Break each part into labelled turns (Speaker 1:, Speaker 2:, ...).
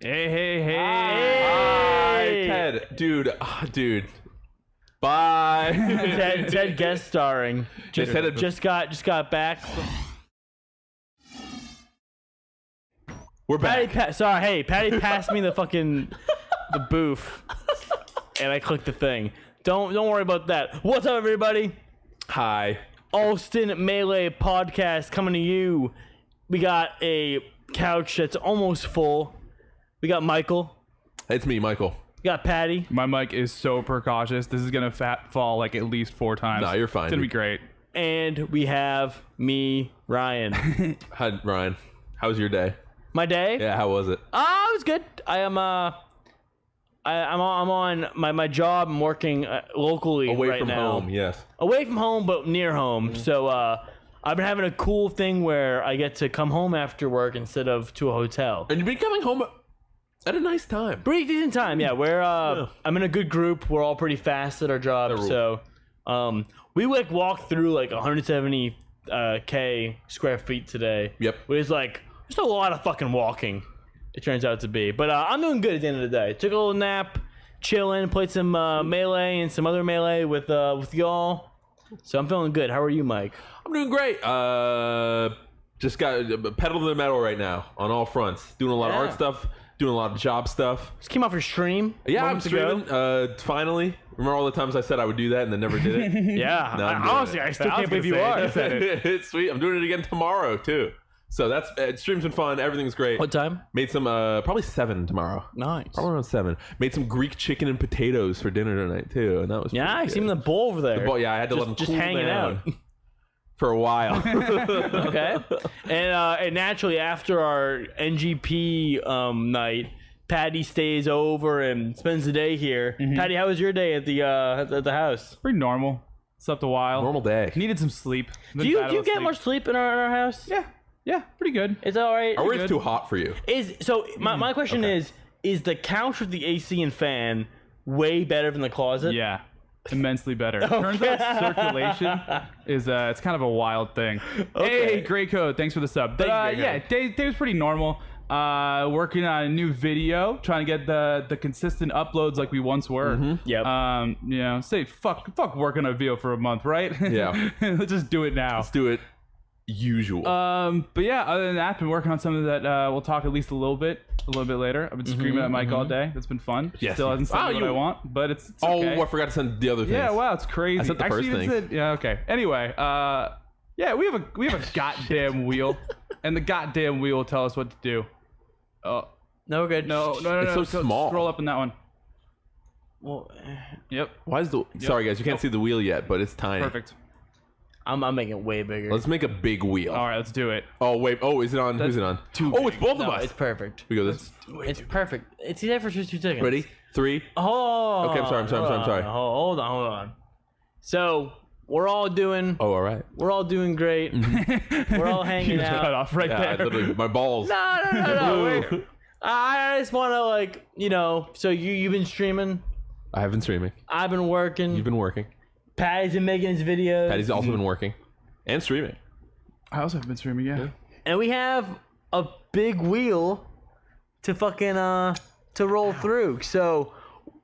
Speaker 1: Hey, hey, hey.
Speaker 2: Hi, Ted. Dude, ah, dude. Bye.
Speaker 3: Ted, Ted guest starring. Just,
Speaker 2: said it-
Speaker 3: just got just got back.
Speaker 2: We're
Speaker 3: Patty,
Speaker 2: back.
Speaker 3: pa- sorry, hey, Patty passed me the fucking the booth, and I clicked the thing. Don't don't worry about that. What's up, everybody?
Speaker 2: Hi.
Speaker 3: Austin Melee podcast coming to you. We got a couch that's almost full. We got Michael.
Speaker 2: It's me, Michael.
Speaker 3: We got Patty.
Speaker 1: My mic is so precautious. This is gonna fat fall like at least four times.
Speaker 2: Nah, you're fine,
Speaker 1: It's gonna be
Speaker 2: dude.
Speaker 1: great.
Speaker 3: and we have me, Ryan.
Speaker 2: Hi, Ryan. How was your day?
Speaker 3: My day?
Speaker 2: Yeah, how was it?
Speaker 3: Ah, it was good. I am uh, I, I'm on, I'm on my my job. I'm working uh, locally
Speaker 2: Away
Speaker 3: right
Speaker 2: from
Speaker 3: now. Oh.
Speaker 2: home, Mm-hmm. yes.
Speaker 3: Away from home, but near home. So uh, I've been having a cool thing where I get to come home after work instead of to a hotel.
Speaker 2: And you've been coming home at a nice time.
Speaker 3: Pretty decent time, yeah. We're uh, I'm in a good group. We're all pretty fast at our job,
Speaker 2: rule.
Speaker 3: so um, we like walked through like 170 uh, k square feet today.
Speaker 2: Yep.
Speaker 3: Which is like, just a lot of fucking walking, it turns out to be. But uh, I'm doing good at the end of the day. Took a little nap, chilling, played some uh, melee and some other melee with uh, with y'all. So I'm feeling good. How are you, Mike?
Speaker 2: I'm doing great. Uh, just got uh, pedal to the metal right now on all fronts. Doing a lot of
Speaker 3: Yeah.
Speaker 2: art stuff, doing a lot of job stuff.
Speaker 3: Just came off your stream.
Speaker 2: Yeah, I'm
Speaker 3: moments ago.
Speaker 2: streaming. Uh, finally, remember all the times I said I would do that and then never did it.
Speaker 3: Yeah.
Speaker 2: No, I'm
Speaker 3: I-
Speaker 2: doing
Speaker 3: honestly,
Speaker 2: it.
Speaker 3: I still
Speaker 1: I was
Speaker 3: can't believe
Speaker 1: gonna
Speaker 3: you
Speaker 1: say it.
Speaker 3: are.
Speaker 1: You said it.
Speaker 2: it's sweet. I'm doing it again tomorrow too. So that's uh, streams been fun. Everything's great.
Speaker 3: What time?
Speaker 2: Made some uh, probably seven tomorrow.
Speaker 3: Nice.
Speaker 2: Probably around seven. Made some Greek chicken and potatoes for dinner tonight too, and that was
Speaker 3: Yeah, I
Speaker 2: pretty
Speaker 3: see him in the bowl over there.
Speaker 2: good. Well, yeah, I had to
Speaker 3: just-
Speaker 2: let them
Speaker 3: just
Speaker 2: cool
Speaker 3: hanging
Speaker 2: down
Speaker 3: out.
Speaker 2: for a while.
Speaker 3: okay. and uh, and naturally, after our NGP um, night, Patty stays over and spends the day here.
Speaker 2: Mm-hmm.
Speaker 3: Patty, how was your day at the uh, at the house?
Speaker 1: Pretty normal. Slept a while.
Speaker 2: Normal day.
Speaker 1: Needed some sleep.
Speaker 3: Do you do you get much sleep in our, in our house?
Speaker 1: Yeah. Yeah. Pretty good.
Speaker 3: It's all right.
Speaker 2: Or it's
Speaker 1: good.
Speaker 2: too hot for you.
Speaker 3: Is so my,
Speaker 2: Mm-hmm.
Speaker 3: my question is is the couch with the AC and fan way better than the closet?
Speaker 1: Yeah. Immensely better. Turns out circulation is uh it's kind of a wild thing.
Speaker 3: Okay.
Speaker 1: Hey, Gray Code, thanks for the sub. But,
Speaker 3: Thank you,
Speaker 1: uh,
Speaker 3: Grey Code.
Speaker 1: yeah, day, day was pretty normal. Uh, working on a new video, trying to get the the consistent uploads like we once were.
Speaker 3: Yep.
Speaker 2: Uh,
Speaker 1: Um, you know, say fuck fuck working on a video for a month, right?
Speaker 2: Yeah.
Speaker 1: Let's just do it now.
Speaker 2: Let's do it usual.
Speaker 3: Uh,
Speaker 1: Um, but yeah, other than that, I've been working on something that uh, we'll talk at least a little bit, a little bit later. I've been screaming at Mike all day. That's been fun.
Speaker 2: Yes.
Speaker 1: Still hasn't said
Speaker 2: Wow,
Speaker 1: what
Speaker 2: you-
Speaker 1: I want, but it's, it's
Speaker 2: oh,
Speaker 1: okay.
Speaker 2: I forgot to send the other things.
Speaker 1: yeah, wow, it's crazy.
Speaker 2: I said the
Speaker 1: Actually,
Speaker 2: first
Speaker 1: you
Speaker 2: thing.
Speaker 1: said- yeah, okay. Anyway, uh, yeah, we have a we have a goddamn wheel, and the goddamn wheel will tell us what to do. Oh
Speaker 3: No, we're good.
Speaker 1: no, no, no,
Speaker 2: It's
Speaker 1: no,
Speaker 2: so small.
Speaker 1: Scroll up in that one.
Speaker 3: Well,
Speaker 1: Yep,
Speaker 2: Why is the? Sorry guys, you can't see the wheel yet, but it's tiny.
Speaker 1: perfect.
Speaker 3: I'm, I'm making it way bigger.
Speaker 2: Let's make a big wheel.
Speaker 1: All right, let's do it.
Speaker 2: Oh wait. Oh, is it on? Who's it on?
Speaker 1: too
Speaker 2: Oh, it's both of
Speaker 3: No,
Speaker 2: us.
Speaker 3: it's perfect.
Speaker 2: we go this.
Speaker 3: It's perfect. It's there for just two seconds.
Speaker 2: Ready? Three.
Speaker 3: Oh.
Speaker 2: Okay, I'm sorry, I'm sorry, I'm sorry, I'm sorry.
Speaker 3: Hold on, hold on. So we're all doing,
Speaker 2: Oh, Mm-hmm. all right.
Speaker 3: we're all doing great. we're all
Speaker 1: You
Speaker 3: hanging
Speaker 1: just cut
Speaker 3: out.
Speaker 1: off right
Speaker 2: Yeah, I
Speaker 1: there.
Speaker 2: literally, my balls.
Speaker 3: No, no, no, no.
Speaker 2: Ooh.
Speaker 3: wait. I just want to like, you know. So you you've been streaming.
Speaker 2: I have been streaming.
Speaker 3: I've been working.
Speaker 2: You've been working.
Speaker 3: Patty's been making his videos,
Speaker 2: Patty's also been working and streaming.
Speaker 1: I also have been streaming. Yeah.
Speaker 3: and we have a big wheel to fucking uh to roll through. So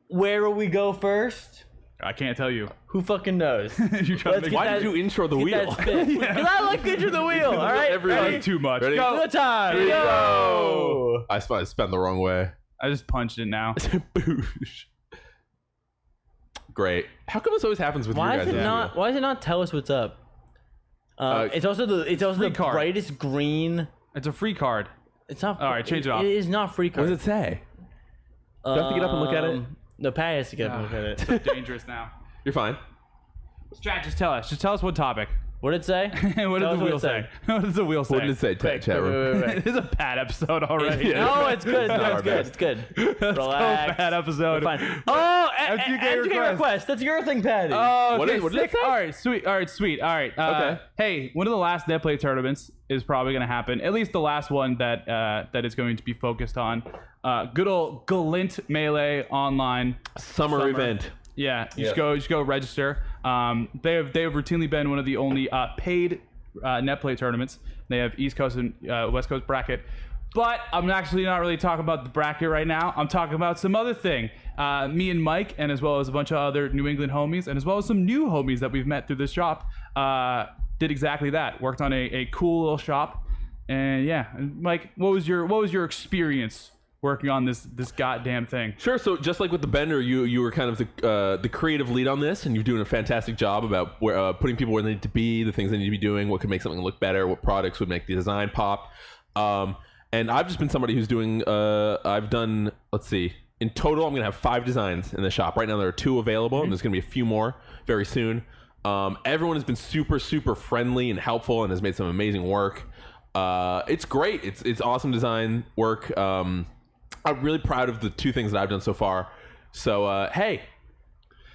Speaker 3: where will we go first?
Speaker 1: I can't tell you.
Speaker 3: Who fucking knows?
Speaker 1: you trying
Speaker 3: Let's
Speaker 1: to
Speaker 3: get
Speaker 1: make
Speaker 2: Why
Speaker 3: that-
Speaker 2: did you intro the
Speaker 3: That's
Speaker 2: wheel?
Speaker 3: it. Cause I like good to the wheel. All right,
Speaker 2: Everyone
Speaker 3: ready?
Speaker 1: too much.
Speaker 2: Ready?
Speaker 3: Go the time.
Speaker 2: Here we
Speaker 3: Go.
Speaker 2: I sp- I spent the wrong way.
Speaker 1: I just punched it now.
Speaker 2: Boosh. Great. How come this always happens with
Speaker 3: Why
Speaker 2: you
Speaker 3: does
Speaker 2: guys?
Speaker 3: it
Speaker 2: on the
Speaker 3: not?
Speaker 2: wheel?
Speaker 3: Why does it not tell us what's up? Uh,
Speaker 2: Uh,
Speaker 3: it's also the it's also the
Speaker 1: card.
Speaker 3: brightest green.
Speaker 1: It's a free card.
Speaker 3: It's not.
Speaker 1: All right, change it off.
Speaker 3: It is not free
Speaker 2: What
Speaker 3: card.
Speaker 2: does it say? Do I have to get up and look at it?
Speaker 3: Um, No, Patty has to get up and look at it.
Speaker 1: so dangerous now.
Speaker 2: You're fine.
Speaker 1: Strat, just tell us. Just tell us what topic.
Speaker 3: What did it say?
Speaker 1: what does the
Speaker 3: Tell us what
Speaker 1: wheel
Speaker 3: it
Speaker 1: say? What does the wheel say?
Speaker 2: What did it say, Ted
Speaker 3: Wait, wait,
Speaker 2: Chatterman?
Speaker 3: wait, wait.
Speaker 1: this is a bad episode already.
Speaker 2: Yeah.
Speaker 3: No, it's good.
Speaker 2: It's not
Speaker 3: No,
Speaker 2: our
Speaker 3: it's good. It's good. Relax.
Speaker 1: So bad episode.
Speaker 3: Fine. Oh, a- a-
Speaker 1: FGK
Speaker 3: FGK request.
Speaker 1: request.
Speaker 3: That's your thing, Patty.
Speaker 1: Oh, okay,
Speaker 2: What is- what did it
Speaker 1: sick.
Speaker 2: say?
Speaker 1: All right, sweet. All right, sweet. All right. Uh,
Speaker 2: Okay.
Speaker 1: Hey, one of the last Dead Play tournaments is probably going to happen. At least the last one that uh, that is going to be focused on. Uh, good old Galint Melee Online.
Speaker 2: Summer,
Speaker 1: Summer.
Speaker 2: event.
Speaker 1: Yeah, you
Speaker 2: Yeah.
Speaker 1: just go, just go register. Um, they have they have routinely been one of the only uh, paid uh, net play tournaments. They have East Coast and uh, West Coast bracket. But I'm actually not really talking about the bracket right now. I'm talking about some other thing. Uh, me and Mike, and as well as a bunch of other New England homies, and as well as some new homies that we've met through this shop, uh, did exactly that. Worked on a, a cool little shop, and yeah, and Mike, what was your what was your experience working on this this goddamn thing?
Speaker 2: Sure. So just like with the Bender, you you were kind of the uh, the creative lead on this, and you're doing a fantastic job about where, uh, putting people where they need to be, the things they need to be doing, what could make something look better, what products would make the design pop. Um, and I've just been somebody who's doing. Uh, I've done. Let's see. In total, I'm gonna have five designs in the shop right now. There are two available, and there's gonna be a few more very soon. Um, everyone has been super super friendly and helpful, and has made some amazing work. Uh, it's great. It's it's awesome design work. Um, I'm really proud of the two things that I've done so far. So uh, hey,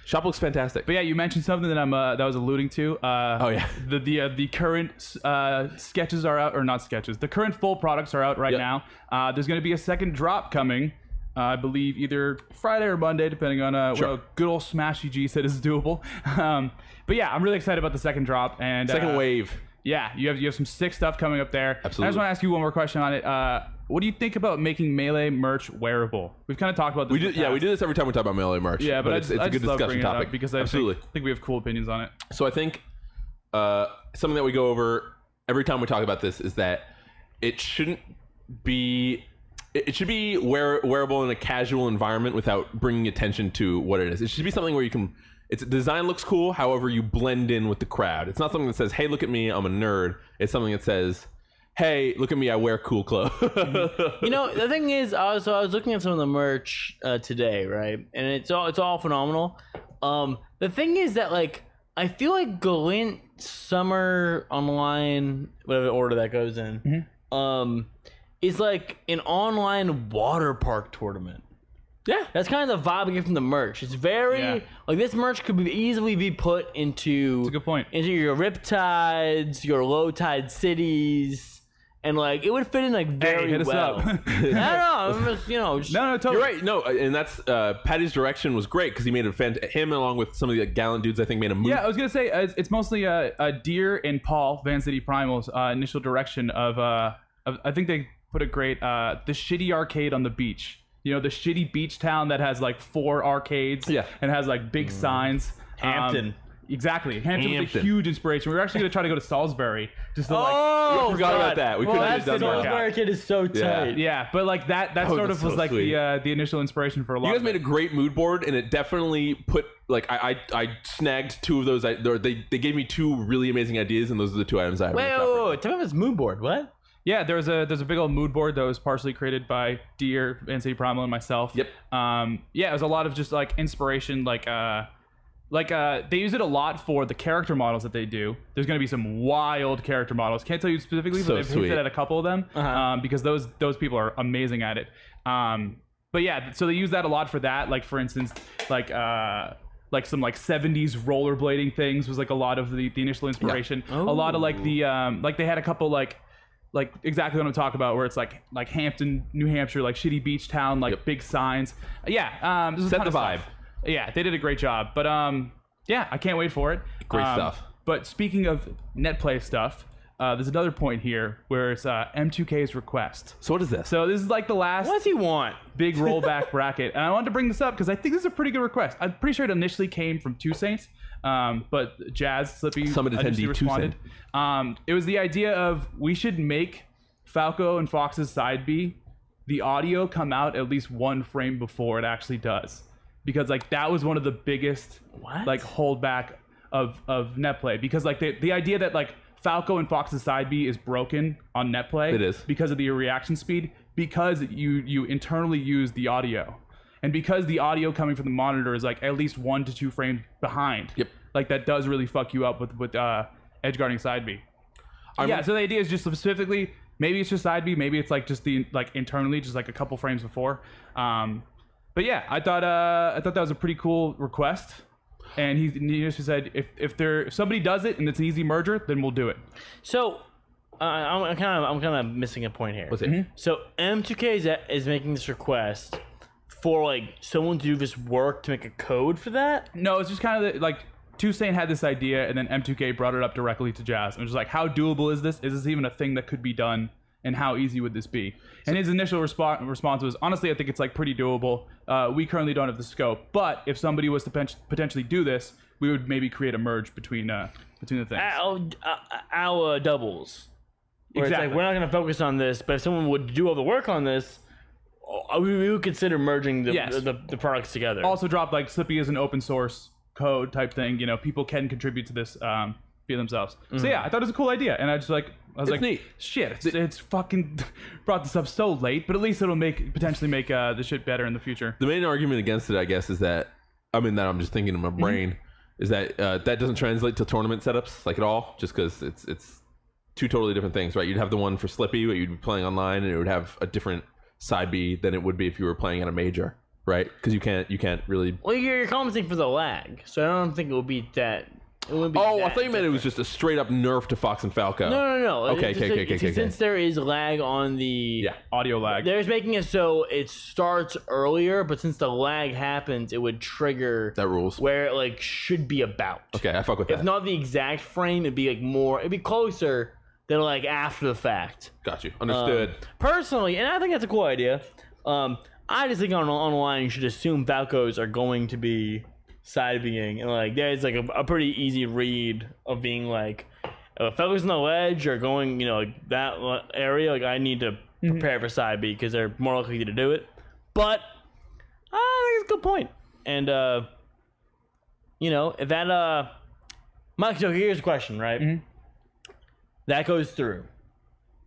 Speaker 2: shop looks fantastic.
Speaker 1: But yeah, you mentioned something that I'm uh, that I was alluding to. Uh,
Speaker 2: Oh, yeah.
Speaker 1: the the uh, the current uh, sketches are out, or not sketches. The current full products are out right
Speaker 2: Yep.
Speaker 1: now. Uh, there's going to be a second drop coming. Uh, I believe either Friday or Monday, depending on uh,
Speaker 2: Sure.
Speaker 1: what a good old Smash EG said is doable. Um, but yeah, I'm really excited about the second drop and
Speaker 2: Second
Speaker 1: uh,
Speaker 2: wave.
Speaker 1: Yeah, you have you have some sick stuff coming up there. And I just
Speaker 2: Absolutely.
Speaker 1: want to ask you one more question on it. Uh, what do you think about making melee merch wearable? We've kind of talked about this.
Speaker 2: We
Speaker 1: in
Speaker 2: do,
Speaker 1: the
Speaker 2: yeah, we
Speaker 1: past.
Speaker 2: do this every time we talk about melee merch.
Speaker 1: Yeah, but, I
Speaker 2: it's,
Speaker 1: just-
Speaker 2: it's
Speaker 1: I
Speaker 2: a good
Speaker 1: just love
Speaker 2: discussion
Speaker 1: bringing it up
Speaker 2: topic
Speaker 1: because I think-
Speaker 2: absolutely.
Speaker 1: think we have cool opinions on it.
Speaker 2: So I think uh, something that we go over every time we talk about this is that it shouldn't be it it should be wear, wearable in a casual environment without bringing attention to what it is. It should be something where you can its design looks cool, however you blend in with the crowd. It's not something that says, "Hey, look at me, I'm a nerd." It's something that says, "Hey, look at me, I wear cool clothes."
Speaker 3: You know, the thing is, I was, so I was looking at some of the merch uh, today, right? And it's all it's all phenomenal. Um, the thing is that like I feel like Galint Summer Online, whatever order that goes in,
Speaker 1: Mm-hmm.
Speaker 3: um, is like an online water park tournament.
Speaker 2: yeah.
Speaker 3: That's kind of the vibe we get from the merch. It's very
Speaker 1: Yeah.
Speaker 3: like this merch could be easily be put into
Speaker 1: It's a good point.
Speaker 3: into your riptides, your low tide cities, and like it would fit in like very
Speaker 1: hit us
Speaker 3: well.
Speaker 1: up.
Speaker 3: I don't know. I'm just, you know, just,
Speaker 1: No, no, totally.
Speaker 2: You're right. No, and that's uh, Patty's direction was great because he made a fan. Him along with some of the gallant dudes, I think, made a movie.
Speaker 1: Yeah, I was gonna say uh, it's, it's mostly uh, uh, Deer and Paul Van City Primal's uh, initial direction of, uh, of. I think they put a great uh, the shitty arcade on the beach. You know, the shitty beach town that has like four arcades.
Speaker 2: Yeah.
Speaker 1: and has like big signs. Um,
Speaker 3: Hampton.
Speaker 1: exactly, Hampton, was a
Speaker 2: Hampton.
Speaker 1: huge inspiration. We were actually gonna try to go to Salisbury just to like.
Speaker 3: Oh,
Speaker 2: We forgot about that. We
Speaker 3: well,
Speaker 2: couldn't have
Speaker 3: that's-
Speaker 2: done
Speaker 1: that.
Speaker 3: Salisbury kid is so tight.
Speaker 2: Yeah.
Speaker 1: Yeah, but like that—that
Speaker 2: would've
Speaker 1: sort
Speaker 2: been
Speaker 1: of was
Speaker 2: Oh! so
Speaker 1: like
Speaker 2: sweet.
Speaker 1: the uh, the initial inspiration for a lot.
Speaker 2: You guys
Speaker 1: of
Speaker 2: made
Speaker 1: it.
Speaker 2: a great mood board, and it definitely put like I I, I snagged two of those. I, or they they gave me two really amazing ideas, and those are the two items I have. in
Speaker 3: Wait,
Speaker 2: the
Speaker 3: wait,
Speaker 2: shop right
Speaker 3: wait, wait. Tell me about this mood board. What?
Speaker 1: Yeah, there's a there's a big old mood board that was partially created by Deer, City Primal, and myself.
Speaker 2: Yep.
Speaker 1: Um, yeah, it was a lot of just like inspiration, like uh, like uh, they use it a lot for the character models that they do. There's gonna be some wild character models. Can't tell you specifically,
Speaker 2: So
Speaker 1: but they've
Speaker 2: sweet. Uh-huh.
Speaker 1: hinted at a couple of them um, because those those people are amazing at it. Um, but yeah, so they use that a lot for that. Like for instance, like uh, like some like 70s rollerblading things was like a lot of the, the initial inspiration. A lot of like the um, like they had a couple like like exactly what I'm talking about, where it's like like Hampton, New Hampshire, like shitty beach town, like
Speaker 2: Yep.
Speaker 1: big signs. Yeah, um, there's a
Speaker 2: Set
Speaker 1: ton
Speaker 2: the
Speaker 1: of stuff.
Speaker 2: vibe.
Speaker 1: Yeah, they did a great job. But um, yeah, I can't wait for it.
Speaker 2: Great
Speaker 1: Um,
Speaker 2: stuff.
Speaker 1: But speaking of netplay stuff, uh, there's another point here where it's uh, M2K's request.
Speaker 2: So what is this?
Speaker 1: So this is like the last
Speaker 3: What does he want?
Speaker 1: big rollback bracket. And I wanted to bring this up because I think this is a pretty good request. I'm pretty sure it initially came from Two Saints, um, but Jazz Slippy
Speaker 2: Summit
Speaker 1: initially
Speaker 2: attendee, Two
Speaker 1: responded. Um, it was the idea of we should make Falco and Fox's side B the audio come out at least one frame before it actually does, because like that was one of the biggest
Speaker 3: What?
Speaker 1: like holdback of of netplay because like the the idea that like Falco and Fox's side B is broken on netplay
Speaker 2: It is.
Speaker 1: because of the reaction speed because you you internally use the audio and because the audio coming from the monitor is like at least one to two frames behind
Speaker 2: Yep.
Speaker 1: like that does really fuck you up with with uh edge guarding side b
Speaker 2: I'm-
Speaker 1: yeah so the idea is just specifically maybe it's just side b maybe it's like just the like internally just like a couple frames before um but yeah i thought uh i thought that was a pretty cool request and he, he just said if if there if somebody does it and it's an easy merger then we'll do it
Speaker 3: So, uh, I'm kind of I'm kind of missing a point here.
Speaker 2: What's it?
Speaker 3: So M2K is, is making this request for like someone to do this work to make a code for that.
Speaker 1: No, it's just kind of the, like Toussaint had this idea, and then M2K brought it up directly to Jazz, and was just like, "How doable is this? Is this even a thing that could be done?" and how easy would this be? And his initial respo- response was, honestly, I think it's like pretty doable. Uh, we currently don't have the scope, but if somebody was to pen- potentially do this, we would maybe create a merge between uh, between the things.
Speaker 3: our, our uh, doubles. Where it's
Speaker 1: Exactly.
Speaker 3: like, we're not going to focus on this, but if someone would do all the work on this, uh, we, we would consider merging the,
Speaker 1: Yes.
Speaker 3: the, the products together.
Speaker 1: also dropped like Slippy is an open source code type thing. You know, people can contribute to this um, via themselves. So yeah, I thought it was a cool idea, and I just like I was like,
Speaker 2: Mm-hmm. neat.
Speaker 1: shit, it's, it's fucking brought this up so late, but at least it'll make potentially make uh, the shit better in the future.
Speaker 2: the main argument against it, I guess, is that I mean that I'm just thinking in my
Speaker 3: Mm-hmm.
Speaker 2: brain is that uh, that doesn't translate to tournament setups like at all, just because it's it's two totally different things, right? You'd have the one for Slippy where you'd be playing online, and it would have a different side B than it would be if you were playing at a major, right? Because you can't you can't really.
Speaker 3: well, you're, you're compensating for the lag, so I don't think it will be that. It would be
Speaker 2: Oh, I
Speaker 3: that
Speaker 2: thought you meant it was just a straight up nerf to Fox and Falco.
Speaker 3: No, no, no. It's
Speaker 2: Okay, okay,
Speaker 3: just
Speaker 2: okay,
Speaker 3: like-
Speaker 2: okay, okay,
Speaker 3: Since there is lag on the
Speaker 2: Yeah.
Speaker 1: Audio lag.
Speaker 3: There's making it so it starts earlier, but since the lag happens, it would trigger
Speaker 2: That rules.
Speaker 3: where it like should be about.
Speaker 2: Okay, I fuck with
Speaker 3: If
Speaker 2: that.
Speaker 3: not the exact frame, it'd be like more. It'd be closer than like after the fact.
Speaker 2: Got you. Understood.
Speaker 3: Personally, and I think that's a cool idea. Um, I just think on online you should assume Falcos are going to be side being, and like there's like a, a pretty easy read of being like, uh, Falcos on the ledge are going, you know, like that le- area. Like I need to prepare for side B because they're more likely to do it. But I think it's a good point, and uh, you know if that uh, Mike. So here's a question, right? That goes through.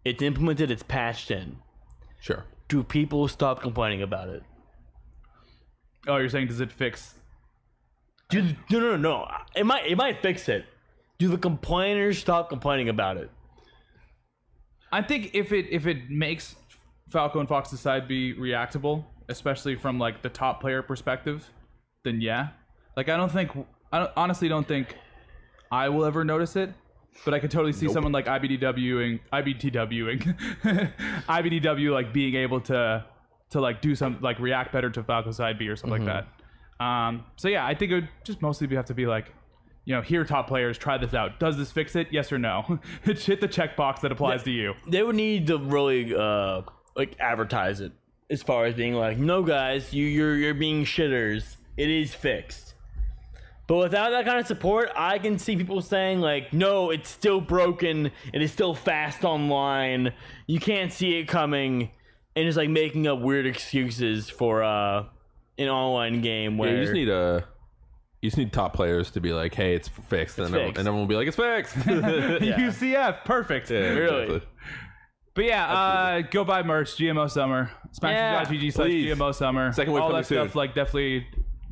Speaker 3: It's implemented. It's patched in
Speaker 2: sure.
Speaker 3: do people stop complaining about it?
Speaker 1: Oh, you're saying does it fix?
Speaker 3: Do no no no, no. It might it might fix it. Do the complainers stop complaining about it?
Speaker 1: I think if it if it makes Falco and Fox's side be reactable, especially from like the top player perspective, then yeah. Like I don't think I don't, honestly don't think I will ever notice it, but I could totally see someone like IBDWing IBTWing IBDW like being able to to like do some like react better to Falco's side B or something like that. Um, so yeah, I think it would just mostly be, have to be like. You know, here top players try this out. Does this fix it? Yes or no? Hit the checkbox that applies to you.
Speaker 3: They would need to really uh like advertise it as far as being like, no guys, you you're you're being shitters. It is fixed. But without that kind of support, I can see people saying like, no, it's still broken. It is still fast online. You can't see it coming, and just like making up weird excuses for uh an online game where
Speaker 2: Yeah, you just need a. You just need top players to be like, "Hey, it's fixed," and, everyone,
Speaker 3: fixed.
Speaker 2: and everyone will be like, "It's fixed."
Speaker 1: UCF, perfect.
Speaker 3: Really?
Speaker 1: But yeah, uh, go buy merch, GMO Summer, smash.gg slash
Speaker 2: please.
Speaker 1: GMO Summer.
Speaker 2: Second wave
Speaker 1: All
Speaker 2: coming
Speaker 1: that stuff
Speaker 2: soon.
Speaker 1: like definitely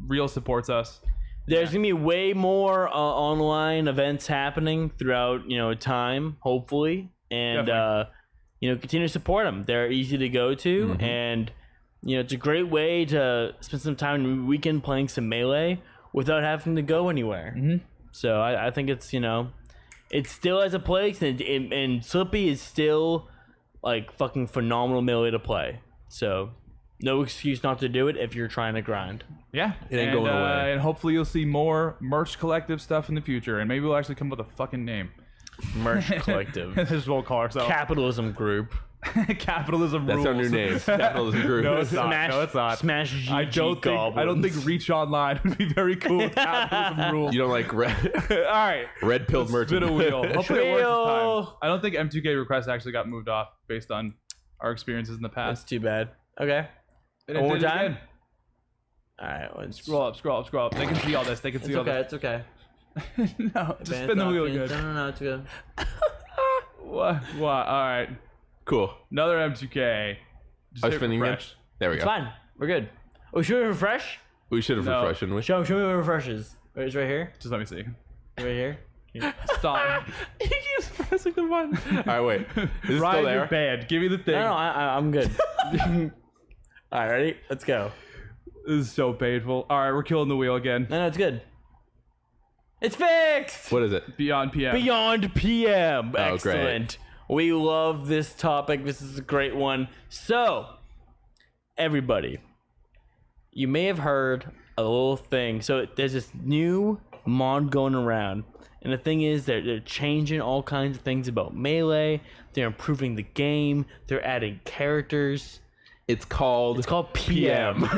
Speaker 1: real supports us.
Speaker 3: There's gonna be way more uh, online events happening throughout, you know, time, hopefully, and uh,
Speaker 1: Definitely.
Speaker 3: you know, continue to support them. They're easy to go to, and you know, it's a great way to spend some time in the weekend playing some melee without having to go anywhere. Mm-hmm. So I, I think it's you know, it still has a place, and and, and Slippy is still like fucking phenomenal melee to play. So no excuse not to do it if you're trying to grind.
Speaker 1: Yeah, it
Speaker 2: ain't
Speaker 1: and,
Speaker 2: going
Speaker 1: uh,
Speaker 2: away.
Speaker 1: And hopefully you'll see more merch collective stuff in the future, and maybe we'll actually come up with a fucking name.
Speaker 3: Merch collective.
Speaker 1: this is what we'll call ourselves.
Speaker 3: capitalism group.
Speaker 1: Capitalism
Speaker 2: That's
Speaker 1: rules.
Speaker 2: our new name. Capitalism Group.
Speaker 1: No, it's not. no, it's not.
Speaker 3: Smash G.
Speaker 1: I don't think. I don't think Reach Online would be very cool. With capitalism rules.
Speaker 2: You don't like red,
Speaker 1: All right.
Speaker 2: red pilled
Speaker 1: Spin
Speaker 2: merchants.
Speaker 1: a wheel. Hopefully it works this time.
Speaker 3: Wheel.
Speaker 1: I don't think M2K requests actually got moved off based on our experiences in the
Speaker 3: That's
Speaker 1: past.
Speaker 3: too bad. Okay.
Speaker 1: And it
Speaker 3: One more
Speaker 1: did it
Speaker 3: time?
Speaker 1: again.
Speaker 3: All right. Let's
Speaker 1: Scroll up, scroll up, scroll up. They can see all this. They can see
Speaker 3: It's
Speaker 1: all
Speaker 3: okay. It's okay.
Speaker 1: this. no, just spin the wheel
Speaker 3: No,
Speaker 1: again.
Speaker 3: no, no. It's good.
Speaker 1: What? What? All right.
Speaker 2: Cool.
Speaker 1: Another M2K. Just
Speaker 2: I was
Speaker 1: hit
Speaker 2: spinning again.
Speaker 1: refresh.
Speaker 2: There we
Speaker 3: It's
Speaker 2: go.
Speaker 3: fine. We're good. Oh, should we refresh?
Speaker 2: We should have
Speaker 1: No.
Speaker 2: refreshed, shouldn't we?
Speaker 3: Show, show me what refreshes. Wait, It's right here.
Speaker 1: Just let me see.
Speaker 3: Right here.
Speaker 1: Stop.
Speaker 3: he keeps pressing the button.
Speaker 2: All right, wait. Is it still
Speaker 1: Ryan, you're
Speaker 2: there?
Speaker 1: banned. Give me the thing.
Speaker 3: No, no, I, I, I'm good. All right, ready? Let's go.
Speaker 1: This is so painful. All right, we're killing the wheel again.
Speaker 3: No, no, it's good. It's fixed.
Speaker 2: What is it?
Speaker 1: Beyond PM.
Speaker 3: Beyond PM.
Speaker 2: Oh, great.
Speaker 3: Excellent. We love this topic. This is a great one. So, everybody, you may have heard a little thing. So, there's this new mod going around. And the thing is, they're, they're changing all kinds of things about Melee. They're improving the game. They're adding characters.
Speaker 2: It's called.
Speaker 3: It's called PM.
Speaker 2: I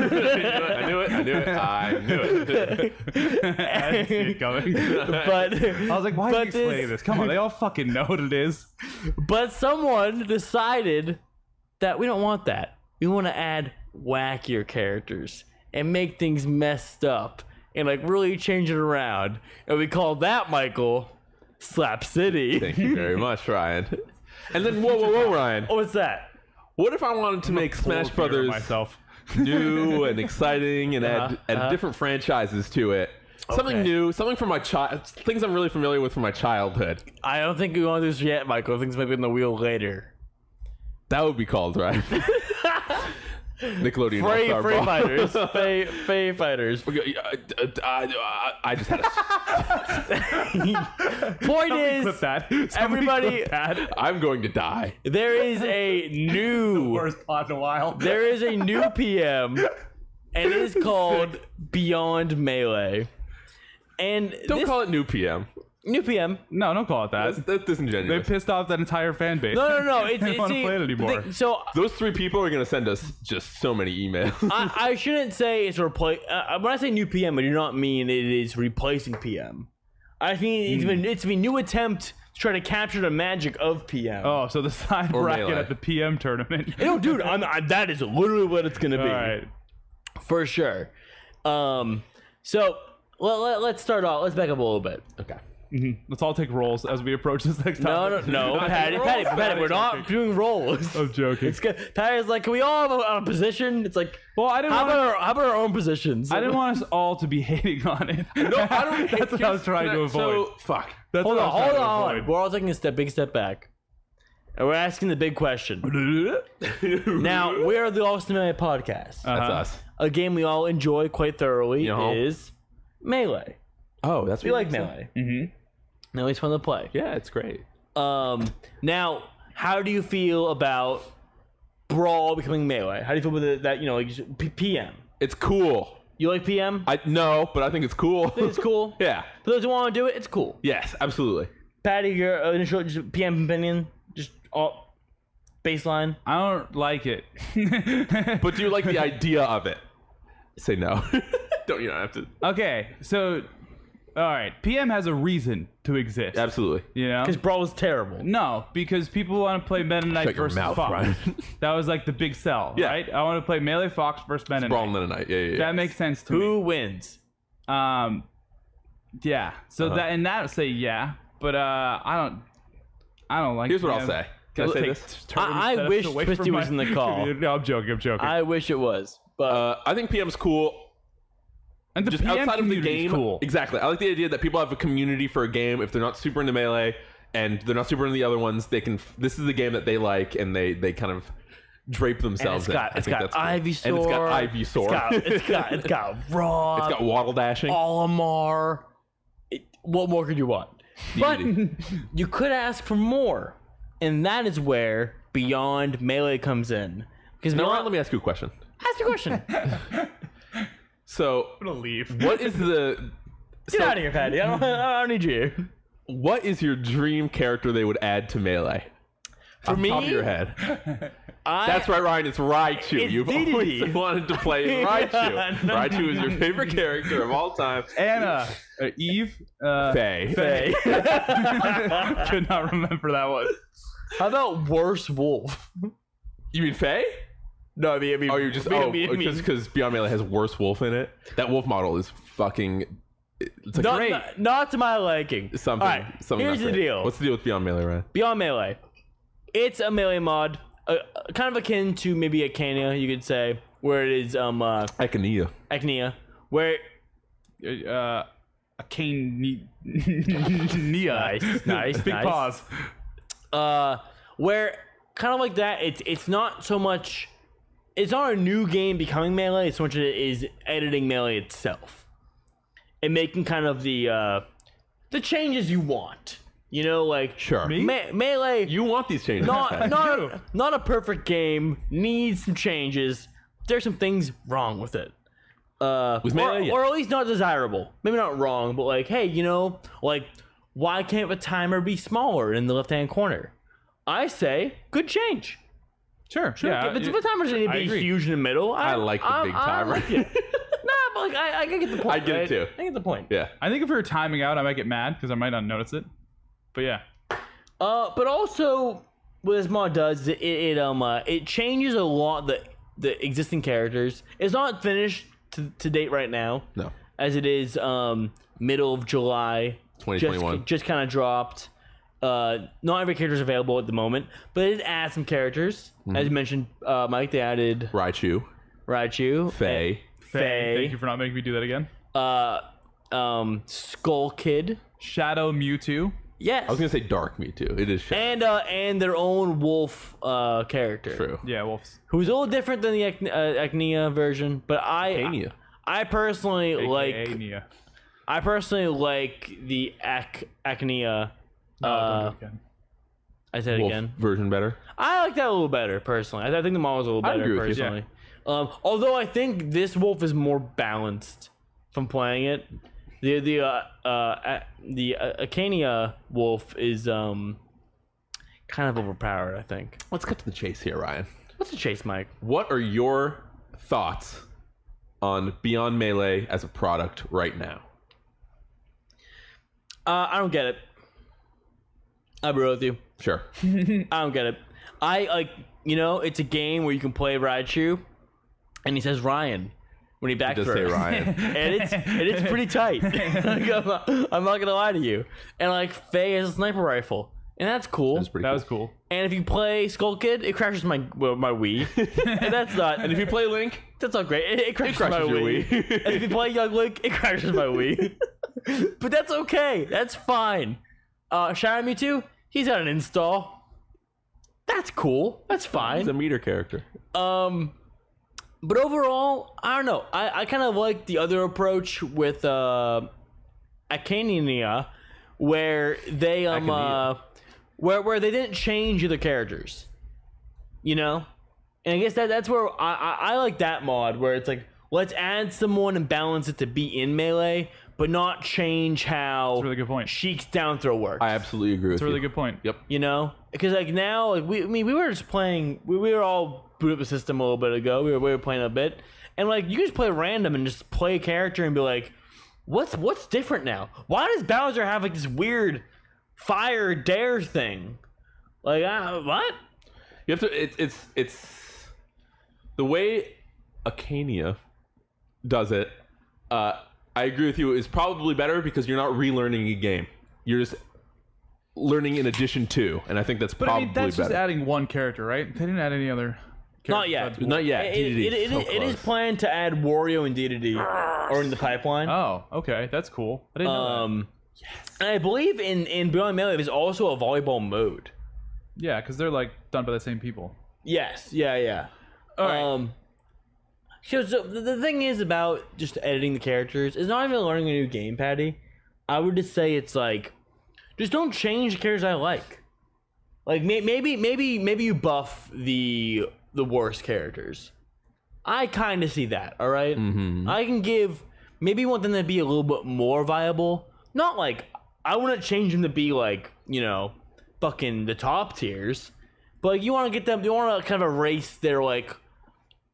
Speaker 2: knew it. I knew it. I knew it.
Speaker 1: I see it coming. I
Speaker 3: but
Speaker 1: was like, why are you
Speaker 3: but
Speaker 1: explaining this? Come on, they all fucking know what it is.
Speaker 3: But someone decided that we don't want that. We want to add wackier characters and make things messed up and like really change it around. And we call that Michael Slap City.
Speaker 2: Thank you very much, Ryan. And then whoa, whoa, whoa, Ryan!
Speaker 3: Oh, what's that?
Speaker 2: What if I wanted to make Smash
Speaker 1: Full fear of
Speaker 2: Brothers
Speaker 1: Myself.
Speaker 2: new and exciting and add,
Speaker 3: Uh-huh,
Speaker 2: add
Speaker 3: uh-huh.
Speaker 2: different franchises to it? Something
Speaker 3: Okay.
Speaker 2: new, something from my child, things I'm really familiar with from my childhood.
Speaker 3: I don't think we want this yet, Michael. Things might be in the wheel later.
Speaker 2: That would be called right. Nickelodeon
Speaker 3: Free,
Speaker 2: All-Star
Speaker 3: free
Speaker 2: Brawl.
Speaker 3: fighters. Free, free fighters.
Speaker 2: I, I- I just had a,
Speaker 3: Point
Speaker 1: Clip
Speaker 3: is,
Speaker 1: that. Somebody
Speaker 3: everybody-
Speaker 1: clip that.
Speaker 2: I'm going to die.
Speaker 3: there is a new
Speaker 1: Worst plot in a while.
Speaker 3: There is a new PM, and it is called Beyond Melee. And
Speaker 2: Don't
Speaker 3: this
Speaker 2: call it new PM.
Speaker 3: new PM.
Speaker 1: No, don't call it
Speaker 2: That's,
Speaker 1: that.
Speaker 2: that's
Speaker 1: They
Speaker 2: disingenuous.
Speaker 1: pissed off that entire fan base.
Speaker 3: No, no, no. It's,
Speaker 1: They
Speaker 3: it's
Speaker 1: wanna
Speaker 3: a-
Speaker 1: play it anymore.
Speaker 3: the- so
Speaker 2: Those three people are going to send us just so many emails.
Speaker 3: I, I shouldn't say it's replace. Uh, when I say new PM, I do not mean it is replacing PM. I mean it's
Speaker 1: Hmm.
Speaker 3: been it's been new attempt to try to capture the magic of PM.
Speaker 1: Oh, so the side
Speaker 2: Or
Speaker 1: bracket
Speaker 2: Melee.
Speaker 1: at the PM tournament.
Speaker 3: No, dude, I'm, I, that is literally what it's gonna be.
Speaker 1: All right.
Speaker 3: for sure. Um, so well, let, let's start off. Let's back up a little bit.
Speaker 2: okay.
Speaker 1: Let's all take rolls as we approach this next
Speaker 3: No,
Speaker 1: time.
Speaker 3: no, no,
Speaker 1: I
Speaker 3: Patty,
Speaker 1: think
Speaker 3: Patty,
Speaker 1: rolls-
Speaker 3: Patty, we're not doing rolls.
Speaker 1: I'm joking.
Speaker 3: It's good. Patty's like, can we all have a, a position? It's like,
Speaker 1: well, I didn't
Speaker 3: how
Speaker 1: want
Speaker 3: about, our, how about our own positions?
Speaker 1: I didn't want us all to be hating on it.
Speaker 2: No, I don't.
Speaker 1: That's what I was trying to avoid.
Speaker 2: So fuck.
Speaker 1: That's
Speaker 3: Hold
Speaker 1: what
Speaker 3: on,
Speaker 1: I was
Speaker 3: hold
Speaker 1: trying to
Speaker 3: on. We're all taking a step, big step back, and we're asking the big question.
Speaker 1: avoid.
Speaker 3: now, we are the Austin Melee Podcast.
Speaker 2: That's
Speaker 1: Uh-huh.
Speaker 2: us.
Speaker 3: a game we all enjoy quite thoroughly
Speaker 2: Yeah.
Speaker 3: is Melee.
Speaker 2: Oh, that's
Speaker 3: We like Melee.
Speaker 1: Mhm.
Speaker 3: Now it's fun to play.
Speaker 2: Yeah, it's great.
Speaker 3: Um, now, how do you feel about Brawl becoming Melee? How do you feel about the, that? You know, like P- PM.
Speaker 2: It's cool.
Speaker 3: You like PM?
Speaker 2: I no, but I think it's cool.
Speaker 3: it's cool.
Speaker 2: yeah.
Speaker 3: For those who want to do it, it's cool.
Speaker 2: Yes, absolutely.
Speaker 3: Patty, your initial just PM opinion, just all baseline.
Speaker 1: I don't like it.
Speaker 2: But do you like the idea of it? Say no. Don't you don't have to.
Speaker 1: okay, so all right, PM has a reason to exist.
Speaker 2: Absolutely.
Speaker 1: You know,
Speaker 3: Because Brawl is terrible.
Speaker 1: No, because people want to play Meta Knight
Speaker 2: Shut your
Speaker 1: versus
Speaker 2: mouth,
Speaker 1: Fox.
Speaker 2: Ryan.
Speaker 1: that was like the big sell,
Speaker 2: Yeah.
Speaker 1: right? I want to play Melee Fox versus Meta Knight.
Speaker 2: Brawl in the night. Yeah, yeah. yeah.
Speaker 1: That makes sense to
Speaker 3: Who wins?
Speaker 1: me. Um, yeah. So
Speaker 2: Uh-huh.
Speaker 1: that and that would say yeah, but uh, I don't, I don't like.
Speaker 2: Here's what
Speaker 1: yeah,
Speaker 2: I'll say. Can I say
Speaker 1: take
Speaker 2: this?
Speaker 1: turns
Speaker 3: I- I
Speaker 1: that's
Speaker 3: wish
Speaker 1: away
Speaker 3: Twisty
Speaker 1: from
Speaker 3: was in the call.
Speaker 1: no, I'm joking. I'm joking.
Speaker 3: I wish it was, but
Speaker 2: Uh, I think PM's cool.
Speaker 1: and the
Speaker 2: Just
Speaker 1: PM
Speaker 2: outside of the
Speaker 1: community is
Speaker 2: game.
Speaker 1: cool.
Speaker 2: Exactly. I like the idea that people have a community for a game. If they're not super into melee and they're not super into the other ones, they can. This is the game that they like, and they they kind of drape
Speaker 3: and it's
Speaker 2: themselves.
Speaker 3: got
Speaker 2: in. I
Speaker 3: it's
Speaker 2: think
Speaker 3: got
Speaker 2: that's cool.
Speaker 3: Ivysaur.
Speaker 2: And it's got Ivysaur.
Speaker 3: It's got it's got it's got Raw.
Speaker 2: It's got waddle dashing.
Speaker 3: Olimar. It, what more could you want? But you could ask for more, and that is where Beyond Melee comes in. Because
Speaker 2: Now, Ryan,
Speaker 3: Beyond-
Speaker 2: let me ask you a question.
Speaker 3: ask your question.
Speaker 2: So,
Speaker 1: I'm gonna leave.
Speaker 2: what is the
Speaker 3: Get out of here, Patty. I don't, I don't need you.
Speaker 2: what is your dream character they would add to melee? For
Speaker 3: me?
Speaker 2: top of your head.
Speaker 3: I,
Speaker 2: That's right, Ryan. It's Raichu.
Speaker 3: It's
Speaker 2: You've
Speaker 3: Dedede.
Speaker 2: always wanted to play Raichu.
Speaker 3: Yeah, no.
Speaker 2: Raichu is your favorite character of all time.
Speaker 1: Anna, uh, Eve, uh,
Speaker 2: Faye.
Speaker 1: Faye.
Speaker 3: Hey.
Speaker 1: Could not remember that one.
Speaker 3: How about Worse Wolf?
Speaker 2: You mean Faye?
Speaker 3: No, I mean, I mean
Speaker 2: Oh, you're just
Speaker 3: I
Speaker 2: oh,
Speaker 3: mean, I mean-
Speaker 2: just because Beyond Melee has worse wolf in it. That wolf model is fucking. It's like
Speaker 3: not,
Speaker 2: great.
Speaker 3: Not, not to my liking.
Speaker 2: something.
Speaker 3: All right,
Speaker 2: something
Speaker 3: here's
Speaker 2: not
Speaker 3: the
Speaker 2: great.
Speaker 3: deal.
Speaker 2: What's the deal with Beyond Melee, Ryan?
Speaker 3: Beyond Melee. It's a melee mod, uh, uh, kind of akin to maybe a Cania, you could say, where it is um uh,
Speaker 2: I can eat you.
Speaker 3: Acnea, where
Speaker 1: uh, a cane knee. Nia.
Speaker 3: Nice, nice,
Speaker 1: Big
Speaker 3: nice.
Speaker 1: pause.
Speaker 3: uh, where kind of like that. It's it's not so much. It's not a new game becoming melee. It's so much as it is editing melee itself, and making kind of the uh, the changes you want. You know, like
Speaker 2: Sure. Me?
Speaker 3: me- melee.
Speaker 2: You want these changes?
Speaker 3: not
Speaker 2: Patty.
Speaker 3: not a, not a perfect game. Needs some changes. There's some things wrong with it, uh,
Speaker 2: With
Speaker 3: or,
Speaker 2: Melee, yeah.
Speaker 3: or at least not desirable. Maybe not wrong, but like, hey, you know, like, why can't the timer be smaller in the left hand corner? I say, good change.
Speaker 1: Sure,
Speaker 3: Sure,
Speaker 1: yeah.
Speaker 3: if it's,
Speaker 1: you-
Speaker 3: if the timer's going
Speaker 1: I
Speaker 3: to be
Speaker 1: agree.
Speaker 3: huge in the middle, I,
Speaker 2: I like the
Speaker 3: I-
Speaker 2: big
Speaker 3: I
Speaker 2: timer.
Speaker 3: like it. nah, but like, I, I get the point.
Speaker 2: I get it
Speaker 3: right?
Speaker 2: too.
Speaker 3: I get the point.
Speaker 2: yeah.
Speaker 1: I think if we were timing out, I might get mad because I might not notice it. But yeah,
Speaker 3: Uh, but also, what this mod does it, it um uh, it changes a lot the the existing characters. It's not finished to, to date right now,
Speaker 2: No.
Speaker 3: as it is um middle of July. Just
Speaker 2: 2021.
Speaker 3: just kind of dropped. Uh, not every character is available at the moment, but it adds some characters.
Speaker 2: Mm-hmm.
Speaker 3: As you mentioned, uh, Mike, they added
Speaker 2: Raichu.
Speaker 3: Raichu,
Speaker 2: Faye.
Speaker 1: Faye,
Speaker 3: Faye,
Speaker 1: Thank you for not making me do that again.
Speaker 3: uh, um, Skull Kid.
Speaker 1: Shadow Mewtwo.
Speaker 3: Yes.
Speaker 2: I was gonna say Dark Me too. It is Shadow.
Speaker 3: and uh, and their own wolf uh character.
Speaker 2: True.
Speaker 1: Yeah, wolves.
Speaker 3: who's a little different than the Acne- uh, Acnea version, but I
Speaker 2: Tania.
Speaker 3: I, personally
Speaker 1: AKA
Speaker 3: like
Speaker 1: Nia.
Speaker 3: I personally like the Ac- Acnea.
Speaker 1: No,
Speaker 3: uh,
Speaker 1: don't do it again.
Speaker 3: I said it
Speaker 2: Wolf
Speaker 3: again.
Speaker 2: version better.
Speaker 3: I like that a little better personally. I, I think the model's a little
Speaker 2: I
Speaker 3: better
Speaker 2: agree with you.
Speaker 3: personally. Um, although I think this wolf is more balanced from playing it. The the uh, uh, a- the uh, Acnea wolf is um kind of overpowered. I think.
Speaker 2: Let's cut to the chase here, Ryan.
Speaker 3: What's the chase, Mike?
Speaker 2: What are your thoughts on Beyond Melee as a product right now?
Speaker 3: Uh, I don't get it. I'll be real with you.
Speaker 2: Sure.
Speaker 3: I don't get it. I like you know, it's a game where you can play Raichu, and he says Ryan when he back
Speaker 2: Just say
Speaker 3: throws.
Speaker 2: Ryan.
Speaker 3: and it's and it's pretty tight. Like, I'm, not, I'm not gonna lie to you. And like Faye has a sniper rifle, and that's cool.
Speaker 2: That's pretty
Speaker 1: That
Speaker 2: cool.
Speaker 1: was cool.
Speaker 3: and if you play Skull Kid, it crashes my well, my Wii, and that's not. And if you play Link, that's not great. It, it crashes,
Speaker 2: crashes
Speaker 3: my
Speaker 2: your
Speaker 3: Wii.
Speaker 2: Wii.
Speaker 3: and if you play Young Link, it crashes my Wii. but that's okay. That's fine. Uh, Shadow Mewtwo, he's got an install. That's cool. That's
Speaker 2: He's
Speaker 3: fine.
Speaker 2: a meter character.
Speaker 3: Um, but overall, I don't know. I, I kind of like the other approach with uh, Acania, where they um uh,
Speaker 2: Acania.
Speaker 3: where where they didn't change the characters, you know. And I guess that that's where I, I I like that mod where it's like let's add someone and balance it to be in melee, but not change how
Speaker 1: That's a really good point.
Speaker 3: Sheik's down throw works
Speaker 2: I absolutely agree with
Speaker 1: That's a really
Speaker 2: you.
Speaker 1: good point.
Speaker 2: Yep.
Speaker 3: you know because like now like we I mean we were just playing we, we were all boot up the system a little bit ago we were, we were playing a bit and like you can just play random and just play a character and be like what's what's different now why does Bowser have like this weird fire dare thing like uh, what
Speaker 2: You have to. It's it's it's the way Acania does it. Uh, I agree with you. Is probably better because you're not relearning a game. You're just learning in addition to, and I think that's
Speaker 1: But
Speaker 2: probably
Speaker 1: I mean, that's just
Speaker 2: better.
Speaker 1: adding one character, right? They didn't add any other. Characters.
Speaker 3: Not yet.
Speaker 1: besides Wolf.
Speaker 2: not yet.
Speaker 3: it, it,
Speaker 2: DDD,
Speaker 3: it, it,
Speaker 2: so
Speaker 3: it is
Speaker 2: close.
Speaker 3: planned to add Wario and DDD or in the pipeline
Speaker 1: Oh, okay, that's cool. I didn't
Speaker 2: Uh,
Speaker 1: know that.
Speaker 3: um and I believe in in Beyond Melee there's also a volleyball mode
Speaker 1: Yeah, because they're like done by the same people.
Speaker 3: yes yeah yeah
Speaker 1: All
Speaker 2: uh,
Speaker 1: right.
Speaker 3: Um, so, so the, the thing is about just editing the characters is not even learning a new game, Patty. I would just say it's like, just don't change the characters I like. Like may, maybe maybe maybe you buff the the worst characters. I kind of see that. All right? I can give maybe you want them to be a little bit more viable. Not like I wouldn't change them to be like you know, fucking the top tiers. But like, you want to get them. You want to kind of erase their like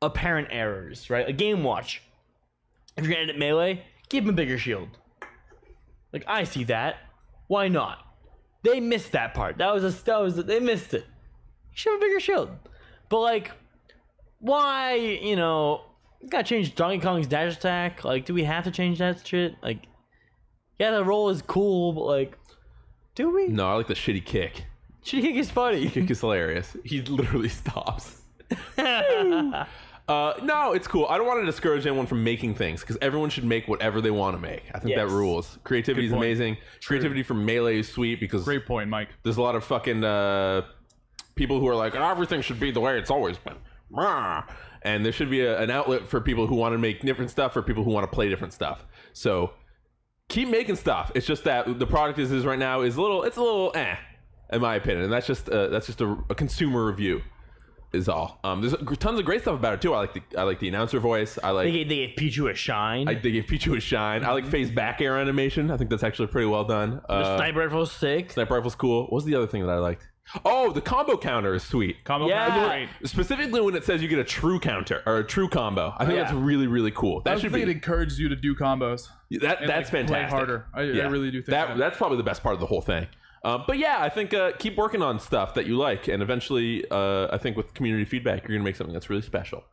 Speaker 3: apparent errors, right? A game watch. If you're gonna edit melee, give him a bigger shield. Like I see that. Why not? They missed that part. That was a that was they missed it. He should have a bigger shield. But like, why? You know, you gotta change Donkey Kong's dash attack. Like, do we have to change that shit? Like, yeah, the roll is cool, but like, do we?
Speaker 2: No, I like the shitty kick.
Speaker 3: Should he is funny?
Speaker 2: Kick is hilarious. He literally stops. Uh, no, it's cool. I don't want to discourage anyone from making things because everyone should make whatever they want to make. I think that
Speaker 3: Yes.
Speaker 2: rules. Creativity is
Speaker 1: point.
Speaker 2: amazing. Creativity from melee is sweet because
Speaker 1: Great point, Mike.
Speaker 2: there's a lot of fucking uh, people who are like everything should be the way it's always been. Rah." And there should be a, an outlet for people who want to make different stuff or people who want to play different stuff. So keep making stuff. It's just that the product is is right now is a little it's a little eh, in my opinion. And that's just uh, that's just a, a consumer review. is all. Um, there's tons of great stuff about it too. I like the I like the announcer voice. I
Speaker 3: They
Speaker 2: like
Speaker 3: gave, they gave Pichu a shine.
Speaker 2: I, they gave Pichu a shine. I like phase back air animation. I think that's actually pretty well done.
Speaker 3: the
Speaker 2: Uh,
Speaker 3: sniper rifle was sick.
Speaker 2: sniper rifle's cool. What's the other thing that I liked? Oh, the combo counter is sweet.
Speaker 1: Combo
Speaker 3: Yeah.
Speaker 1: yeah. right.
Speaker 2: Specifically when it says you get a true counter or a true combo. I think
Speaker 1: Yeah.
Speaker 2: that's really really cool.
Speaker 1: I
Speaker 2: That should
Speaker 1: think
Speaker 2: be
Speaker 1: it encourages you to do combos.
Speaker 2: that
Speaker 1: and,
Speaker 2: that's
Speaker 1: like, play
Speaker 2: fantastic.
Speaker 1: harder. I- I really do think that.
Speaker 2: that's probably the best part of the whole thing. Um, but yeah, I think uh, keep working on stuff that you like, and eventually, uh, I think with community feedback, you're gonna make something that's really special.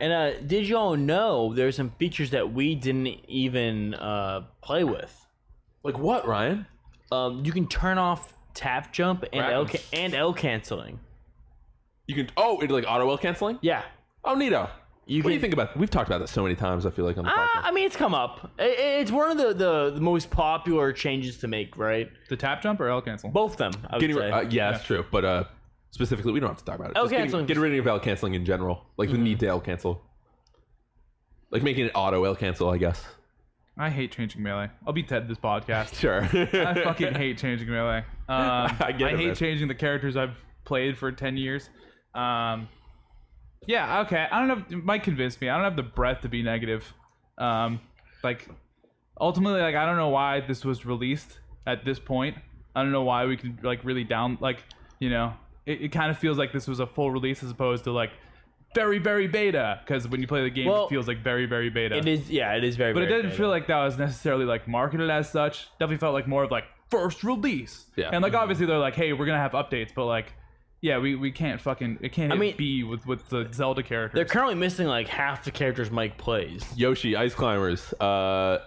Speaker 3: And uh, did y'all know there's some features that we didn't even uh, play with?
Speaker 2: Like what, Ryan?
Speaker 3: Um, you can turn off tap jump and
Speaker 2: Right.
Speaker 3: L ca- and L canceling.
Speaker 2: You can oh, it like auto well canceling.
Speaker 3: Yeah.
Speaker 2: Oh, Nito.
Speaker 3: You
Speaker 2: what do you
Speaker 3: can-
Speaker 2: think about? We've talked about this so many times. I feel like on the
Speaker 3: Ah,
Speaker 2: podcast.
Speaker 3: I mean, it's come up. I- I- it's one of the, the, the most popular changes to make, right?
Speaker 1: The tap jump or L cancel?
Speaker 3: Both of them, I would
Speaker 2: Getting,
Speaker 3: say.
Speaker 2: uh, yeah, that's true. But uh, specifically, we don't have to talk about it.
Speaker 3: Oh,
Speaker 2: Just getting-
Speaker 3: canceling.
Speaker 2: Get rid of L canceling in general, like the need to L cancel, like making it auto L cancel. I guess.
Speaker 1: I hate changing melee. I'll be Ted this podcast.
Speaker 2: Sure.
Speaker 1: I fucking hate changing melee. Um, I,
Speaker 2: get it,
Speaker 1: hate
Speaker 2: man.
Speaker 1: changing the characters I've played for ten years. Um, yeah, okay. I don't know. If, Mike convinced me. I don't have the breath to be negative. Um, like, ultimately, like I don't know why this was released at this point. I don't know why we could like really down like you know it, it kind of feels like this was a full release as opposed to like very very beta because when you play the game
Speaker 3: Well,
Speaker 1: it feels like very very beta.
Speaker 3: It is, yeah, it is very.
Speaker 1: But it
Speaker 3: very
Speaker 1: didn't
Speaker 3: beta.
Speaker 1: feel like that was necessarily like marketed as such. Definitely felt like more of like first release.
Speaker 2: Yeah.
Speaker 1: And like obviously they're like, hey, we're gonna have updates, but like, yeah, we, we can't fucking it can't hit
Speaker 3: mean-
Speaker 1: B with with the Zelda
Speaker 3: They're
Speaker 1: characters.
Speaker 3: currently missing like half the characters Mike plays.
Speaker 2: Yoshi, Ice Climbers. Uh,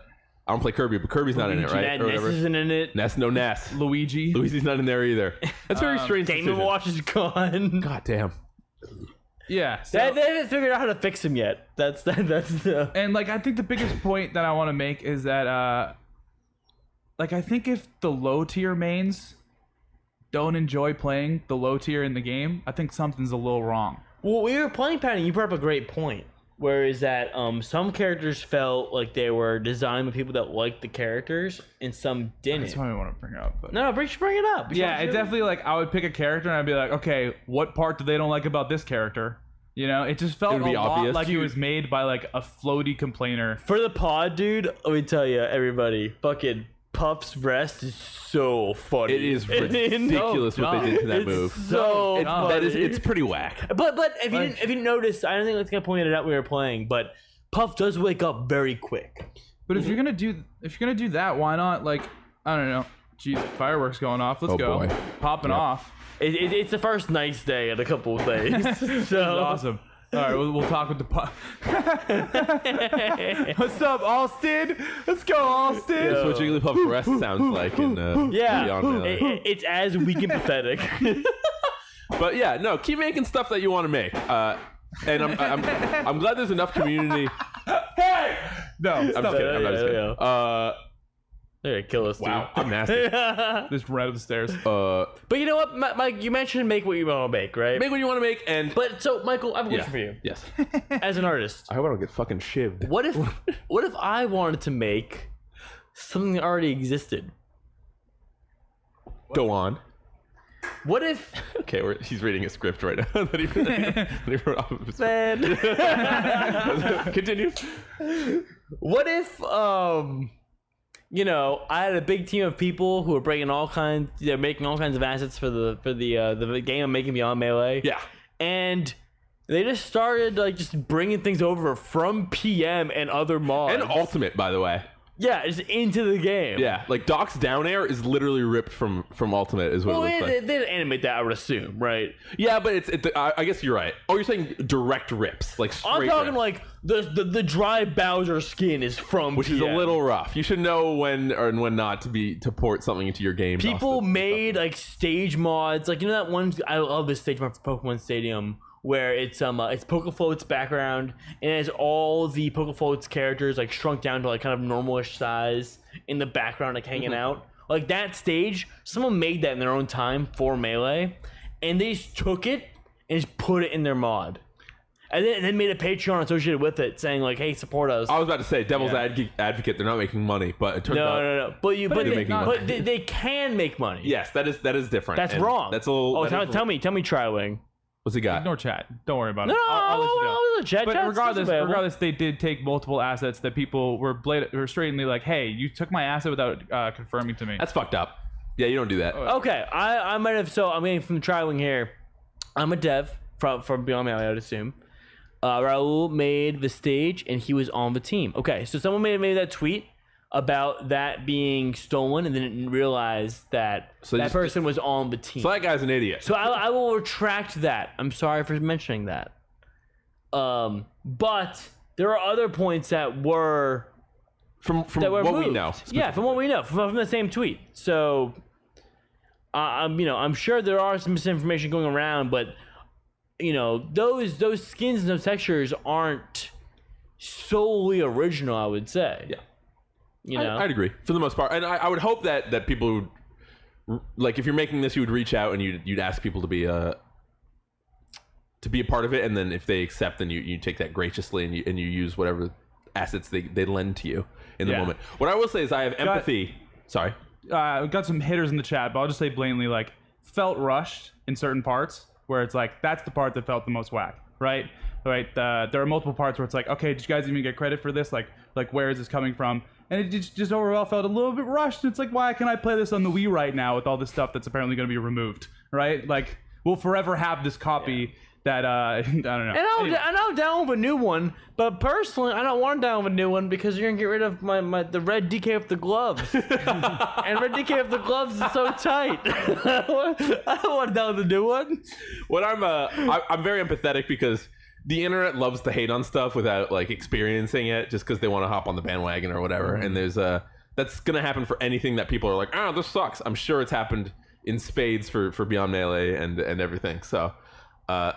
Speaker 2: I don't play Kirby, but Kirby's not in it,
Speaker 3: Luigi,
Speaker 2: right?
Speaker 3: Ness isn't in it.
Speaker 2: Ness, no Ness.
Speaker 1: Luigi.
Speaker 2: Luigi's not in there either. That's a very strange.
Speaker 3: Damon
Speaker 2: Decision.
Speaker 3: Watch is gone.
Speaker 2: God damn.
Speaker 1: Yeah. So,
Speaker 3: They, they haven't figured out how to fix him yet. That's that, that's the.
Speaker 1: and like I think the biggest point that I want to make is that uh like I think if the low tier mains don't enjoy playing the low tier in the game, I think something's a little wrong.
Speaker 3: Well, we were playing pattern. You brought up a great point. Where is that? Um, some characters felt like they were designed by people that liked the characters, and some didn't.
Speaker 1: That's what I want to bring up. But
Speaker 3: No, no, bring bring it up.
Speaker 1: Yeah, it definitely like I would pick a character and I'd be like, okay, what part do they don't like about this character? You know, it just felt
Speaker 2: It would be
Speaker 1: a
Speaker 2: obvious.
Speaker 1: lot like it was made by like a floaty complainer.
Speaker 3: For the pod, dude, let me tell you, everybody, fucking Puff's breast is so funny.
Speaker 2: It
Speaker 3: It's
Speaker 2: is ridiculous what they did to that
Speaker 3: it's
Speaker 2: move.
Speaker 3: So
Speaker 1: It's-
Speaker 3: funny.
Speaker 2: That is, it's pretty whack.
Speaker 3: But but if you didn't if you didn't notice, I don't think let's get pointed out we were playing, but Puff does wake up very quick.
Speaker 1: But if you're gonna do if you're gonna do that, why not like I don't know. Jeez, fireworks going off. Let's
Speaker 2: Oh,
Speaker 1: go.
Speaker 2: boy.
Speaker 1: Popping off.
Speaker 3: It, it, it's the first nice day in a couple of days. so
Speaker 1: Awesome. All right, we'll, we'll talk with the pop. What's up, Austin? Let's go, Austin.
Speaker 2: That's what Jigglypuff's rest sounds like in uh,
Speaker 3: Yeah,
Speaker 2: Beyond Melee.
Speaker 3: it- it- it's as weak and pathetic.
Speaker 2: But yeah, no, keep making stuff that you want to make. Uh, and I'm, I'm, I'm glad there's enough community.
Speaker 1: No,
Speaker 2: I'm
Speaker 1: stop
Speaker 2: just
Speaker 1: it.
Speaker 2: kidding. I'm not just kidding. Uh,
Speaker 3: They're gonna kill us, dude.
Speaker 2: wow, I'm nasty.
Speaker 1: Just ran up the stairs.
Speaker 2: Uh,
Speaker 3: But you know what, Mi- Mike? You mentioned make what you want to make, right?
Speaker 2: make what you want to make, and
Speaker 3: but so, Michael, I have a
Speaker 2: yeah,
Speaker 3: question for you
Speaker 2: Yes.
Speaker 3: as an artist.
Speaker 2: I hope I don't get fucking shivved.
Speaker 3: What if, what if I wanted to make something that already existed?
Speaker 2: Go on.
Speaker 3: What if,
Speaker 2: Okay, we're, he's reading a script right now that he, that he wrote off of his
Speaker 3: man,
Speaker 2: Continue.
Speaker 3: what if, um, you know, I had a big team of people who are bringing all kinds, they're making all kinds of assets for the for the uh, the game I'm making Beyond Melee.
Speaker 2: Yeah.
Speaker 3: and they just started like just bringing things over from PM and other mods.
Speaker 2: And ultimate, by the way.
Speaker 3: yeah, just into the game.
Speaker 2: Yeah. Like Doc's down air is literally ripped from from ultimate is what
Speaker 3: Well,
Speaker 2: it looks
Speaker 3: they,
Speaker 2: like.
Speaker 3: they didn't animate that, I would assume, right?
Speaker 2: yeah, but it's it, I, I guess you're right. Oh, you're saying direct rips, like straight.
Speaker 3: I'm talking
Speaker 2: rips,
Speaker 3: like the, the the dry Bowser skin is from
Speaker 2: which is
Speaker 3: PM.
Speaker 2: a little rough. You should know when or when not to be to port something into your game.
Speaker 3: People
Speaker 2: Dawson.
Speaker 3: made like stage mods, like you know that one. I love this stage mod for Pokemon Stadium where it's um uh, it's Pokefloat's background and it has all the Pokefloat's characters like shrunk down to like kind of normalish size in the background, like hanging
Speaker 2: Mm-hmm.
Speaker 3: out. Like that stage, someone made that in their own time for Melee, and they just took it and just put it in their mod, and then, and then made a Patreon associated with it, saying like, "Hey, support us."
Speaker 2: I was about to say devil's adv- advocate. They're not making money, but it turns
Speaker 3: no,
Speaker 2: out
Speaker 3: no, no. But you, but,
Speaker 2: they're
Speaker 3: they,
Speaker 2: making money.
Speaker 3: but they, they can make money.
Speaker 2: yes, that is that is different.
Speaker 3: That's
Speaker 2: and
Speaker 3: wrong.
Speaker 2: That's a little.
Speaker 3: Oh,
Speaker 2: that
Speaker 3: tell,
Speaker 2: is a-
Speaker 3: tell me, tell me, Triwing.
Speaker 2: What's he got?
Speaker 1: Ignore chat. Don't worry about
Speaker 3: No,
Speaker 1: it.
Speaker 3: no,
Speaker 1: I'll, I'll let you know.
Speaker 3: no, no, chat,
Speaker 1: But
Speaker 3: chat's
Speaker 1: regardless,
Speaker 3: available.
Speaker 1: regardless, they did take multiple assets that people were, blat- were straightly like, "Hey, you took my asset without uh, confirming to me."
Speaker 2: That's fucked up. Yeah, you don't do that.
Speaker 3: Okay, I, I might have. So I'm getting from traveling here. I'm a dev from from Beyond Melee, I would assume. Uh, Raul made the stage and he was on the team. Okay, so someone made made that tweet about that being stolen and then didn't realize that
Speaker 2: So
Speaker 3: that
Speaker 2: just-
Speaker 3: person was on the team.
Speaker 2: So that guy's an idiot.
Speaker 3: So I, I will retract that. I'm sorry for mentioning that. Um, but there are other points that were
Speaker 2: from from
Speaker 3: that were
Speaker 2: what we
Speaker 3: moved.
Speaker 2: know,
Speaker 3: Yeah, from what we know, from, from the same tweet. So, uh, I'm you know I'm sure there are some misinformation going around, but you know those those skins and those textures aren't solely original. I would say.
Speaker 2: Yeah.
Speaker 3: You know.
Speaker 2: I, would agree for the most part, and I, I would hope that that people would r- like if you're making this, you would reach out and you'd you'd ask people to be uh to be a part of it, and then if they accept, then you you take that graciously and you and you use whatever assets they they lend to you in the
Speaker 1: Yeah.
Speaker 2: moment. What I will say is I have empathy. Sorry.
Speaker 1: uh, we got some hitters in the chat, but I'll just say blatantly, like, felt rushed in certain parts where it's like, that's the part that felt the most whack, right? Right. Uh, there are multiple parts where it's like, okay, did you guys even get credit for this? Like, like where is this coming from? And it just, just overall felt a little bit rushed. It's like, why can I play this on the Wii right now with all this stuff that's apparently going to be removed, right? Like, we'll forever have this copy that, uh, I don't know.
Speaker 3: And I'll,
Speaker 1: Anyway.
Speaker 3: and I'll down with a new one, but personally, I don't want to down with a new one because you're gonna get rid of my, my the red DK of the gloves, and red DK of the gloves is so tight. I don't want to down with a new one.
Speaker 2: What I'm uh I, I'm very empathetic because. The internet loves to hate on stuff without like experiencing it, just because they want to hop on the bandwagon or whatever.
Speaker 3: Mm-hmm.
Speaker 2: And there's uh, that's gonna happen for anything that people are like, ah, this sucks. I'm sure it's happened in spades for for Beyond Melee and and everything. So, uh,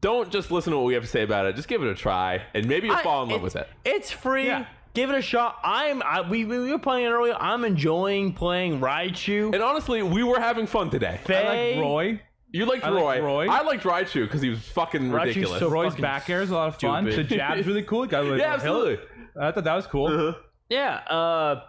Speaker 2: don't just listen to what we have to say about it. Just give it a try, and maybe you'll
Speaker 3: I-
Speaker 2: fall in love
Speaker 3: it-
Speaker 2: with it.
Speaker 3: It's free.
Speaker 1: Yeah.
Speaker 3: Give it a shot. I'm I, we, we we were playing it earlier. I'm enjoying playing Raichu.
Speaker 2: And honestly, we were having fun today.
Speaker 1: I like Roy.
Speaker 2: You liked
Speaker 1: liked
Speaker 2: Roy.
Speaker 1: Roy.
Speaker 2: I liked Raichu because he was fucking
Speaker 3: Raichu's
Speaker 2: ridiculous.
Speaker 3: so-
Speaker 1: Roy's
Speaker 3: Fucking
Speaker 1: back air is a lot of fun.
Speaker 2: stupid.
Speaker 1: The jab's really cool. It Got a little
Speaker 2: yeah,
Speaker 1: hill.
Speaker 2: absolutely.
Speaker 1: I thought that was cool.
Speaker 3: Uh-huh. Yeah. Uh,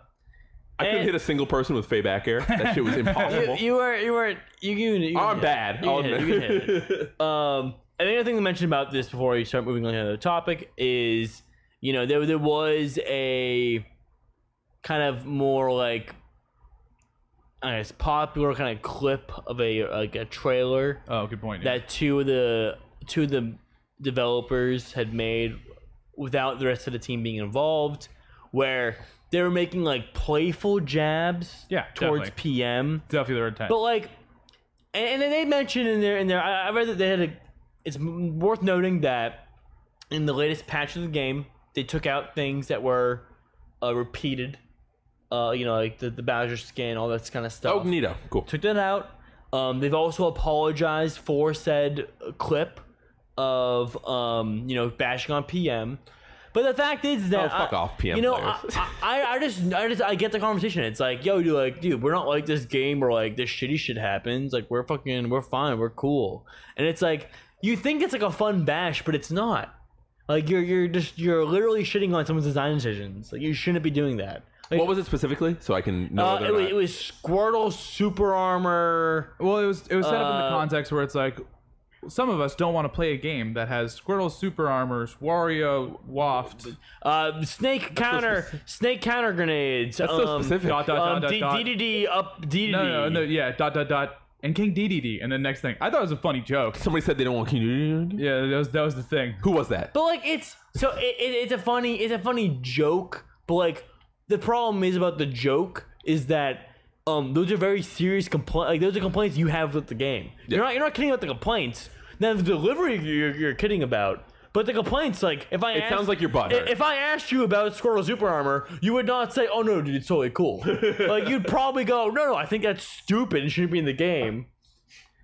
Speaker 2: I couldn't
Speaker 3: And-
Speaker 2: hit a single person with Fey back air. That shit was impossible.
Speaker 3: you, you were you were you. you, you
Speaker 2: I'm
Speaker 3: yeah.
Speaker 2: bad.
Speaker 3: You
Speaker 2: I'll
Speaker 3: can hit it,
Speaker 2: admit.
Speaker 3: you can Um, and the other thing to mention about this before we start moving on to another topic is, you know, there there was a kind of more like, I guess, popular kind of clip of a like a trailer
Speaker 1: Oh, good point. yeah.
Speaker 3: that two of the two of the developers had made without the rest of the team being involved, where they were making like playful jabs
Speaker 1: Yeah,
Speaker 3: towards
Speaker 1: definitely.
Speaker 3: PM.
Speaker 1: Definitely their intent.
Speaker 3: But like, and, and then they mentioned in their in their I, I read that they had a. It's m- worth noting that in the latest patch of the game, they took out things that were uh, repeated. Uh, you know, like the, the Bowser skin, all that kind of stuff
Speaker 2: Oh, Nito. Cool.
Speaker 3: took that out. Um, they've also apologized for said uh, clip of um, you know bashing on PM. But the fact is that
Speaker 2: Oh, fuck
Speaker 3: I-
Speaker 2: off, PM
Speaker 3: You know, I,
Speaker 2: players.
Speaker 3: I, I just I just I get the conversation. It's like, yo, dude, like, dude, we're not like this game where like this shitty shit happens. Like, we're fucking, we're fine, we're cool. And it's like, you think it's like a fun bash, but it's not. Like, you're you're just you're literally shitting on someone's design decisions. Like, you shouldn't be doing that. Like,
Speaker 2: What was it specifically? So I can know.
Speaker 3: uh,
Speaker 2: whether or
Speaker 3: it, was,
Speaker 2: not-
Speaker 3: it was Squirtle super armor.
Speaker 1: Well, it was it was set up in
Speaker 3: Uh,
Speaker 1: the context where it's like some of us don't want to play a game that has Squirtle super armors, Wario waft,
Speaker 3: Uh, snake counter, snake counter grenades. That's
Speaker 2: so
Speaker 3: um,
Speaker 2: specific.
Speaker 1: dot dot
Speaker 3: Um,
Speaker 1: dot dot
Speaker 3: D-
Speaker 1: dot.
Speaker 3: DDD up DDD.
Speaker 1: No, no, no, yeah, dot dot dot, and King DDD, and then next thing. I thought it was a funny joke.
Speaker 2: Somebody said they don't want community.
Speaker 1: Yeah, that was that was the thing.
Speaker 2: Who was that?
Speaker 3: But like it's so it, it, it's a funny it's a funny joke. But like the problem is about the joke is that um those are very serious complaints. Like those are complaints you have with the game. You're not you're not kidding about the complaints. Now the delivery you're, you're kidding about. But the complaints, like if I
Speaker 2: It sounds like you're butthurt.
Speaker 3: If I asked you about Squirrel Super Armor, you would not say, "Oh no, dude, it's totally cool." like you'd probably go, "No, no, I think that's stupid. It shouldn't be in the game."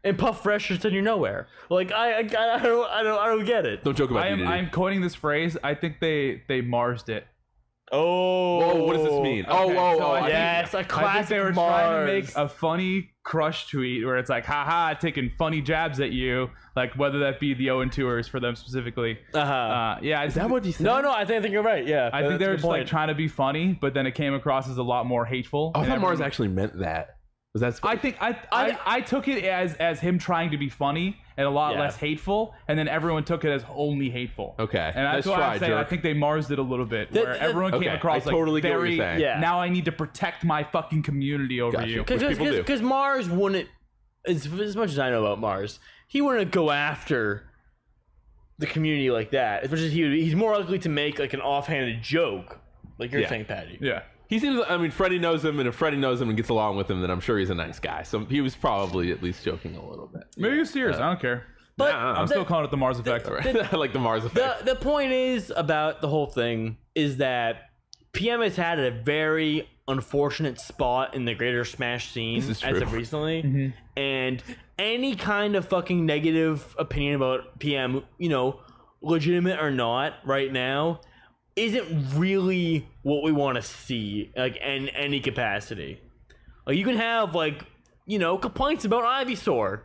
Speaker 3: And Puff Fresh just said, "You're nowhere." Like I, I, I don't, I don't, I don't get it.
Speaker 2: Don't joke about
Speaker 1: I am
Speaker 2: DDD.
Speaker 1: I'm quoting this phrase. I think they they marsed it.
Speaker 3: Oh,
Speaker 2: Whoa, what does this mean? oh,
Speaker 1: Okay,
Speaker 2: whoa,
Speaker 1: so
Speaker 2: whoa.
Speaker 1: I think-
Speaker 3: Yes, a classic
Speaker 1: I think they were trying to make
Speaker 3: Mars.
Speaker 1: a funny crush tweet where it's like, haha, taking funny jabs at you, like whether that be the 0 and 2ers for them specifically.
Speaker 3: Uh-huh.
Speaker 1: Uh, yeah, is that what you said?
Speaker 3: no, no, I think, I think you're right. Yeah,
Speaker 1: I think they were just like trying to be funny, but then it came across as a lot more hateful.
Speaker 2: I
Speaker 1: And
Speaker 2: thought Mars
Speaker 1: everyone-
Speaker 2: actually meant that. Was that?
Speaker 1: I think I, I I took it as as him trying to be funny and a lot
Speaker 3: Yeah.
Speaker 1: less hateful, and then everyone took it as only hateful.
Speaker 2: Okay.
Speaker 1: and that's,
Speaker 2: Nice
Speaker 1: why
Speaker 2: try,
Speaker 1: I'm saying I
Speaker 2: jerk.
Speaker 1: think they marsed it a little bit, where
Speaker 3: that-
Speaker 1: everyone
Speaker 2: Okay,
Speaker 1: came across
Speaker 2: I
Speaker 1: like
Speaker 2: totally get what
Speaker 1: very.
Speaker 2: you're saying.
Speaker 3: Yeah.
Speaker 1: Now I need to protect my fucking community over
Speaker 2: Gotcha.
Speaker 1: you.
Speaker 2: Which people do.
Speaker 3: Because Mars wouldn't, as, as much as I know about Mars, he wouldn't go after the community like that. As much as he would, he's more likely to make like an offhanded joke, like you're
Speaker 2: Yeah.
Speaker 3: saying, Patty.
Speaker 1: Yeah,
Speaker 2: He seems. I mean, Freddie knows him, and if Freddie knows him and gets along with him, then I'm sure he's a nice guy. So he was probably at least joking a little bit.
Speaker 1: maybe it's serious. I don't care.
Speaker 3: But
Speaker 2: Nah,
Speaker 1: I'm
Speaker 2: I'm
Speaker 3: the,
Speaker 1: still calling it the Mars effect.
Speaker 2: I like the Mars effect.
Speaker 3: the the point is about the whole thing is that PM has had a very unfortunate spot in the greater Smash scene
Speaker 2: This is
Speaker 3: as
Speaker 2: true.
Speaker 3: of recently, and any kind of fucking negative opinion about PM, you know, legitimate or not, right now, isn't really what we want to see, like in any capacity. Like you can have like you know complaints about Ivysaur,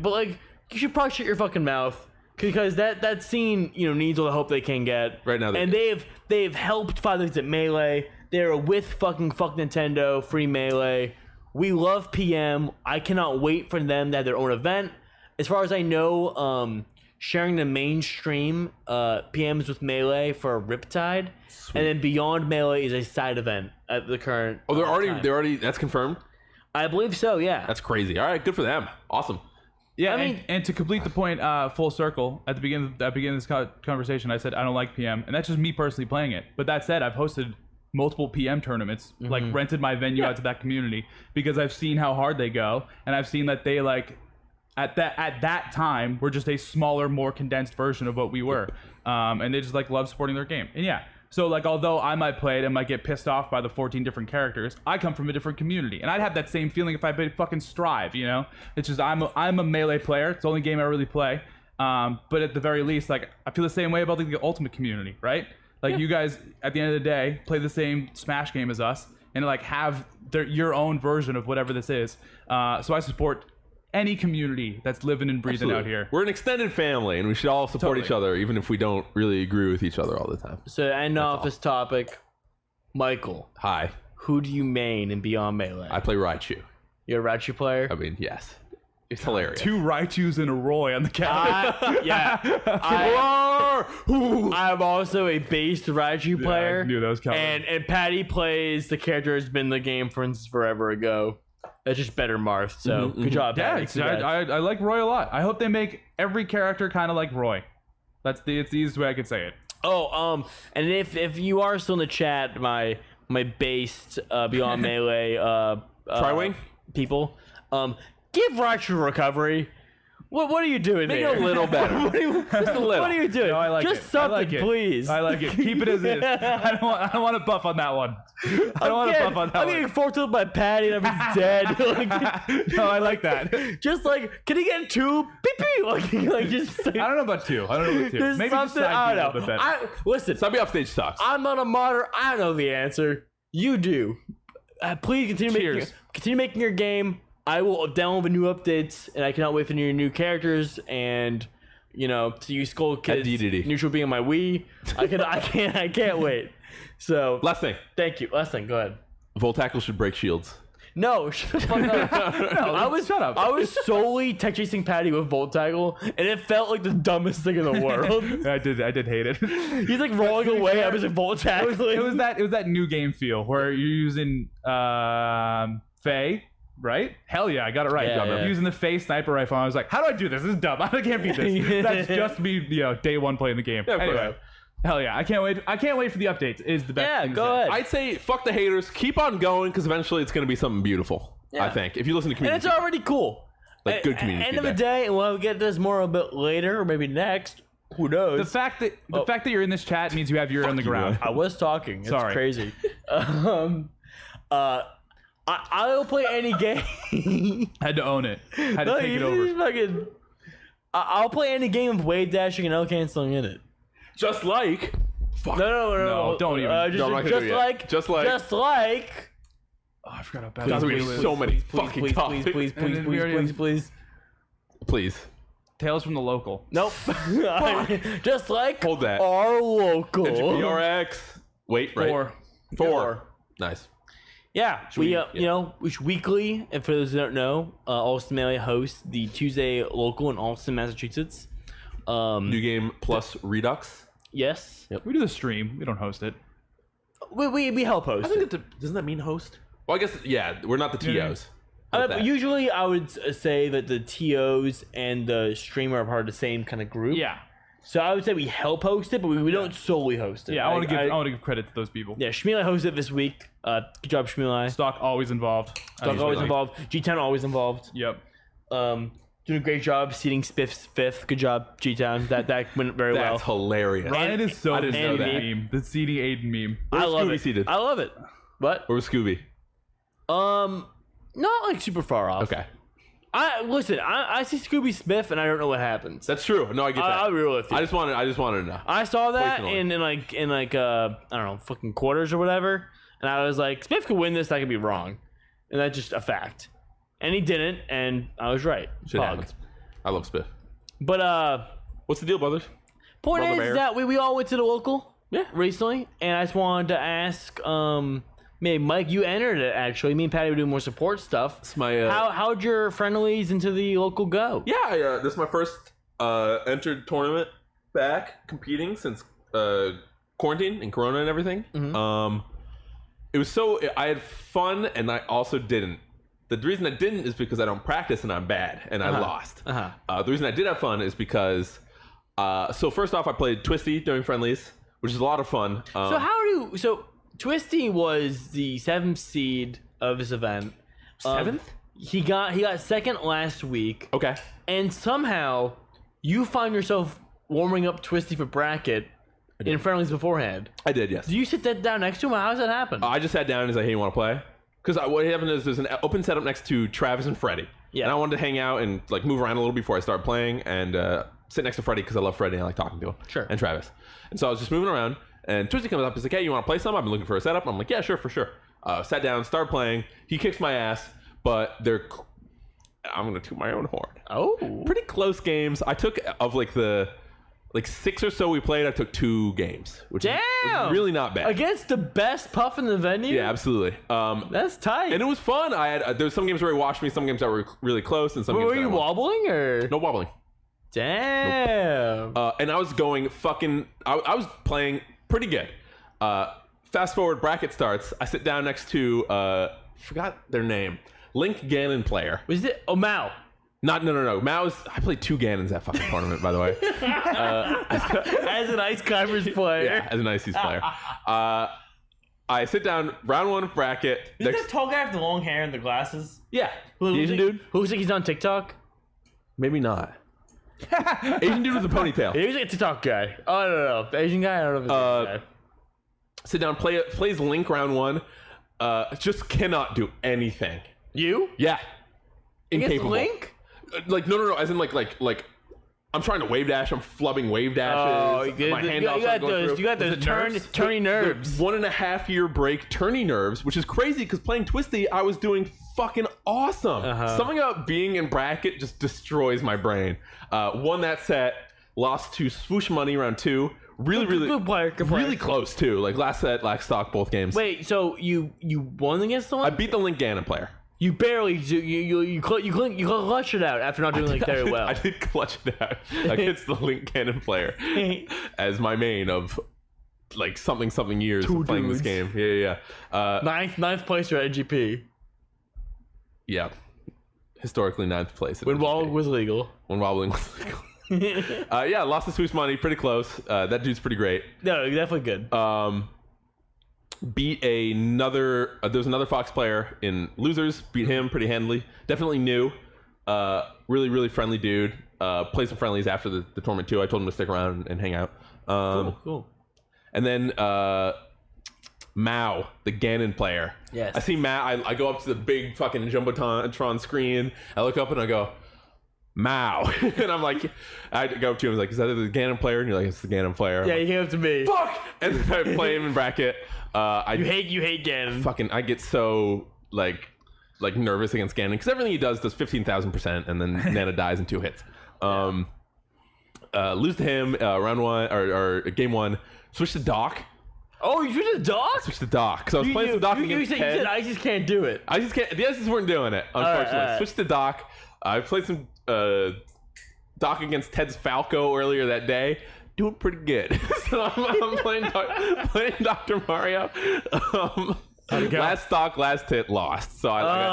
Speaker 3: but like you should probably shut your fucking mouth because that that scene you know needs all the help they can get
Speaker 2: Right now they
Speaker 3: And
Speaker 2: do.
Speaker 3: they've they've helped Five Nights at Melee. They're with fucking fuck Nintendo, free Melee. We love PM. I cannot wait for them to have their own event. As far as I know, um, sharing the mainstream uh, PMs with Melee for Riptide, and then Beyond Melee is a side event at the current.
Speaker 2: oh, they're already.
Speaker 3: time.
Speaker 2: They're already. That's confirmed.
Speaker 3: I believe so. Yeah.
Speaker 2: That's crazy. All right, good for them. Awesome.
Speaker 1: Yeah,
Speaker 3: I
Speaker 1: and,
Speaker 3: mean-
Speaker 1: and to complete the point, uh, full circle at the beginning, at the beginning of this co- conversation, I said I don't like PM, and that's just me personally playing it. But that said, I've hosted multiple PM tournaments, like
Speaker 3: Mm-hmm.
Speaker 1: rented my venue out to that community because I've seen how hard they go, and I've seen that they like at that at that time were just a smaller, more condensed version of what we were, um, and they just like love supporting their game. And yeah. So like, although I might play it and might get pissed off by the 14 different characters, I come from a different community, and I'd have that same feeling if I played fucking Strive. You know, it's just I'm a, I'm a melee player. It's the only game I really play. Um, but at the very least, like I feel the same way about like, the Ultimate community, right? Like you guys, at the end of the day, play the same Smash game as us, and like have their, your own version of whatever this is. Uh, so I support any community that's living and breathing out here.
Speaker 2: We're an extended family, and we should all support each other, even if we don't really agree with each other all the time.
Speaker 3: So to end off this topic, Michael,
Speaker 2: Hi,
Speaker 3: who do you main in Beyond Melee?
Speaker 2: I play Raichu.
Speaker 3: You're a Ratchet player.
Speaker 2: I mean, yes, it's hilarious.
Speaker 1: Two Raichus and a Roy on the couch.
Speaker 3: I, yeah. I, I'm also a based Raichu player.
Speaker 1: knew that was coming.
Speaker 3: And and Patty plays the character that's been in the game for instance forever ago. That's just better Marth. So good job,
Speaker 1: Yeah,
Speaker 3: Patty.
Speaker 1: it's- I, I, I like Roy a lot. I hope they make every character kind of like Roy. That's the it's the easiest way I could say it.
Speaker 3: Oh, um, and if if you are still in the chat, my my based uh, Beyond Melee uh, uh
Speaker 2: Tri-wing?
Speaker 3: people, um, give Raichu recovery. What what are you doing
Speaker 2: Make
Speaker 3: there?
Speaker 2: it a little better.
Speaker 3: what, are you, just a little. What are you doing?
Speaker 1: No, I like
Speaker 3: just
Speaker 1: it.
Speaker 3: something,
Speaker 1: I like it.
Speaker 3: please.
Speaker 1: I like it. Keep it as is. I don't want. I don't want to buff on that one. I don't want to
Speaker 3: Again,
Speaker 1: buff on that
Speaker 3: I'm
Speaker 1: one.
Speaker 3: getting forked up by Patty and I'm dead. Like,
Speaker 1: no, I like that. I
Speaker 3: just like, can he get two? Beep, beep. Like, like just. Like,
Speaker 1: don't know about two. I don't know about two.
Speaker 3: there's
Speaker 1: Maybe just
Speaker 3: something
Speaker 1: side
Speaker 3: I
Speaker 1: B a
Speaker 3: don't
Speaker 1: little
Speaker 3: know.
Speaker 1: bit better.
Speaker 3: I, listen,
Speaker 2: Stop me off stage sucks.
Speaker 3: I'm not a martyr. I know the answer. You do. Uh, please continue making
Speaker 1: Cheers.
Speaker 3: continue making your game. I will download the new updates, and I cannot wait for your new characters and you know to you Skull Kids
Speaker 2: DDD.
Speaker 3: neutral being on my Wii. I can I can't I can't wait. So
Speaker 2: Last thing,
Speaker 3: thank you. Last thing, go ahead.
Speaker 2: Voltackle should break shields.
Speaker 3: No, shut the fuck up.
Speaker 1: No,
Speaker 3: I was
Speaker 1: shut up.
Speaker 3: I was solely tech chasing Patty with Volt Tackle, and it felt like the dumbest thing in the world.
Speaker 1: I did. I did hate it.
Speaker 3: He's like rolling away. I was like Volt Tackle.
Speaker 1: it was that it was that new game feel where you're using um Faye, right? Hell yeah, I got it right.
Speaker 3: Yeah, yeah.
Speaker 1: Using the Faye sniper rifle, and I was like, how do I do this? This is dumb. I can't beat this. That's just me, you know, day one playing the game.
Speaker 2: of course.
Speaker 1: Anyway, hell yeah, I can't wait. I can't wait for the updates. Is the best.
Speaker 3: Yeah,
Speaker 1: thing to
Speaker 3: go
Speaker 1: say.
Speaker 3: ahead.
Speaker 2: I'd say fuck the haters. Keep on going because eventually it's going to be something beautiful. I think if you listen to
Speaker 3: and
Speaker 2: community,
Speaker 3: it's already cool.
Speaker 2: Like,
Speaker 3: At-
Speaker 2: good
Speaker 3: at
Speaker 2: community
Speaker 3: End of the
Speaker 2: feedback.
Speaker 3: day, and we'll get this more a bit later, or maybe next. Who
Speaker 1: The
Speaker 3: knows?
Speaker 1: fact that the fact that you're in this chat means you have your ear on the ground.
Speaker 3: I was talking. It's
Speaker 1: Sorry.
Speaker 3: crazy. um, uh, I I'll play any game.
Speaker 1: I had to own it. I had to
Speaker 3: No,
Speaker 1: take
Speaker 3: you
Speaker 1: it over.
Speaker 3: just fucking. I- I'll play any game with wave dashing and L canceling in it.
Speaker 2: just like fuck.
Speaker 3: No, no, no,
Speaker 1: No,
Speaker 3: no.
Speaker 1: don't even.
Speaker 3: Uh, just,
Speaker 2: No, I'm not gonna
Speaker 3: just
Speaker 2: do it yet.
Speaker 3: like,
Speaker 2: Just like-
Speaker 3: just like.
Speaker 1: Oh, I forgot about
Speaker 2: Guys,
Speaker 1: that.
Speaker 2: we have so many fucking
Speaker 3: Please, please,
Speaker 2: topics.
Speaker 3: please, please,
Speaker 1: And
Speaker 3: please,
Speaker 1: then we
Speaker 3: please,
Speaker 1: already
Speaker 3: please,
Speaker 1: have-
Speaker 3: please.
Speaker 2: Please.
Speaker 1: Tales from the local.
Speaker 3: Nope. just like
Speaker 2: Hold that.
Speaker 3: our local.
Speaker 2: BRX. Wait, right.
Speaker 1: Or
Speaker 2: Four. Nice.
Speaker 3: Yeah, we,
Speaker 2: we-
Speaker 3: uh, you
Speaker 2: yeah.
Speaker 3: know, which weekly, and for those who don't know, uh, Alston Melee hosts the Tuesday local in Alston, Massachusetts. Um,
Speaker 2: New game plus Redux.
Speaker 3: yes,
Speaker 1: We do the stream. We don't host it.
Speaker 3: we, we, we help host. it.
Speaker 2: doesn't that mean host? Well, I guess yeah, we're not the
Speaker 1: Yeah.
Speaker 2: tos.
Speaker 3: Uh,
Speaker 2: Not
Speaker 3: but
Speaker 2: that.
Speaker 3: usually, I would s- say that the tos and the streamer are part of the same kind of group.
Speaker 1: Yeah,
Speaker 3: So I would say we help host it, but we, we don't solely host it.
Speaker 1: yeah. I want to give I,
Speaker 3: I,
Speaker 1: want to give credit to those people.
Speaker 3: yeah, Shmuley hosted it this week. Uh, good job, Shmuley.
Speaker 1: Stock always involved.
Speaker 3: Doug always
Speaker 2: really-
Speaker 3: involved. G10 always involved.
Speaker 1: Yep.
Speaker 3: Um, doing a great job seating Spiff's fifth. Good job, G Town. That that went very well.
Speaker 2: That's hilarious.
Speaker 1: Ryan is so
Speaker 2: I didn't know
Speaker 1: the
Speaker 2: that.
Speaker 1: meme. The CD Aiden meme.
Speaker 3: I love
Speaker 2: Scooby
Speaker 3: it.
Speaker 2: seated?
Speaker 3: I love it. What?
Speaker 2: Or was Scooby?
Speaker 3: Um, not like super far off.
Speaker 2: Okay,
Speaker 3: I listen. I, I see Scooby Smith, and I don't know what happens.
Speaker 2: that's true. No, I get that.
Speaker 3: I, I'll be real with you.
Speaker 2: I
Speaker 3: I,
Speaker 2: just wanted. I just wanted to know.
Speaker 3: saw that
Speaker 2: Poison
Speaker 3: in, in like in like uh I don't know fucking quarters or whatever, and I was like Smith could win this. I could be wrong, and that's just a fact. And he didn't, and I was right.
Speaker 2: Shit
Speaker 3: Pog.
Speaker 2: happens. I love Spiff.
Speaker 3: But uh,
Speaker 2: What's the deal, brothers?
Speaker 3: point
Speaker 2: Brother
Speaker 3: is
Speaker 2: Bear.
Speaker 3: that we, we all went to the local
Speaker 2: Yeah.
Speaker 3: recently, and I just wanted to ask um. Man, Mike, you entered it actually. Me and Patty were doing more support stuff.
Speaker 2: It's my. Uh,
Speaker 3: How how'd your friendlies into the local go?
Speaker 2: Yeah, I, uh, this is my first uh, entered tournament back competing since uh, quarantine and Corona and everything. Um, it was so I had fun and I also didn't. The reason I didn't is because I don't practice and I'm bad and I lost.
Speaker 3: Uh-huh.
Speaker 2: Uh, the reason I did have fun is because. Uh, so first off, I played Twisty during friendlies, which is a lot of fun. Um,
Speaker 3: So how do so Twisty was the seventh seed of this event. Um,
Speaker 2: Seventh?
Speaker 3: he got he got second last week,
Speaker 2: okay.
Speaker 3: and somehow you find yourself warming up Twisty for bracket in friendlies beforehand.
Speaker 2: I did, yes.
Speaker 3: Do you sit that down next to him? How does that happen?
Speaker 2: I just sat down and was like, "Hey, you want to play?" Because what happened is there's an open setup next to Travis and Freddie.
Speaker 3: Yeah.
Speaker 2: And I wanted to hang out and like move around a little before I start playing and uh, sit next to Freddie because I love Freddie and I like talking to him.
Speaker 3: Sure.
Speaker 2: And Travis. And so I was just moving around and Twisty comes up. He's like, "Hey, you want to play some?" I've been looking for a setup. I'm like, "Yeah, sure, for sure." Uh, sat down, started playing. He kicks my ass, but they're. I'm gonna toot my own horn
Speaker 3: oh,
Speaker 2: pretty close games. I took of like the like six or so we played. I took two games, which, Is, which is
Speaker 3: Damn!
Speaker 2: really not bad.
Speaker 3: against the best puff in the venue.
Speaker 2: Yeah, absolutely. Um,
Speaker 3: that's tight.
Speaker 2: and it was fun. I had uh, there was some games where he watched me, some games that were really close, and some games
Speaker 3: were
Speaker 2: that I
Speaker 3: you
Speaker 2: won.
Speaker 3: wobbling or
Speaker 2: No wobbling.
Speaker 3: damn?
Speaker 2: Uh, and I was going fucking. I, I was playing pretty good. Uh, fast forward, bracket starts. I sit down next to uh, forgot their name, Link Gannon player.
Speaker 3: Was it oh Mal?
Speaker 2: Not no no no. Mao's. I played two Gannons that fucking tournament, by the way. Uh,
Speaker 3: As an ice climbers player.
Speaker 2: Yeah, as an ICs player. Uh, I sit down round one of bracket.
Speaker 4: Isn't
Speaker 2: Next,
Speaker 4: that tall guy with the long hair and the glasses?
Speaker 2: yeah,
Speaker 3: Who
Speaker 2: Asian
Speaker 3: looks like-
Speaker 2: dude.
Speaker 3: Who looks like he's on TikTok?
Speaker 2: Maybe not. Asian dude with a ponytail.
Speaker 3: He was like a TikTok guy. Oh, I don't know. The Asian guy? I don't know if it's
Speaker 2: Uh,
Speaker 3: Asian guy.
Speaker 2: sit down, play plays Link round one. Uh, just cannot do anything.
Speaker 3: You?
Speaker 2: Yeah,
Speaker 3: Against
Speaker 2: incapable.
Speaker 3: Link?
Speaker 2: Uh, Like no, no, no. As in like like like. I'm trying to wave dash. I'm flubbing wave
Speaker 3: Oh,
Speaker 2: dashes.
Speaker 3: you,
Speaker 2: My
Speaker 3: you, got,
Speaker 2: handoffs
Speaker 3: you
Speaker 2: aren't
Speaker 3: got
Speaker 2: going
Speaker 3: those.
Speaker 2: through.
Speaker 3: You got those turn,
Speaker 1: nerves?
Speaker 3: turny
Speaker 2: The
Speaker 3: nerves.
Speaker 2: One and a half year break, turny nerves, which is crazy because playing Twisty, I was doing fucking awesome.
Speaker 3: Uh-huh.
Speaker 2: Something about being in bracket just destroys my brain. Uh, won that set, lost to Swoosh Money round two. Really, really,
Speaker 3: good player, good player.
Speaker 2: really close too. Like last set, last stock, both games.
Speaker 3: Wait, so you you won against
Speaker 2: I
Speaker 3: someone?
Speaker 2: beat the Link Ganon player.
Speaker 3: you barely do. You you you cl- you, cl- you clutch it out after not doing like very well.
Speaker 2: I did clutch it out against the Link Cannon player as my main of like something something years
Speaker 3: Two
Speaker 2: of playing this game.
Speaker 3: dudes.
Speaker 2: Yeah, yeah, yeah. Uh,
Speaker 3: ninth ninth place at NGP
Speaker 2: yeah. Historically ninth place. at
Speaker 3: when
Speaker 2: NGP.
Speaker 3: Wall was legal.
Speaker 2: when wobbling was uh, yeah, lost to Swiss money, pretty close. Uh, that dude's pretty great.
Speaker 3: No, definitely good.
Speaker 2: Um, beat another. Uh, there's another Fox player in losers. Beat him pretty handily. Definitely new. Uh, really, really friendly dude. Uh, play some friendlies after the, the tournament too. I told him to stick around and, and hang out. Um,
Speaker 3: cool, cool.
Speaker 2: And then uh, Mao, the Ganon player.
Speaker 3: Yes.
Speaker 2: I see Mao. I, I go up to the big fucking jumbotron screen. I look up and I go, Mao, and I'm like, I go up to him. I was like, is that the Ganon player? And you're like, it's the Ganon player. I'm
Speaker 3: Yeah,
Speaker 2: like,
Speaker 3: you came up to me.
Speaker 2: Fuck! And then I play him in bracket. Uh, I
Speaker 3: You hate you hate Gannon.
Speaker 2: fucking I get so like like nervous against Ganon because everything he does does fifteen thousand percent, and then Nana dies in two hits. Um, uh, lose to him uh, round one or, or game one. Switch to Doc.
Speaker 3: Oh, you did a doc?
Speaker 2: Switch to Doc. So I was
Speaker 3: You,
Speaker 2: playing
Speaker 3: you,
Speaker 2: some Doc
Speaker 3: you, you
Speaker 2: against
Speaker 3: said, you
Speaker 2: Ken.
Speaker 3: said I just can't do it.
Speaker 2: I just can't. The S's weren't doing it, unfortunately.
Speaker 3: alright.
Speaker 2: Switched to Doc. I played some uh, Doc against Ted's Falco earlier that day. Doing pretty good. so I'm, I'm playing, doc, playing Dr. Mario. Um,
Speaker 1: go?
Speaker 2: last Doc, last hit, lost. So I, I got,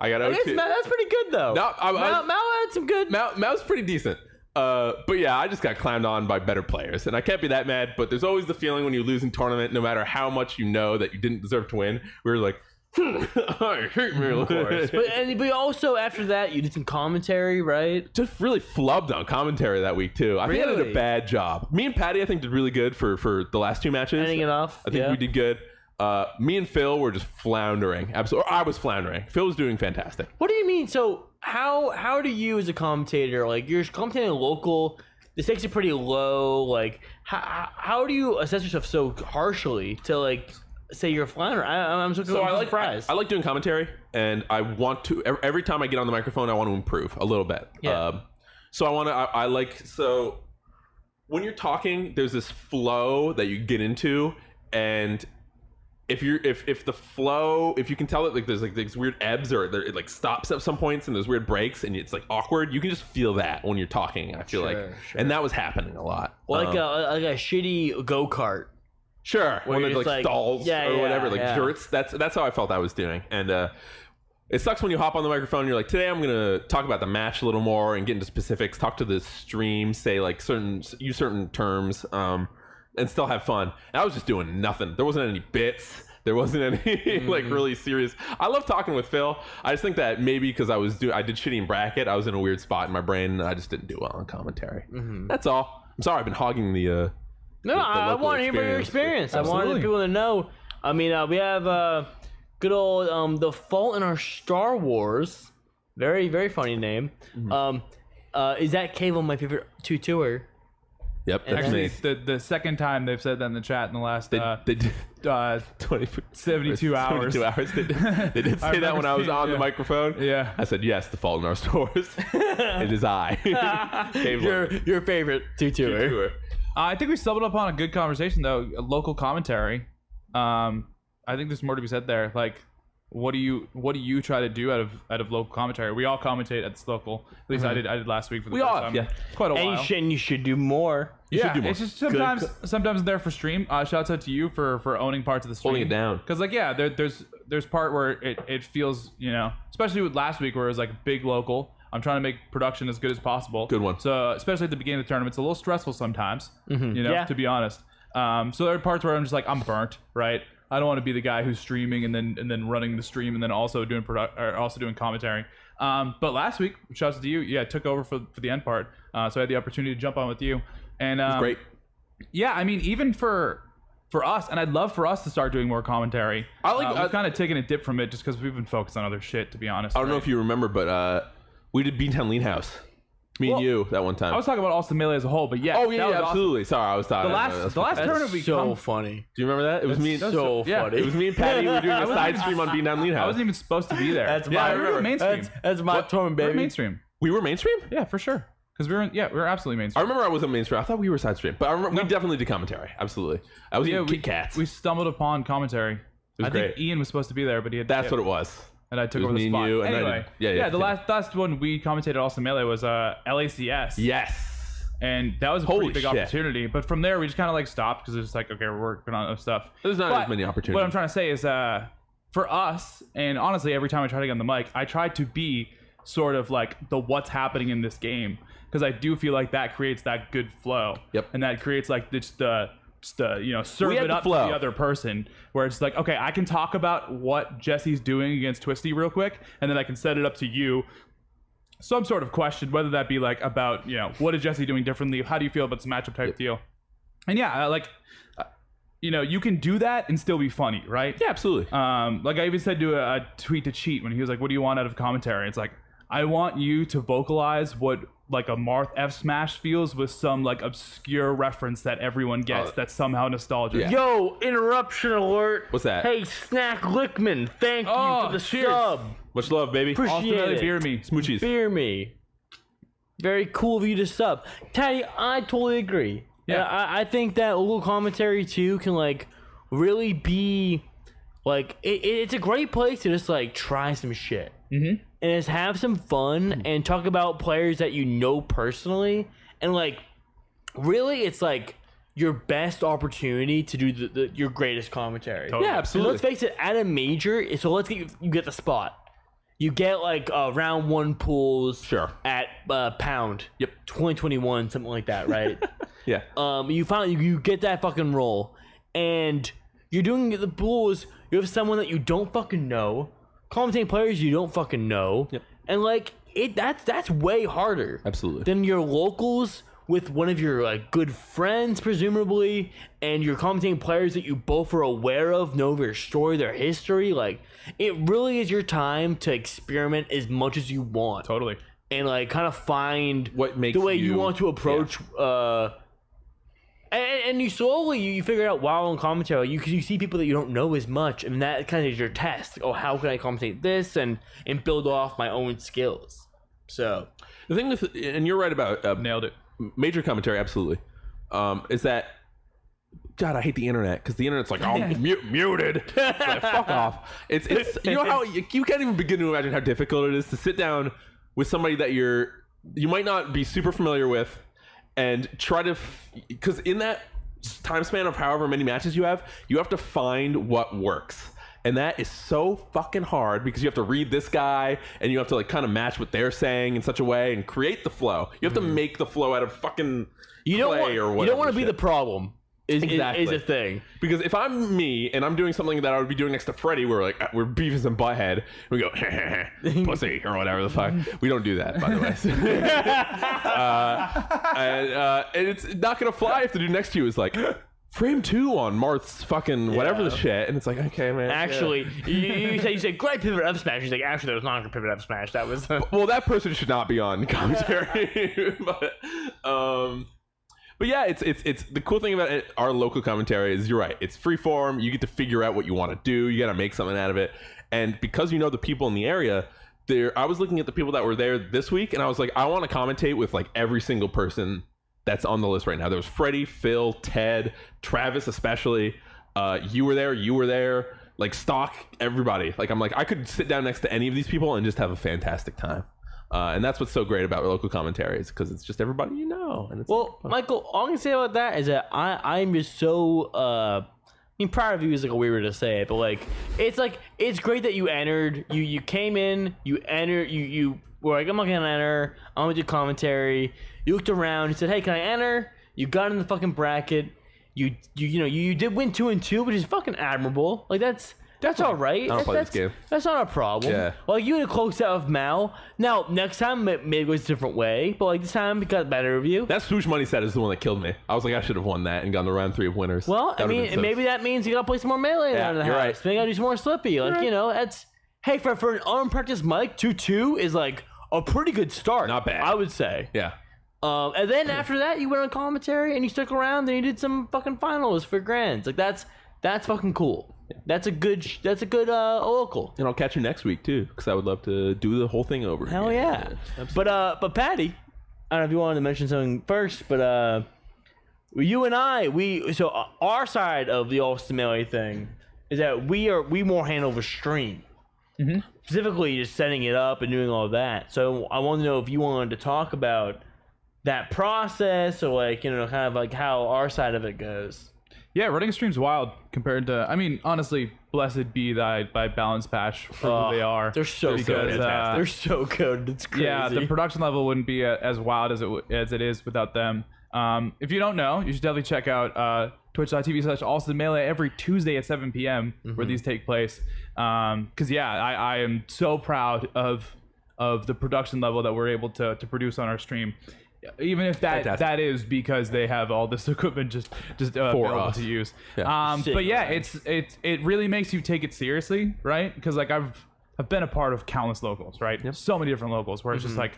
Speaker 2: I got, I
Speaker 3: That's,
Speaker 2: got
Speaker 3: Ma-
Speaker 2: 0
Speaker 3: that's pretty good though.
Speaker 2: No, I- I-
Speaker 3: Mal, Mal had some good.
Speaker 2: Mal, Mal's pretty decent. Uh, but yeah, I just got clowned on by better players, and I can't be that mad. But there's always the feeling when you lose in tournament, no matter how much you know that you didn't deserve to win. We were like, "Hmm, I hate Miracles.
Speaker 3: But and but also after that, you did some commentary, right?
Speaker 2: just really flubbed on commentary that week too. I think I did
Speaker 3: Really?
Speaker 2: a bad job. Me and Patty, I think, did really good for for the last two matches.
Speaker 3: Ending it off.
Speaker 2: I think
Speaker 3: yeah.
Speaker 2: we did good. Uh, me and Phil were just floundering. Absolutely, I was floundering. Phil was doing fantastic.
Speaker 3: What do you mean? So how how do you as a commentator like you're commentating local? The stakes are pretty low. Like how how do you assess yourself so harshly to like say you're a flounder? I, I'm so,
Speaker 2: So
Speaker 3: I'm
Speaker 2: I like
Speaker 3: surprised.
Speaker 2: I, I like doing commentary, and I want to ev- every time I get on the microphone, I want to improve a little bit.
Speaker 3: Yeah.
Speaker 2: Um, so I want to. I, I like so when you're talking, there's this flow that you get into, and if you're if if the flow, if you can tell that like there's like these weird ebbs or there, it like stops at some points and there's weird breaks and it's like awkward, you can just feel that when you're talking. I feel like,
Speaker 3: Sure, sure.
Speaker 2: and that was happening a lot.
Speaker 3: like
Speaker 2: Um,
Speaker 3: a like a shitty go kart.
Speaker 2: Sure.
Speaker 3: Where you're
Speaker 2: When there's like,
Speaker 3: just like,
Speaker 2: stalls
Speaker 3: yeah,
Speaker 2: or
Speaker 3: yeah,
Speaker 2: whatever, like
Speaker 3: yeah.
Speaker 2: jerks. That's that's how I felt I was doing. And uh it sucks when you hop on the microphone and you're like, today I'm gonna talk about the match a little more and get into specifics, talk to the stream, say like certain use certain terms, um, and still have fun. And I was just doing nothing. There wasn't any bits. There wasn't any
Speaker 3: Mm-hmm.
Speaker 2: like really serious. I love talking with Phil. I just think that maybe because I was do I did shitty in bracket, I was in a weird spot in my brain, and I just didn't do well on commentary.
Speaker 3: Mm-hmm.
Speaker 2: That's all. I'm sorry, I've been hogging the uh,
Speaker 3: No,
Speaker 2: the
Speaker 3: I, I
Speaker 2: local
Speaker 3: want to hear about your
Speaker 2: experience.
Speaker 3: experience. I wanted
Speaker 1: Absolutely.
Speaker 3: people to know. I mean, uh, we have uh, good old um, the Fault in Our Star Wars. Very, very funny name.
Speaker 1: Mm-hmm.
Speaker 3: Um, uh, is that Cable my favorite two tour?
Speaker 2: Yep, that's
Speaker 1: Actually,
Speaker 2: me.
Speaker 1: it's the the second time they've said that in the chat in the last
Speaker 2: They,
Speaker 1: uh,
Speaker 2: they did
Speaker 1: uh,
Speaker 2: 20,
Speaker 1: 72 hours.
Speaker 2: 72 hours. They did, they did
Speaker 1: I
Speaker 2: say
Speaker 1: remember
Speaker 2: that when I was
Speaker 1: seeing-
Speaker 2: on
Speaker 1: yeah.
Speaker 2: the microphone.
Speaker 1: Yeah.
Speaker 2: I said, yes, the fault in our stores. it is I. Cable.
Speaker 3: Your your favorite two tour.
Speaker 2: Sure.
Speaker 1: Uh, I think we stumbled upon a good conversation though, a local commentary. Um, I think there's more to be said there. Like, what do you what do you try to do out of out of local commentary? We all commentate at this local. At least I did. I did last week for the
Speaker 2: We
Speaker 1: first
Speaker 2: all have,
Speaker 1: time.
Speaker 2: yeah.
Speaker 1: quite a
Speaker 3: And you
Speaker 1: while.
Speaker 3: should, and you should do more.
Speaker 2: You
Speaker 1: yeah,
Speaker 2: should do more.
Speaker 1: it's just sometimes sometimes they're for stream. Uh, shouts out to you for for owning parts of the stream,
Speaker 2: Holding it down.
Speaker 1: Because like yeah, there, there's there's part where it it feels you know, especially with last week where it was like big local. I'm trying to make production as good as possible.
Speaker 2: Good one.
Speaker 1: So especially at the beginning of the tournament, it's a little stressful sometimes. You know,
Speaker 3: Yeah.
Speaker 1: to be honest. Um, so there are parts where I'm just like I'm burnt, right? I don't want to be the guy who's streaming and then and then running the stream and then also doing produ- or also doing commentary. Um, but last week, shouts to you, yeah, took over for, for the end part. Uh, so I had the opportunity to jump on with you, and um,
Speaker 2: Great.
Speaker 1: yeah, I mean, even for for us, and I'd love for us to start doing more commentary.
Speaker 2: I like-
Speaker 1: Uh, we've
Speaker 2: I-
Speaker 1: kind of taken a dip from it just because we've been focused on other shit, to be honest.
Speaker 2: I don't know if you remember, but uh, we did Beantown Lean House. Me
Speaker 1: Well,
Speaker 2: and you that one time.
Speaker 1: I was talking about Austin Melee as a whole, but yeah. that
Speaker 2: oh, yeah,
Speaker 1: was
Speaker 2: yeah,
Speaker 1: awesome.
Speaker 2: absolutely. Sorry, I was talking.
Speaker 1: The last the last tournament we
Speaker 3: so
Speaker 1: come,
Speaker 3: funny.
Speaker 2: Do you remember that? It was me and
Speaker 3: so
Speaker 1: yeah.
Speaker 3: funny.
Speaker 2: It was me and Patty. We were doing a side stream on Beantown Lean House.
Speaker 1: I wasn't even supposed to be there.
Speaker 3: That's
Speaker 1: yeah,
Speaker 3: my-
Speaker 1: we were mainstream.
Speaker 3: That's that's my tournament,
Speaker 1: We were
Speaker 3: baby.
Speaker 1: mainstream.
Speaker 2: we were mainstream?
Speaker 1: Yeah, for sure. Because we were in- yeah, we were absolutely
Speaker 2: I
Speaker 1: mainstream.
Speaker 2: remember I was on mainstream. I thought we were side stream, but I remember we definitely did commentary. Absolutely. I was
Speaker 1: yeah,
Speaker 2: eating
Speaker 1: we,
Speaker 2: Kit Kats.
Speaker 1: we stumbled upon commentary.
Speaker 2: was
Speaker 1: I think
Speaker 2: great.
Speaker 1: Ian was supposed to be there, but he had
Speaker 2: That's
Speaker 1: yeah.
Speaker 2: what it was.
Speaker 1: and I took
Speaker 2: It was
Speaker 1: over
Speaker 2: me
Speaker 1: the
Speaker 2: and
Speaker 1: spot.
Speaker 2: you, and I
Speaker 1: anyway,
Speaker 2: did- yeah, yeah,
Speaker 1: the
Speaker 2: continue.
Speaker 1: last last one we commentated Austin Melee was uh, LACS.
Speaker 2: Yes.
Speaker 1: and that was a
Speaker 2: Holy
Speaker 1: pretty big
Speaker 2: shit.
Speaker 1: opportunity. But from there, we just kind of like stopped because it's like, okay, we're working on other stuff.
Speaker 2: There's not
Speaker 1: But
Speaker 2: as many opportunities.
Speaker 1: What I'm trying to say is, uh, for us, and honestly, every time I try to get on the mic, I try to be sort of like the what's happening in this game because I do feel like that creates that good flow.
Speaker 2: Yep.
Speaker 1: And that creates like this the just the you know serve
Speaker 2: had
Speaker 1: it
Speaker 2: the
Speaker 1: up
Speaker 2: flow.
Speaker 1: to the other person where it's like okay I can talk about what Jesse's doing against Twisty real quick and then I can set it up to you some sort of question, whether that be like about you know what is Jesse doing differently, how do you feel about this matchup type deal, and yeah, I like uh, you know you can do that and still be funny, right?
Speaker 2: Yeah, absolutely.
Speaker 1: Um, like I even said to a, a tweet to cheat when he was like, "What do you want out of commentary?" It's like I want you to vocalize what like a Marth F Smash feels with some like obscure reference that everyone gets
Speaker 2: Oh.
Speaker 1: that's somehow nostalgic.
Speaker 2: Yeah.
Speaker 3: Yo, interruption alert.
Speaker 2: What's that?
Speaker 3: Hey, Snack Lickman, thank you
Speaker 1: Oh,
Speaker 3: for the
Speaker 1: cheers.
Speaker 3: sub.
Speaker 2: Much love, baby.
Speaker 1: Austin
Speaker 3: Appreciate
Speaker 1: really
Speaker 3: it.
Speaker 1: beer me.
Speaker 2: Smoochies.
Speaker 3: Fear me. Very cool of you to sub. Teddy, I totally agree.
Speaker 1: Yeah.
Speaker 3: Yeah. I, I think that little commentary too can like really be like it, it- it's a great place to just like try some shit mm-hmm. and just have some fun and talk about players that you know personally and like really it's like your best opportunity to do the, the, your greatest commentary
Speaker 1: Totally.
Speaker 2: Yeah, absolutely.
Speaker 3: let's face it at a major so let's get you, you get the spot you get like uh, round one pools
Speaker 2: Sure.
Speaker 3: at uh, pound
Speaker 2: Yep. Uh,
Speaker 3: 2021 something like that right
Speaker 2: yeah.
Speaker 3: um, you finally you, you get that fucking role, and you're doing the pools. You have someone that you don't fucking know, commentating players you don't fucking know,
Speaker 2: Yep.
Speaker 3: and like it. That's that's way harder.
Speaker 2: Absolutely.
Speaker 3: Than your locals with one of your like good friends, presumably, and your commentating players that you both are aware of, know their story, their history. Like it really is your time to experiment as much as you want
Speaker 1: Totally.
Speaker 3: and like kind of find
Speaker 2: What makes
Speaker 3: the way you,
Speaker 2: you-
Speaker 3: want to approach uh and, and you slowly you, you figure out while on commentary you you see people that you don't know as much and that kind of is your test Like, oh how can i commentate this and and build off my own skills so
Speaker 2: The thing with, and you're right about uh,
Speaker 1: Nailed it.
Speaker 2: major commentary, absolutely, um, is that God, I hate the internet because the internet's like, oh, mu- muted. It's like, fuck off. It's, it's you know how you, you can't even begin to imagine how difficult it is to sit down with somebody that you're you might not be super familiar with and try to because in that s- time span of however many matches you have, you have to find what works. And that is so fucking hard because you have to read this guy and you have to like kind of match what they're saying in such a way and create the flow. You have to make the flow out of
Speaker 3: Mm-hmm.
Speaker 2: fucking
Speaker 3: you don't
Speaker 2: play
Speaker 3: want,
Speaker 2: or whatever.
Speaker 3: you don't want to be
Speaker 2: shit.
Speaker 3: the problem is, is- is,
Speaker 2: Exactly.
Speaker 3: a thing
Speaker 2: Because if I'm me and I'm doing something that I would be doing next to Freddy, we're like uh, we're beefing some butthead. We go pussy or whatever the fuck. We don't do that, by the way. uh, and, uh, and it's not gonna fly if the dude next to you is like frame two on Marth's fucking whatever the shit, and it's like okay, man.
Speaker 3: actually you, you said you said great pivot up smash he's like actually that was not a good pivot up smash that was
Speaker 2: well, that person should not be on commentary. but, um, but yeah, it's it's it's the cool thing about it, our local commentary is you're right. It's free form. You get to figure out what you want to do. You got to make something out of it. And because you know the people in the area, there. I was looking at the people that were there this week, and I was like, I want to commentate with like every single person that's on the list right now. There was Freddie, Phil, Ted, Travis, especially. Uh, you were there. You were there. Like stock everybody. Like I'm like I could sit down next to any of these people and just have a fantastic time. Uh, and that's what's so great about local commentaries because it's just everybody you know. And it's
Speaker 3: Well, Michael, all I can say about that is that I I'm just so uh, I mean, proud of you is like a weird way to say it, but like it's like it's great that you entered. You you came in, you entered, you you were like, I'm not gonna enter. I'm gonna do commentary. You looked around, you said, Hey, can I enter? You got in the fucking bracket. You you you know you, you did win two and two, which is fucking admirable. Like that's. That's all right. I
Speaker 2: don't play this game.
Speaker 3: That's not a problem.
Speaker 2: Yeah.
Speaker 3: Like you had a close out of Mal. Now next time ma- maybe it goes a different way, but like this time it got better of you.
Speaker 2: That swoosh money set is the one that killed me. I was like, I should have won that and gone to round three of winners.
Speaker 3: Well, I
Speaker 2: That would've
Speaker 3: mean,
Speaker 2: been so-
Speaker 3: maybe that means you gotta play some more melee
Speaker 2: Yeah,
Speaker 3: out of the
Speaker 2: you're
Speaker 3: house.
Speaker 2: right.
Speaker 3: Maybe you gotta do some more slippy. Like, you know, that's hey for for an unpracticed mic, two two is like a pretty good start.
Speaker 2: Not bad.
Speaker 3: I would say.
Speaker 2: yeah,
Speaker 3: Um, and then after that, you went on commentary and you stuck around. and you did some fucking finals for grands. Like that's that's fucking cool. That's a good. sh- That's a good uh, local.
Speaker 2: and I'll catch you next week too because I would love to do the whole thing over.
Speaker 3: Hell
Speaker 2: again.
Speaker 3: yeah. But uh but Patty, I don't know if you wanted to mention something first, but uh you and I, we so uh, our side of the Austin Melee thing is that we are we more handle the stream. Mm-hmm. Specifically just setting it up and doing all that. So I want to know if you wanted to talk about that process or like, you know, kind of like how our side of it goes.
Speaker 1: Yeah, running a stream's wild compared to. I mean, honestly, blessed be thy by balance patch for
Speaker 3: Oh,
Speaker 1: who they are.
Speaker 3: They're so
Speaker 1: Because,
Speaker 3: good.
Speaker 1: uh,
Speaker 3: They're so good. It's crazy.
Speaker 1: yeah, the production level wouldn't be uh, as wild as it w- as it is without them. Um, if you don't know, you should definitely check out uh, twitch.tv slash Austin Melee every Tuesday at 7 p.m.
Speaker 2: Mm-hmm.
Speaker 1: where these take place. Because, yeah, I, I am so proud of of the production level that we're able to, to produce on our stream. Even if that
Speaker 2: Fantastic.
Speaker 1: that is because they have all this equipment just just uh,
Speaker 2: For
Speaker 1: available
Speaker 2: us.
Speaker 1: to use.
Speaker 2: Yeah.
Speaker 1: Um,
Speaker 3: Shit,
Speaker 1: but yeah,
Speaker 3: right.
Speaker 1: it's it's it really makes you take it seriously, right? Because like I've I've been a part of countless locals, right? So many different locals where it's just like,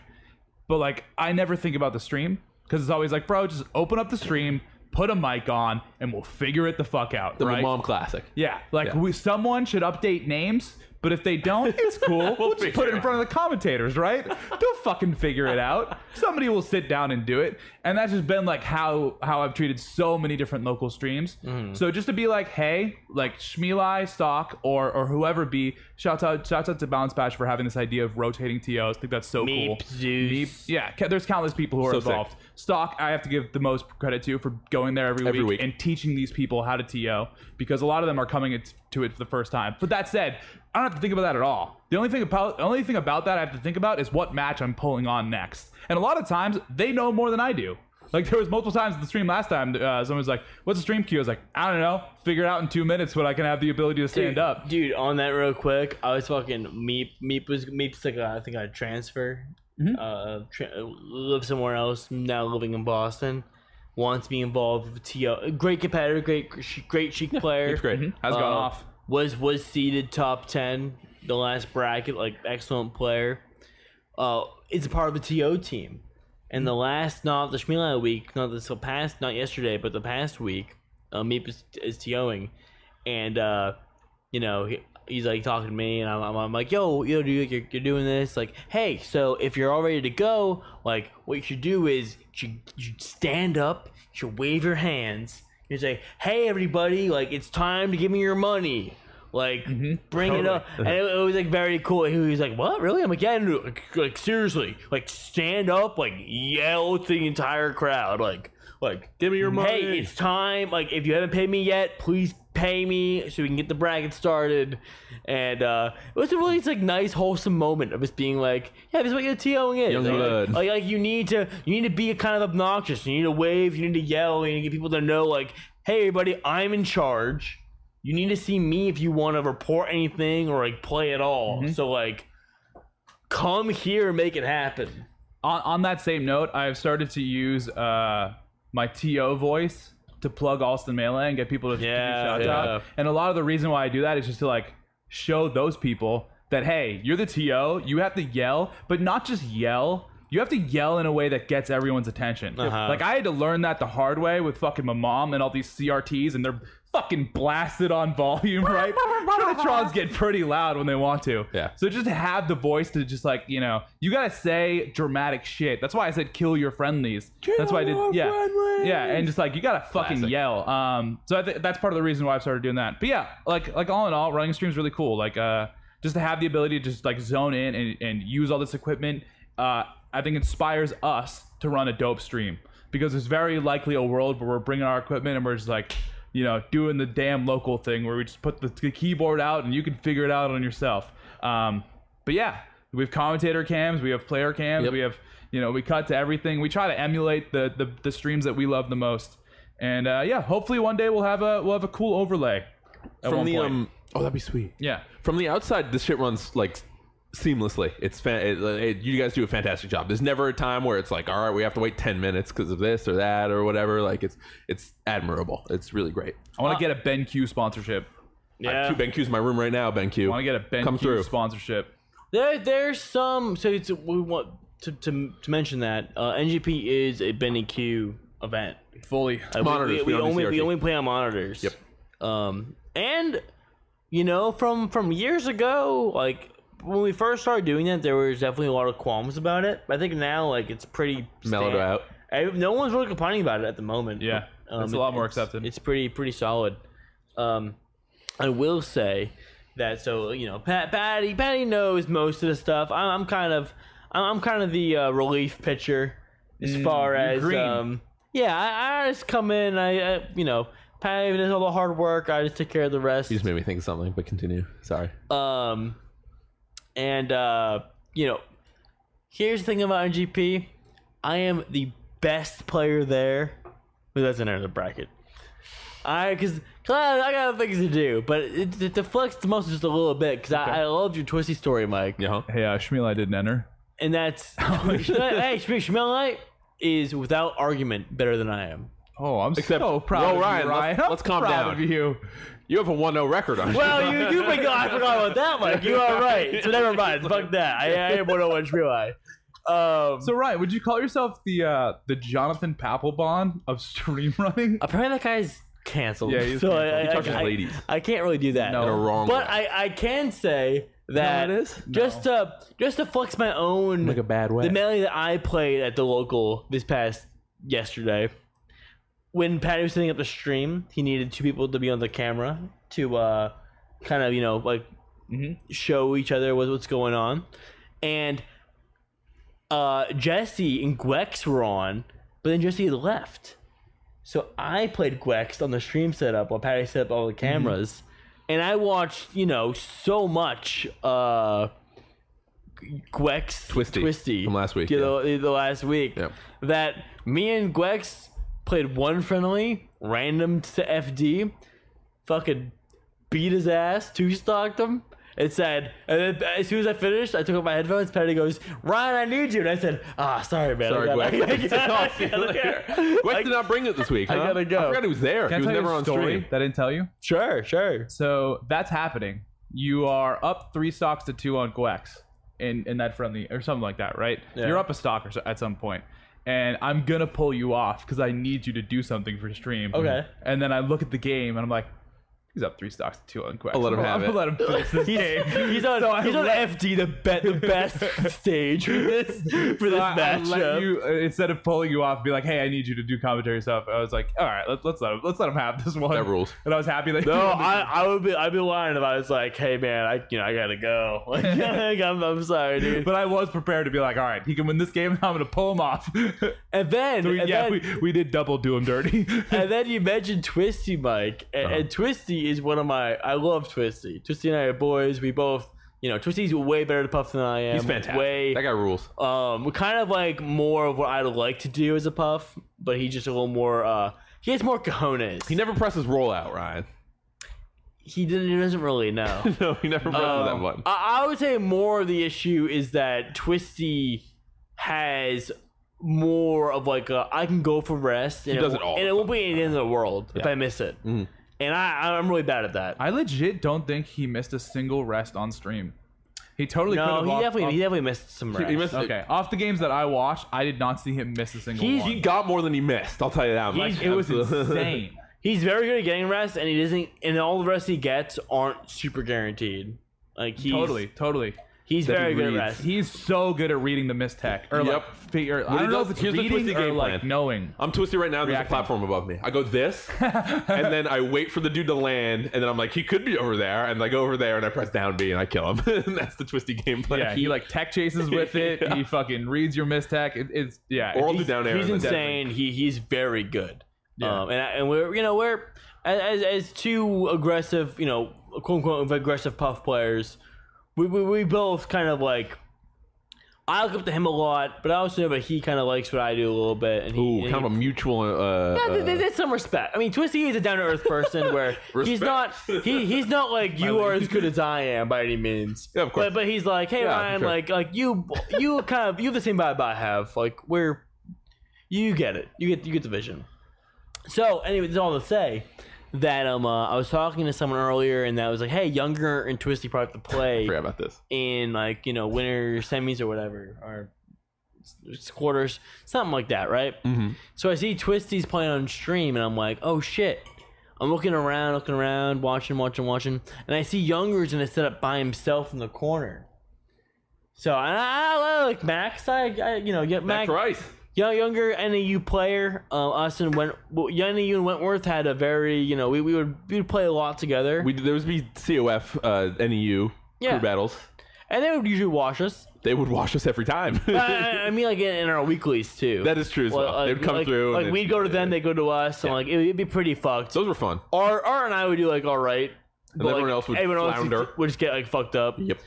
Speaker 1: but like I never think about the stream because it's always like, bro, just open up the stream, put a mic on, and we'll figure it the fuck out,
Speaker 2: the
Speaker 1: right?
Speaker 2: mom classic.
Speaker 1: yeah, like
Speaker 2: Yeah.
Speaker 1: We, someone should update names But if they don't, it's cool. we'll just put it
Speaker 2: figure
Speaker 1: in
Speaker 2: it
Speaker 1: front of the commentators, right? They'll fucking figure it out. Somebody will sit down and do it. And that's just been like how how I've treated so many different local streams. So just to be like, hey, like Shmeli Stock or or whoever be, shouts out shouts out to Bounce Bash for having this idea of rotating TOs. I think that's so cool.
Speaker 3: Meep Zeus.
Speaker 1: Yeah, ca- there's countless people who are
Speaker 2: So sick.
Speaker 1: involved. Stock, I have to give the most credit to for going there every,
Speaker 2: Every
Speaker 1: week,
Speaker 2: week.
Speaker 1: and teaching these people how to TO because a lot of them are coming it- to it for the first time. But that said, I don't have to think about that at all. The only thing about the only thing about that I have to think about is what match I'm pulling on next. And a lot of times they know more than I do. Like there was multiple times in the stream last time, uh, someone was like, "What's the stream queue?" I was like, "I don't know. Figure it out in two minutes when I can have the ability to stand up."
Speaker 3: Dude, on that real quick, I was fucking Meep. Meep was Meep's like a, I think a transfer.
Speaker 1: Mm-hmm.
Speaker 3: Uh, tra- live somewhere else. Now living in Boston. Wants to be involved with TO. Great competitor. Great, great chic player.
Speaker 2: It's great.
Speaker 1: Has gone
Speaker 3: Uh,
Speaker 1: off.
Speaker 3: Was was seeded top ten the last bracket, like excellent player. Uh, is a part of the TO team. And the last, not the Shmila week, not this past, not yesterday, but the past week, uh, Meep is, is TOing, and uh, you know he, he's like talking to me, and I'm, I'm, I'm like, yo, yo, dude, you're, you're doing this, like, hey, so if you're all ready to go, like, what you should do is you should, you should stand up, you should wave your hands, you say, hey, everybody, like, it's time to give me your money. Like, bring it up, and it, it was like very cool. He was like, "What, really?" I'm like, "Yeah, no, like, like seriously, like stand up, like yell to the entire crowd, like, like
Speaker 2: Give me your money.
Speaker 3: Hey, it's time. Like, if you haven't paid me yet, please pay me so we can get the bracket started. And uh, it was a really it's like nice, wholesome moment of just being like, yeah, this is what your TOing is.
Speaker 2: Young
Speaker 3: like,
Speaker 2: blood.
Speaker 3: like, like, you need to, you need to be kind of obnoxious. You need to wave. You need to yell. You need to get people to know, like, hey, everybody, I'm in charge. You need to see me if you want to report anything or like play at all.
Speaker 2: Mm-hmm.
Speaker 3: So like, come here and make it happen.
Speaker 1: on, on that same note, I've started to use uh, my TO voice to plug Alston Melee and get people to
Speaker 3: Yeah,
Speaker 1: shout
Speaker 3: yeah.
Speaker 1: out. And a lot of the reason why I do that is just to like show those people that hey, you're the TO, you have to yell, but not just yell. You have to yell in a way that gets everyone's attention.
Speaker 3: Uh-huh.
Speaker 1: Like I had to learn that the hard way with fucking my mom and all these CRTs, and they're fucking blasted on volume, right? Tronitrons get pretty loud when they want to.
Speaker 2: Yeah.
Speaker 1: So just have the voice to just like you know you gotta say dramatic shit. That's why I said kill your friendlies. that's why I did
Speaker 2: your
Speaker 1: yeah
Speaker 2: friendlies.
Speaker 1: yeah and just like you gotta fucking
Speaker 2: Classic.
Speaker 1: yell. Um, so I th- that's part of the reason why I've started doing that. But yeah, like like all in all, running streams really cool. Like uh, just to have the ability to just like zone in and, and use all this equipment, uh, I think inspires us to run a dope stream because there's very likely a world where we're bringing our equipment and we're just like. You know, doing the damn local thing where we just put the, the keyboard out and you can figure it out on yourself. Um, but yeah, we have commentator cams, we have player cams, we have you know we cut to everything. We try to emulate the the, the streams that we love the most, and uh, yeah, hopefully one day we'll have a we'll have a cool overlay. At
Speaker 2: From
Speaker 1: one
Speaker 2: the
Speaker 1: point.
Speaker 2: um. Oh, that'd be sweet.
Speaker 1: yeah,
Speaker 2: From the outside, this shit runs like seamlessly. It's fan- it, it, you guys do a fantastic job. There's never a time where it's like, all right, we have to wait ten minutes because of this or that or whatever. Like it's it's admirable. It's really great.
Speaker 1: I want to get a BenQ sponsorship.
Speaker 2: I have two BenQs in my room right now. BenQ.
Speaker 1: I want to get a BenQ
Speaker 2: Come through.
Speaker 1: sponsorship.
Speaker 3: There, there's some. So it's, we want to, to, to mention that uh, NGP is a Benny Q event.
Speaker 1: Fully,
Speaker 3: Uh, we-
Speaker 2: Monitors,
Speaker 3: We,
Speaker 2: we
Speaker 3: we
Speaker 2: don't do
Speaker 3: only we
Speaker 2: CRT.
Speaker 3: only play on monitors.
Speaker 2: Yep.
Speaker 3: Um, and you know, from from years ago, like when we first started doing that, there was definitely a lot of qualms about it. I think now, like, it's pretty
Speaker 2: Mellowed
Speaker 3: stan-
Speaker 2: out.
Speaker 3: I, no one's really complaining about it at the moment. Um,
Speaker 1: Yeah, it's a lot more accepted.
Speaker 3: It's pretty pretty solid. Um, I will say that so you know Pat Patty Patty knows most of the stuff. I'm, I'm kind of I'm, I'm kind of the uh, relief pitcher as far as
Speaker 1: Mm, green.
Speaker 3: um yeah I, I just come in I, I you know Patty does all the hard work. I just take care of the rest.
Speaker 2: You just made me think of something, but continue. Sorry.
Speaker 3: Um, and uh, you know, here's the thing about NGP. I am the best player there. But that's another bracket. I because I, I got things to do, but it, it deflects the most just a little bit because I, I loved your twisty story, Mike.
Speaker 2: Yeah.
Speaker 1: hey, uh, Shmuel, I didn't enter.
Speaker 3: And that's hey, Schmelite is without argument better than I am.
Speaker 1: Oh, I'm
Speaker 2: Except-
Speaker 1: so proud
Speaker 2: Well,
Speaker 1: of
Speaker 2: Ryan,
Speaker 1: you,
Speaker 2: let's-
Speaker 1: Ryan. I'm
Speaker 2: let's calm
Speaker 1: proud
Speaker 2: down.
Speaker 1: of you.
Speaker 2: You have a 1-0 record on.
Speaker 3: Well, you you been I forgot about that, Mike. You are right. So never mind. Fuck that. I, I am 101 Schmelite. Um,
Speaker 1: So Ryan, would you call yourself the uh, the Jonathan Papelbon of stream running?
Speaker 3: Apparently that guy's canceled.
Speaker 1: Yeah, he was
Speaker 3: so
Speaker 1: canceled.
Speaker 3: I-
Speaker 2: He
Speaker 3: I,
Speaker 2: touches
Speaker 3: I-
Speaker 2: ladies.
Speaker 3: I can't really do that.
Speaker 1: No.
Speaker 2: in a wrong
Speaker 3: But
Speaker 2: way.
Speaker 3: I, I can say that
Speaker 2: it is?
Speaker 3: just to just to flex my own
Speaker 2: like a bad way.
Speaker 3: the melee that I played at the local this past yesterday. When Patty was setting up the stream, he needed two people to be on the camera to uh, kind of you know like
Speaker 2: Mm-hmm.
Speaker 3: show each other what, what's going on, and uh, Jesse and Gwex were on, but then Jesse had left. So I played Gwex on the stream setup while Patty set up all the
Speaker 2: Mm-hmm.
Speaker 3: cameras, and I watched you know so much uh, Gwex
Speaker 2: Twisty
Speaker 3: Twisty
Speaker 2: from last week,
Speaker 3: you know, the, last week
Speaker 2: Yep.
Speaker 3: that me and Gwex played one friendly random to FD, fucking beat his ass, two stalked him. It said, and then as soon as I finished, I took off my headphones. Patty goes, "Ryan, I need you." And I said, "Ah, sorry, man. I
Speaker 2: Sorry,
Speaker 3: gotta-
Speaker 2: Gwex.
Speaker 3: I gotta- I
Speaker 2: See you
Speaker 3: gotta-
Speaker 2: later.
Speaker 3: I-
Speaker 2: Gwex did not bring it this week.
Speaker 3: I
Speaker 2: huh?
Speaker 3: gotta go.
Speaker 2: I forgot he was there.
Speaker 1: Can I
Speaker 2: he
Speaker 1: tell
Speaker 2: was
Speaker 1: you
Speaker 2: never
Speaker 1: a
Speaker 2: on
Speaker 1: story
Speaker 2: stream.
Speaker 1: that I didn't tell you?
Speaker 3: Sure, sure.
Speaker 1: So that's happening. You are up three stocks to two on Gwex in, in that friendly or something like that, right? You're up a stock or so, at some point, and I'm gonna pull you off because I need you to do something for stream.
Speaker 3: Okay.
Speaker 1: And then I look at the game and I'm like, he's up three stocks to two on Gwex.
Speaker 2: I'll let him
Speaker 1: I'm
Speaker 2: have
Speaker 1: gonna
Speaker 2: it.
Speaker 1: Let him finish this game.
Speaker 3: He's on,
Speaker 1: So I
Speaker 3: he's on
Speaker 1: let-
Speaker 3: FD, the bet, the best stage for this for this
Speaker 1: I- I
Speaker 3: matchup.
Speaker 1: let you, uh, instead of pulling you off, be like, "Hey, I need you to do commentary stuff." I was like, "All right, let, let's let him, let's let him have this one."
Speaker 2: That rules.
Speaker 1: And I was happy that.
Speaker 3: No, I, I would be I'd be lying if I was like, hey man, I you know I gotta go. Like, I'm, I'm sorry, dude.
Speaker 1: But I was prepared to be like, all right, he can win this game. I'm going to pull him off.
Speaker 3: and then
Speaker 1: We-
Speaker 3: and,
Speaker 1: yeah,
Speaker 3: then,
Speaker 1: we, we did double do him dirty.
Speaker 3: and then you mentioned Twisty, Mike, and,
Speaker 2: Uh-huh.
Speaker 3: and Twisty is one of my I love Twisty. Twisty and I are boys. We both you know Twisty's way better at Puff than I am.
Speaker 2: He's fantastic.
Speaker 3: Way
Speaker 2: That guy rules.
Speaker 3: um we're kind of like more of what I'd like to do as a Puff, but he's just a little more. uh He has more cojones.
Speaker 2: He never presses rollout, Ryan.
Speaker 3: he didn't. He doesn't really know.
Speaker 2: No, he never presses
Speaker 3: Um,
Speaker 2: that button.
Speaker 3: I, I would say more of the issue is that Twisty has more of like a, I can go for rest. And
Speaker 2: He does it
Speaker 3: won't-
Speaker 2: all
Speaker 3: and
Speaker 2: the Mm-hmm.
Speaker 3: it won't be any end of the world if I miss it. And I, I'm really bad at that.
Speaker 1: I legit don't think he missed a single rest on stream. He totally could
Speaker 3: no,
Speaker 1: have.
Speaker 3: he
Speaker 1: off-
Speaker 3: definitely
Speaker 1: off-
Speaker 3: he definitely missed some rest.
Speaker 2: He missed it.
Speaker 1: okay, off the games that I watched, I did not see him miss a single
Speaker 3: He's-
Speaker 1: one.
Speaker 2: He got more than he missed. I'll tell you that. much.
Speaker 1: Like, it was
Speaker 2: Absolutely.
Speaker 1: insane.
Speaker 3: He's very good at getting rest, and he doesn't. And all the rest he gets aren't super guaranteed. Like he's
Speaker 1: totally, totally.
Speaker 3: he's
Speaker 2: That he
Speaker 3: very good at
Speaker 2: reads.
Speaker 3: rest.
Speaker 1: He's so good at reading the mistech or like
Speaker 2: Yep.
Speaker 1: figure. I
Speaker 2: he
Speaker 1: don't know
Speaker 2: does-
Speaker 1: if it's
Speaker 2: here's the
Speaker 1: reading
Speaker 2: twisty
Speaker 1: or
Speaker 2: game
Speaker 1: like
Speaker 2: plan.
Speaker 1: knowing.
Speaker 2: I'm twisted right now. There's
Speaker 1: Reacting.
Speaker 2: a platform above me. I go this, and then I wait for the dude to land, and then I'm like, he could be over there, and I go over there, and I press down B, and I kill him. and that's the twisty game plan.
Speaker 1: Yeah, he like tech chases with it. He fucking reads your mistech. It, it's yeah.
Speaker 2: or I'll do
Speaker 1: he's-
Speaker 2: down air.
Speaker 3: He's
Speaker 2: and then-
Speaker 3: insane. He he's very good.
Speaker 1: Yeah.
Speaker 3: Um, and I, and we're you know we're as as- as two aggressive you know quote unquote aggressive puff players, we we, we both kind of like. I look up to him a lot, but I also know that he kind of likes what I do a little bit, and he,
Speaker 2: Ooh,
Speaker 3: and
Speaker 2: kind of a
Speaker 3: he-
Speaker 2: mutual. Uh,
Speaker 3: Yeah, there-
Speaker 2: uh,
Speaker 3: there- there's some respect. I mean, Twisty is a down to earth person where he's
Speaker 2: Respect.
Speaker 3: not he he's not like you are as good as I am by any means.
Speaker 2: Yeah, of course.
Speaker 3: But but he's like, hey
Speaker 2: Yeah, for
Speaker 3: Ryan,
Speaker 2: sure.
Speaker 3: like like you you kind of you have the same vibe I have. Like we're you get it. You get you get the vision. So anyway, that's all to say that um uh, I was talking to someone earlier and that was like, hey, Younger and Twisty probably have to
Speaker 2: I
Speaker 3: play
Speaker 2: forgot about this.
Speaker 3: in like you know winter semis or whatever or s- quarters something like that right mm-hmm. so i see twisty's playing on stream and i'm like oh shit i'm looking around looking around watching watching watching and i see younger's in a setup by himself in the corner so and I, I like max i, I you know yeah, max
Speaker 2: That's right.
Speaker 3: Young, younger NAU player, um, us and Went, well, young NAU and Wentworth had a very, you know, we, we would we would play a lot together,
Speaker 2: We there was be COF uh, NEU
Speaker 3: Yeah.
Speaker 2: crew battles.
Speaker 3: and they would usually wash us.
Speaker 2: They would wash us every time.
Speaker 3: I, I- I mean, like in, in our weeklies too.
Speaker 2: that is true as well.
Speaker 3: Well,
Speaker 2: They'd come
Speaker 3: like,
Speaker 2: through.
Speaker 3: Like
Speaker 2: and
Speaker 3: we'd
Speaker 2: they'd-
Speaker 3: go to them, they go to us, and like it, would be pretty fucked.
Speaker 2: Those were fun.
Speaker 3: R R and I would do like all right, but
Speaker 2: everyone
Speaker 3: like,
Speaker 2: else would
Speaker 3: everyone else would-
Speaker 2: flounder.
Speaker 3: would just get like fucked up.
Speaker 2: Yep.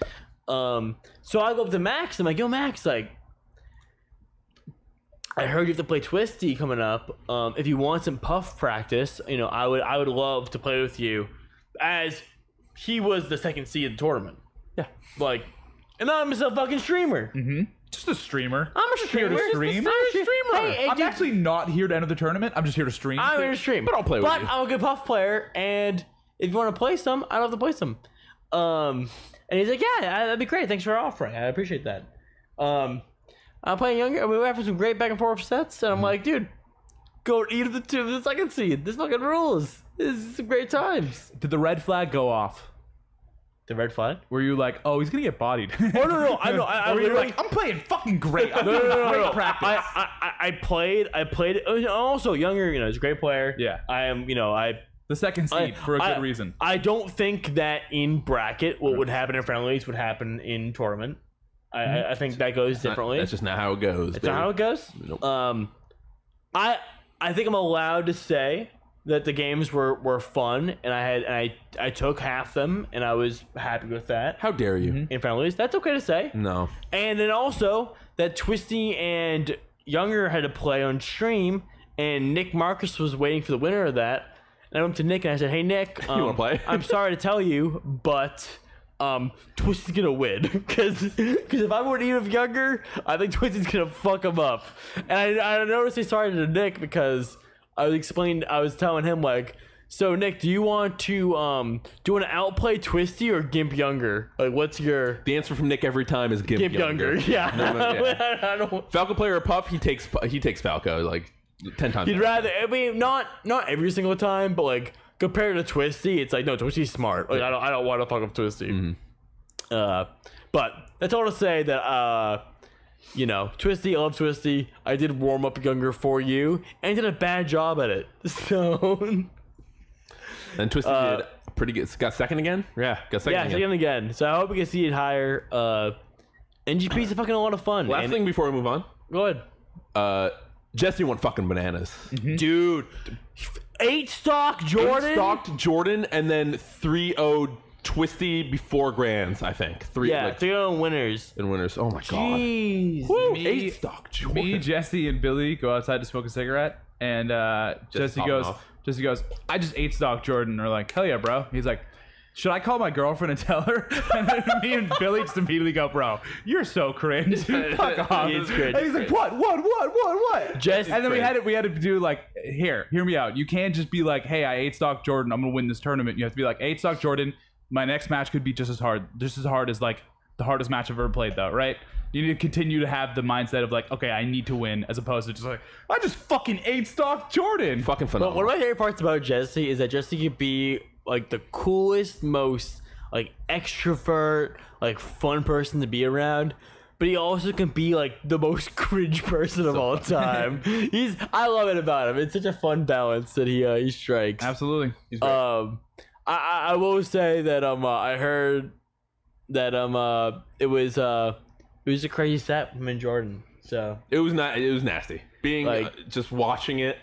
Speaker 3: Um, so I go up to Max. I'm like, "Yo, Max, like, I heard you have to play Twisty coming up. Um, if you want some puff practice, you know, I would, I would love to play with you, as he was the second seed of the tournament.
Speaker 1: Yeah.
Speaker 3: Like, and I'm just a fucking streamer.
Speaker 1: Just a streamer.
Speaker 3: I'm a
Speaker 1: Just here
Speaker 3: streamer.
Speaker 1: to
Speaker 3: Just a
Speaker 1: stream.
Speaker 3: streamer. Hey,
Speaker 1: I'm
Speaker 3: dude,
Speaker 1: actually not here to enter the tournament. I'm just here to stream.
Speaker 3: I'm in a stream,
Speaker 2: But I'll play with
Speaker 3: But
Speaker 2: you.
Speaker 3: I'm a good puff player, and if you want to play some, I don't have to play some. Um, and he's like, yeah, I- that'd be great. Thanks for offering. I appreciate that. Mm-hmm. Um, I'm playing younger. We were having some great back and forth sets, and I'm like, dude, go to eat at the two of this. I can see it. This fucking rules. This is some great times.
Speaker 1: Did the red flag go off?
Speaker 3: The red flag.
Speaker 1: Were you like, oh, he's gonna get bodied?
Speaker 3: Oh no no! I know. I, I
Speaker 1: or were you
Speaker 3: literally-
Speaker 1: like, I'm playing fucking great. I'm
Speaker 3: no,
Speaker 1: doing
Speaker 3: no, no, no,
Speaker 1: great
Speaker 3: no.
Speaker 1: practice.
Speaker 3: I, I, I- I played. I played. oh, I'm Also, younger. You know, he's a great player.
Speaker 1: Yeah.
Speaker 3: I am. You know, I.
Speaker 1: the second seed
Speaker 3: I-
Speaker 1: for a good
Speaker 3: I-
Speaker 1: reason.
Speaker 3: I don't think that in bracket, what would happen in friendlies would happen in tournament. I, I I think that goes differently.
Speaker 2: That's just Mm-hmm. not how it goes.
Speaker 3: Is that how it goes?
Speaker 2: Nope.
Speaker 3: Um, I I think I'm allowed to say that the games were, were fun, and I had and I I took half them, and I was happy with that.
Speaker 2: how dare you?
Speaker 3: In friendlies, that's okay to say.
Speaker 2: No.
Speaker 3: And then also that Twisty and Younger had to play on stream, and Nick Marcus was waiting for the winner of that. And I went to Nick and I said, "Hey Nick, um,
Speaker 2: wanna play?"
Speaker 3: I'm sorry to tell you, but um, Twisty's gonna win because if I were to eat with Younger, I think Twisty's gonna fuck him up." And I, I noticed he started to Nick because I was explaining, I was telling him like. So Nick, do you want to um do you want to outplay Twisty or Gimp Younger? Like, what's your
Speaker 2: The answer from Nick every time is Gimp,
Speaker 3: Gimp Younger. Yeah.
Speaker 2: No, no, yeah.
Speaker 3: I don't-
Speaker 2: Falco player or Puff, he takes Pu- he takes Falco like ten times.
Speaker 3: You'd rather. I mean, not not every single time, but like compared to Twisty, it's like no, Twisty's smart. Like I don't I don't want to fuck up Twisty.
Speaker 2: Mm-hmm.
Speaker 3: Uh, but that's all to say that uh, you know, Twisty, I love Twisty. I did warm up Younger for you and did a bad job at it. So
Speaker 2: and Twisty
Speaker 3: uh,
Speaker 2: did pretty good. Got second again. Yeah, got second.
Speaker 3: yeah, again
Speaker 2: again.
Speaker 3: again. So I hope we can see it higher. Uh, NGP's a fucking a lot of fun.
Speaker 2: Last
Speaker 3: and-
Speaker 2: thing before we move on,
Speaker 3: go ahead.
Speaker 2: uh, Jesse went fucking bananas.
Speaker 3: Dude, eight stock Mm-hmm. Jordan.
Speaker 2: He stalked Jordan and then 3 0 Twisty before Grands, I think. Three
Speaker 3: Yeah,
Speaker 2: like,
Speaker 3: three on winners.
Speaker 2: and winners. Oh my god.
Speaker 3: Jeez.
Speaker 2: Woo,
Speaker 1: Me-
Speaker 2: eight stock Jordan.
Speaker 1: Me, Jesse, and Billy go outside to smoke a cigarette, and uh, Jesse
Speaker 2: popping
Speaker 1: goes,
Speaker 2: off.
Speaker 1: Jesse goes, I just ate stock Jordan. They're like, hell yeah, bro. He's like, should I call my girlfriend and tell her? And then me and Billy just immediately go, bro, you're so cringe. Fuck off.
Speaker 3: It's cringe,
Speaker 1: And he's like, what, what, what, what, what?
Speaker 3: Jesse-
Speaker 1: and then we
Speaker 3: cringe.
Speaker 1: had it. We had to do like, here, hear me out. You can't just be like, hey, I ate stock Jordan. I'm gonna win this tournament. You have to be like, I ate stock Jordan. My next match could be just as hard, just as hard as like the hardest match I've ever played, though, right? You need to continue to have the mindset of like, okay, I need to win, as opposed to just like, I just fucking ate stock Jordan.
Speaker 2: Fucking
Speaker 3: But one
Speaker 2: phenomenal.
Speaker 3: of my favorite parts about Jesse is that Jesse could be like the coolest, most like extrovert, like fun person to be around. But he also can be like the most cringe person of all time. He's I love it about him. It's such a fun balance that he uh, he strikes.
Speaker 1: Absolutely. Uh,
Speaker 3: Um, I, I I will say that um uh, I heard that um uh it was uh it was a crazy set from in Jordan. So
Speaker 2: it was not it was nasty. Being
Speaker 3: Like-
Speaker 2: uh, just watching it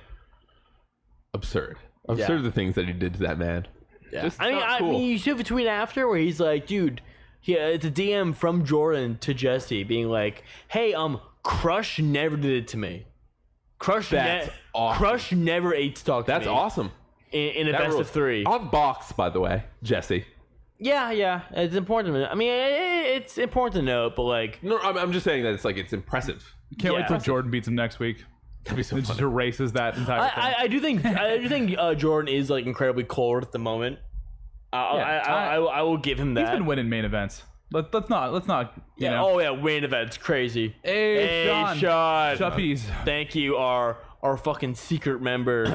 Speaker 2: absurd. Absurd the things that he did to that man. Just
Speaker 3: I mean,
Speaker 2: not
Speaker 3: I
Speaker 2: cool.
Speaker 3: mean, you see the tweet after where he's like, "Dude, yeah, it's a DM from Jordan to Jesse, being like, hey, um, Crush never did it to me. Crush,
Speaker 2: That's
Speaker 3: ne-
Speaker 2: awesome.
Speaker 3: Crush never ate stock. to
Speaker 2: That's
Speaker 3: me
Speaker 2: awesome.
Speaker 3: In, in a
Speaker 2: That
Speaker 3: best
Speaker 2: rules.
Speaker 3: of three.
Speaker 2: On box, by the way, Jesse.
Speaker 3: Yeah, yeah, it's important. to- I mean, i- i it's important to note, but like,
Speaker 2: No, I'm, I'm just saying that it's like it's impressive.
Speaker 1: Can't wait
Speaker 3: yeah.
Speaker 1: till Jordan beats him next week.
Speaker 2: That'd be so
Speaker 1: It just
Speaker 2: funny.
Speaker 1: erases that entire
Speaker 3: I,
Speaker 1: thing.
Speaker 3: I, I do think I do think uh, Jordan is like incredibly cold at the moment. I,
Speaker 1: Yeah,
Speaker 3: I, I, I, will- I will give him that.
Speaker 1: He's been winning main events. Let, let's not. Let's not. You
Speaker 3: yeah.
Speaker 1: know.
Speaker 3: Oh yeah, main event's crazy.
Speaker 1: Hey, Sean.
Speaker 3: Sean.
Speaker 1: Chuppies.
Speaker 3: Thank you, our our fucking secret member,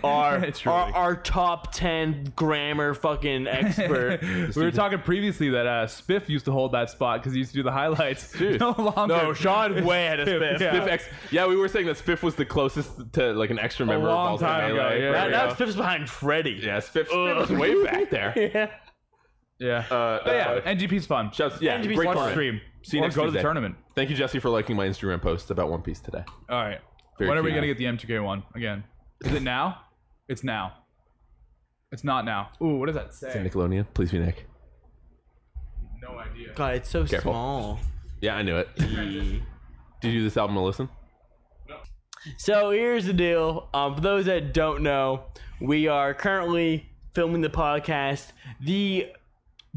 Speaker 3: our,
Speaker 1: Truly.
Speaker 3: our our top ten grammar fucking expert.
Speaker 1: We were talking previously that uh, Spiff used to hold that spot because he used to do the highlights.
Speaker 2: Dude.
Speaker 1: No longer.
Speaker 3: no, Sean way ahead of Smith.
Speaker 1: Yeah.
Speaker 2: Spiff ex- yeah, we were saying that Spiff was the closest to like an extra member
Speaker 1: long
Speaker 2: of Balls in
Speaker 1: time ago,
Speaker 2: Melee.
Speaker 1: yeah.
Speaker 2: There
Speaker 3: That,
Speaker 2: we
Speaker 3: that
Speaker 2: go.
Speaker 3: was Smith's behind Freddy.
Speaker 2: Yeah, Spiff,
Speaker 3: Ugh.
Speaker 2: Spiff was way back there.
Speaker 3: Yeah.
Speaker 1: Yeah.
Speaker 2: Uh,
Speaker 1: but yeah,
Speaker 2: uh,
Speaker 1: NGP's fun.
Speaker 2: shouts- yeah,
Speaker 3: NGB
Speaker 2: great
Speaker 3: Watch
Speaker 2: tournament.
Speaker 1: stream.
Speaker 2: See you
Speaker 1: or
Speaker 2: next
Speaker 1: go to
Speaker 2: Tuesday.
Speaker 1: the tournament.
Speaker 2: Thank you, Jesse, for liking my Instagram posts about One Piece today.
Speaker 1: All right.
Speaker 2: Very
Speaker 1: when are we
Speaker 2: cute.
Speaker 1: gonna get the M2K one again? Is it now? It's now. It's not now. Ooh, what does that say?
Speaker 2: Nickelodeon, please be Nick.
Speaker 1: No idea.
Speaker 3: God, it's so
Speaker 2: Careful.
Speaker 3: small.
Speaker 2: Yeah, I knew it. Did you do this album a listen?
Speaker 3: So here's the deal. Um, for those that don't know, we are currently filming the podcast the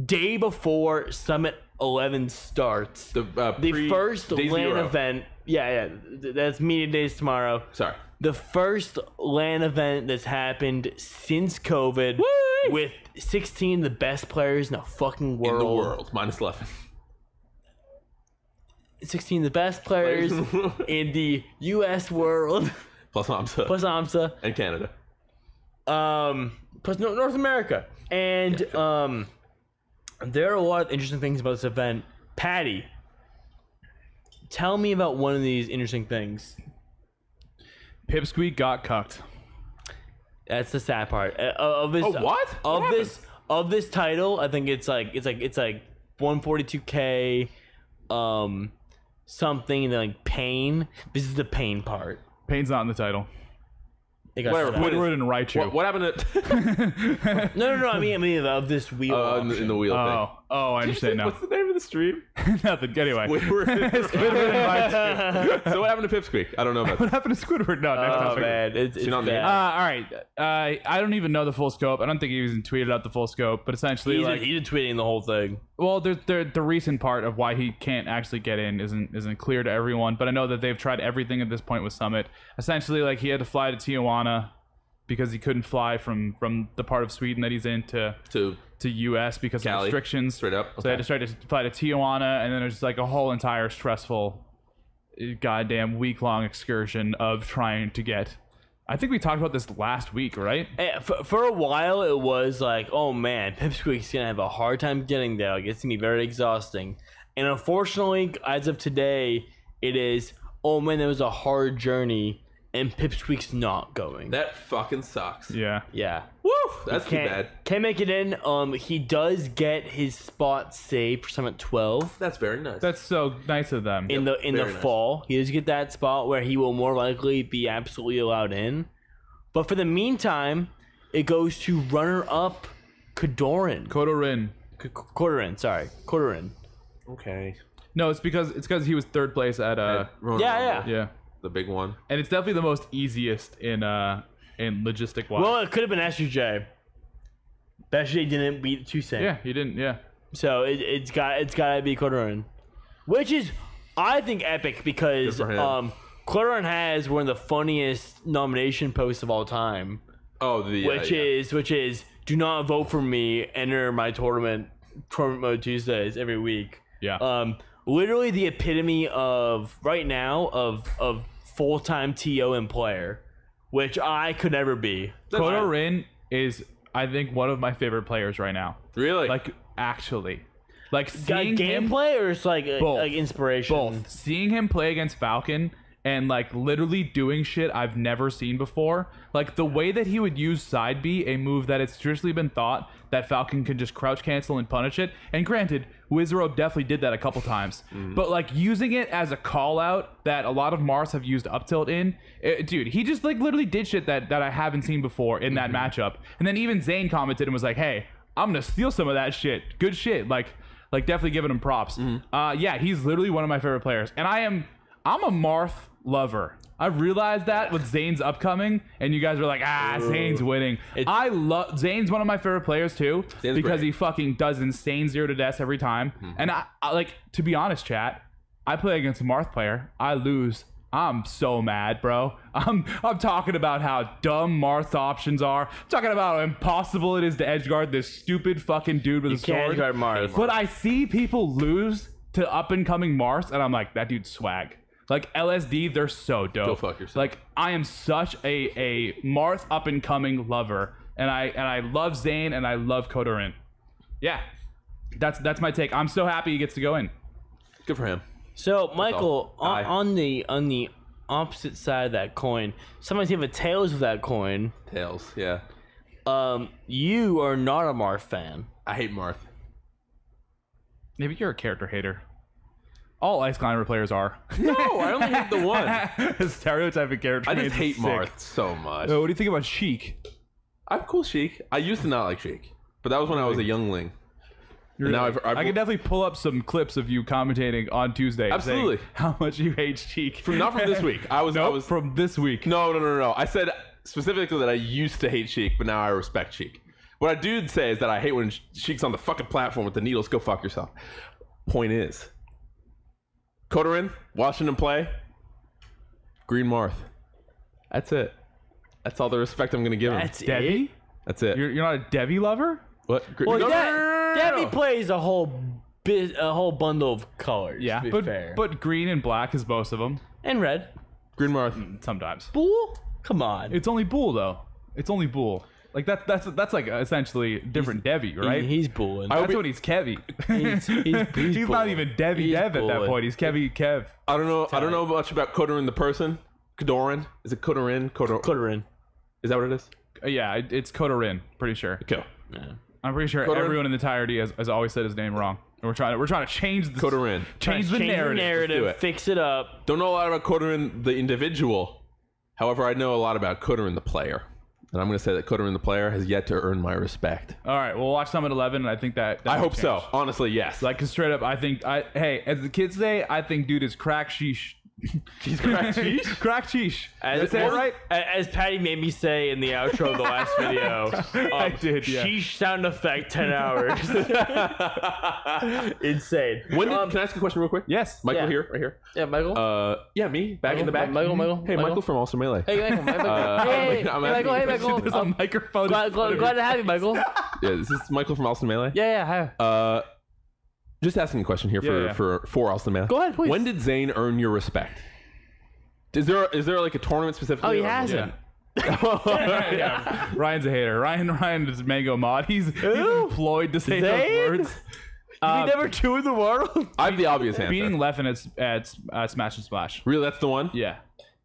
Speaker 3: day before Summit 11 starts.
Speaker 2: The, uh,
Speaker 3: the
Speaker 2: pre-
Speaker 3: first
Speaker 2: day
Speaker 3: LAN
Speaker 2: zero.
Speaker 3: event. Yeah, yeah. th- That's media days tomorrow.
Speaker 2: Sorry.
Speaker 3: The first LAN event that's happened since COVID with 16 of the best players in the fucking
Speaker 2: In
Speaker 3: world.
Speaker 2: the world, minus 11.
Speaker 3: 16 of the best players in the US world.
Speaker 2: plus Hamza
Speaker 3: plus AMSA,
Speaker 2: and Canada.
Speaker 3: um, plus Nor- North America, and um, there are a lot of interesting things about this event. Patty, tell me about one of these interesting things.
Speaker 1: Pipsqueak got cucked.
Speaker 3: That's the sad part Uh, of this.
Speaker 2: Oh, what?
Speaker 3: of
Speaker 2: What
Speaker 3: this of this title? I think it's like it's like it's like 142k, um, something and then like pain. This is the pain part.
Speaker 1: Pain's not in the title.
Speaker 3: It got
Speaker 2: Whatever,
Speaker 3: sad.
Speaker 2: what is-
Speaker 1: Squidward and Raichu.
Speaker 2: What, what happened to
Speaker 3: No, no, no. I mean, I mean of this wheel.
Speaker 2: uh, in, the, in the wheel
Speaker 1: Oh, oh, I
Speaker 2: thing?
Speaker 1: understand now.
Speaker 2: What's the name of the stream?
Speaker 1: Nothing. Anyway,
Speaker 2: Squidward and
Speaker 1: Squidward and Raichu.
Speaker 2: Raichu. so what happened to Pipsqueak? I don't know about
Speaker 1: What
Speaker 2: that.
Speaker 1: happened to Squidward? No, next
Speaker 3: oh
Speaker 1: topic.
Speaker 3: man, it's, it's
Speaker 2: not in the
Speaker 3: bad.
Speaker 1: Uh, all right. Uh, I don't even know the full scope. I don't think he even tweeted out the full scope, but essentially,
Speaker 3: He's,
Speaker 1: like,
Speaker 3: he's tweeting the whole thing.
Speaker 1: well, the, the the recent part of why he can't actually get in isn't isn't clear to everyone. But I know that they've tried everything at this point with Summit. Essentially, like he had to fly to Tijuana because he couldn't fly from from the part of Sweden that he's in to
Speaker 2: To
Speaker 1: to US because of
Speaker 2: Cali.
Speaker 1: restrictions.
Speaker 2: straight up.
Speaker 1: So I had to try to fly to Tijuana, and then there's like a whole entire stressful, uh, goddamn week long excursion of trying to get. I think we talked about this last week, right?
Speaker 3: Eh, For, for a while, it was like, oh man, Pipsqueak's gonna have a hard time getting there. Like, it's gonna be very exhausting. And unfortunately, as of today, it is, oh man, that was a hard journey, and Pipsqueak's not going.
Speaker 2: That fucking sucks.
Speaker 1: Yeah.
Speaker 3: yeah.
Speaker 2: Woo! That's too
Speaker 3: Can't,
Speaker 2: bad.
Speaker 3: can't make it in. Um, he does get his spot saved for Summit 12
Speaker 2: That's very nice.
Speaker 1: That's so nice of them.
Speaker 3: in the in the
Speaker 2: very nice.
Speaker 3: fall. He does get that spot where he will more likely be absolutely allowed in. But for the meantime, it goes to runner up Kadoran.
Speaker 1: Kodorin.
Speaker 3: Qu- qu- quarter in, sorry, quarter in.
Speaker 2: okay.
Speaker 1: No, it's because it's because he was third place at uh
Speaker 2: Ronan
Speaker 3: yeah, yeah.
Speaker 2: Rumble,
Speaker 1: yeah,
Speaker 2: The big one.
Speaker 1: and it's definitely the most easiest in uh in logistic wise.
Speaker 3: Well, it could have been SUJ. But SUJ didn't beat Toussaint.
Speaker 1: yeah, he didn't. Yeah.
Speaker 3: So it, it's got it's got to be quarter in, which is I think epic because
Speaker 2: Good for him.
Speaker 3: um quarter in has one of the funniest nomination posts of all time,
Speaker 2: Oh, the yeah,
Speaker 3: which
Speaker 2: yeah.
Speaker 3: is which is do not vote for me. Enter my tournament tournament mode Tuesdays every week.
Speaker 1: Yeah.
Speaker 3: um, literally the epitome of right now of of full time TO and player, which I could never be.
Speaker 1: Kodorin is I think one of my favorite players right now.
Speaker 2: really
Speaker 1: Like actually. Like
Speaker 3: Like
Speaker 1: seeing him
Speaker 3: gameplay or just like uh,
Speaker 1: Both.
Speaker 3: like inspiration.
Speaker 1: both seeing him play against Falcon and like literally doing shit I've never seen before. Like the way that he would use side B, a move that it's traditionally been thought that Falcon can just crouch cancel and punish it. And granted, Wizrobe definitely did that a couple times. But like using it as a call out that a lot of Mars have used up tilt in, eh, dude, he just like literally did shit that that I haven't seen before in that matchup. And then even Zane commented and was like, "Hey, I'm gonna steal some of that shit. Good shit." Like like definitely giving him props.
Speaker 3: Mm-hmm.
Speaker 1: Uh, yeah, he's literally one of my favorite players, and I am I'm a Marth lover. I realized that with Zane's upcoming, and you guys were like, "Ah, Zane's winning." I love Zane's one of my favorite players too
Speaker 2: Zane's
Speaker 1: because
Speaker 2: great.
Speaker 1: he fucking does insane zero to deaths every time.
Speaker 3: Mm-hmm.
Speaker 1: And I, I like to be honest, chat. I play against a Marth player, I lose. I'm so mad, bro. I'm I'm talking about how dumb Marth options are. Talking about how impossible it is to edge guard this stupid fucking dude with a
Speaker 3: Can't
Speaker 1: sword.
Speaker 3: guard Mars.
Speaker 1: But I see people lose to up and coming Mars, and I'm like, that dude's swag. Like LSD, they're so dope.
Speaker 2: Go fuck yourself.
Speaker 1: Like I am such a a Marth up and coming lover, and I and I love Zane and I love Kodorin. Yeah, that's that's my take. I'm so happy he gets to go in.
Speaker 2: good for him.
Speaker 3: So Michael,
Speaker 2: all.
Speaker 3: on,
Speaker 2: Aye.
Speaker 3: on the on the opposite side of that coin, sometimes you have a tails of that coin.
Speaker 2: Tails. Yeah.
Speaker 3: Um, you are not a Marth fan.
Speaker 2: I hate Marth.
Speaker 1: Maybe you're a character hater. All Ice Climber players are.
Speaker 2: No, I only hate the one. I
Speaker 1: Stereotype of character.
Speaker 2: just
Speaker 1: is
Speaker 2: hate
Speaker 1: sick.
Speaker 2: Marth so much.
Speaker 1: Uh, what do you think about Sheik?
Speaker 2: I'm cool, Sheik. I used to not like Sheik, but that was when I was a youngling. And now I've, I've
Speaker 1: I can definitely pull up some clips of you commentating on Tuesday. saying
Speaker 2: Absolutely.
Speaker 1: how much you hate Cheek. From
Speaker 2: not from this week. I was I
Speaker 1: Nope,
Speaker 2: was
Speaker 1: from this week.
Speaker 2: No, no, no, no, no. I said specifically that I used to hate Sheik, but now I respect Sheik. What I do say is that I hate when Sheik's on the fucking platform with the needles. Go fuck yourself. Point is, Codorin, Washington play, Green Marth. That's it. That's all the respect I'm gonna give him.
Speaker 3: That's it.
Speaker 2: eh?
Speaker 1: Devi?
Speaker 2: That's it.
Speaker 1: You're, you're not a Devi lover?
Speaker 2: what? Gre-
Speaker 3: Well,
Speaker 2: no, no,
Speaker 3: that,
Speaker 2: no, no, no, no,
Speaker 3: Debbie
Speaker 2: no.
Speaker 3: plays a whole biz, a whole bundle of colors.
Speaker 1: Yeah,
Speaker 3: to be
Speaker 1: but
Speaker 3: fair.
Speaker 1: but green and black is most of them
Speaker 3: and red,
Speaker 2: Green Marth.
Speaker 1: sometimes.
Speaker 3: blue, Come on.
Speaker 1: It's only Bull though. It's only Bull. Like that. That's that's like essentially different Devi, right?
Speaker 3: He- he's bullying.
Speaker 1: that's when he's Kevy.
Speaker 3: He's- he's- he's
Speaker 1: not
Speaker 3: bullying.
Speaker 1: even Devi
Speaker 3: He's
Speaker 1: Dev at that
Speaker 3: bullying.
Speaker 1: point. He's Kevy Kev.
Speaker 2: I don't know. I don't know much about Kodorin the person. Kodorin is it Kodorin? Kodor
Speaker 3: Kodorin.
Speaker 2: is that what it is?
Speaker 1: Uh, yeah, it, it's Kodorin. Pretty sure.
Speaker 2: Cool.
Speaker 1: I'm pretty sure
Speaker 2: Kodorin?
Speaker 1: everyone in the entirety has, has always said his name wrong. And we're trying to we're trying to change the
Speaker 2: Kodorin.
Speaker 1: change the narrative.
Speaker 2: do it.
Speaker 3: Fix it up.
Speaker 2: Don't know a lot about Kodorin the individual. However, I know a lot about Kodorin the player, and I'm going to say that Kodorin the player has yet to earn my respect.
Speaker 1: All right, we'll watch some at 11, and I think that. that
Speaker 2: I
Speaker 1: will
Speaker 2: hope so.
Speaker 1: change.
Speaker 2: Honestly, yes.
Speaker 1: Like, 'cause straight up, I think I hey, as the kids say, I think dude is crack sheesh.
Speaker 2: he's cracked cheese.
Speaker 1: crack sheesh.
Speaker 3: As,
Speaker 1: Did I say it
Speaker 3: as-
Speaker 1: right?
Speaker 3: a- As Patty made me say in the outro of the last video,
Speaker 1: I
Speaker 3: um,
Speaker 1: did. Yeah.
Speaker 3: Sheesh sound effect, 10 hours. Insane.
Speaker 2: When did, can I ask a question real quick?
Speaker 1: yes.
Speaker 2: Michael
Speaker 3: Yeah.
Speaker 2: here, right here.
Speaker 5: Yeah, Michael.
Speaker 2: Uh, yeah, me back in the back. Mm-hmm.
Speaker 5: Michael, Michael,
Speaker 2: Hey, Michael, from Ulster Melee.
Speaker 5: Hey, Michael. Hey, Michael.
Speaker 2: Uh, I'm- I'm
Speaker 5: hey, hey,
Speaker 2: asking
Speaker 5: Michael. Hey,
Speaker 2: a question.
Speaker 5: Michael.
Speaker 1: There's a
Speaker 5: Um,
Speaker 1: microphone.
Speaker 5: glad, glad, glad to have you, Michael. Yeah,
Speaker 2: Yeah, is this Michael from Ulster Melee?
Speaker 5: yeah. Hi.
Speaker 2: Uh, just asking a question here for
Speaker 1: Yeah, yeah.
Speaker 2: for for Austin Man.
Speaker 5: Go ahead, please.
Speaker 2: When did Zane earn your respect? Is there is there like a tournament specifically?
Speaker 5: Oh, he
Speaker 2: or-
Speaker 5: hasn't.
Speaker 1: yeah. Ryan's a hater. Ryan Ryan is mango mod. He's, he's employed to say
Speaker 3: Zane?
Speaker 1: those words.
Speaker 3: we never two in the world.
Speaker 2: I have the obvious answer.
Speaker 1: Beating Leffen at at uh, Smash and Splash.
Speaker 2: really, that's the one.
Speaker 1: Yeah.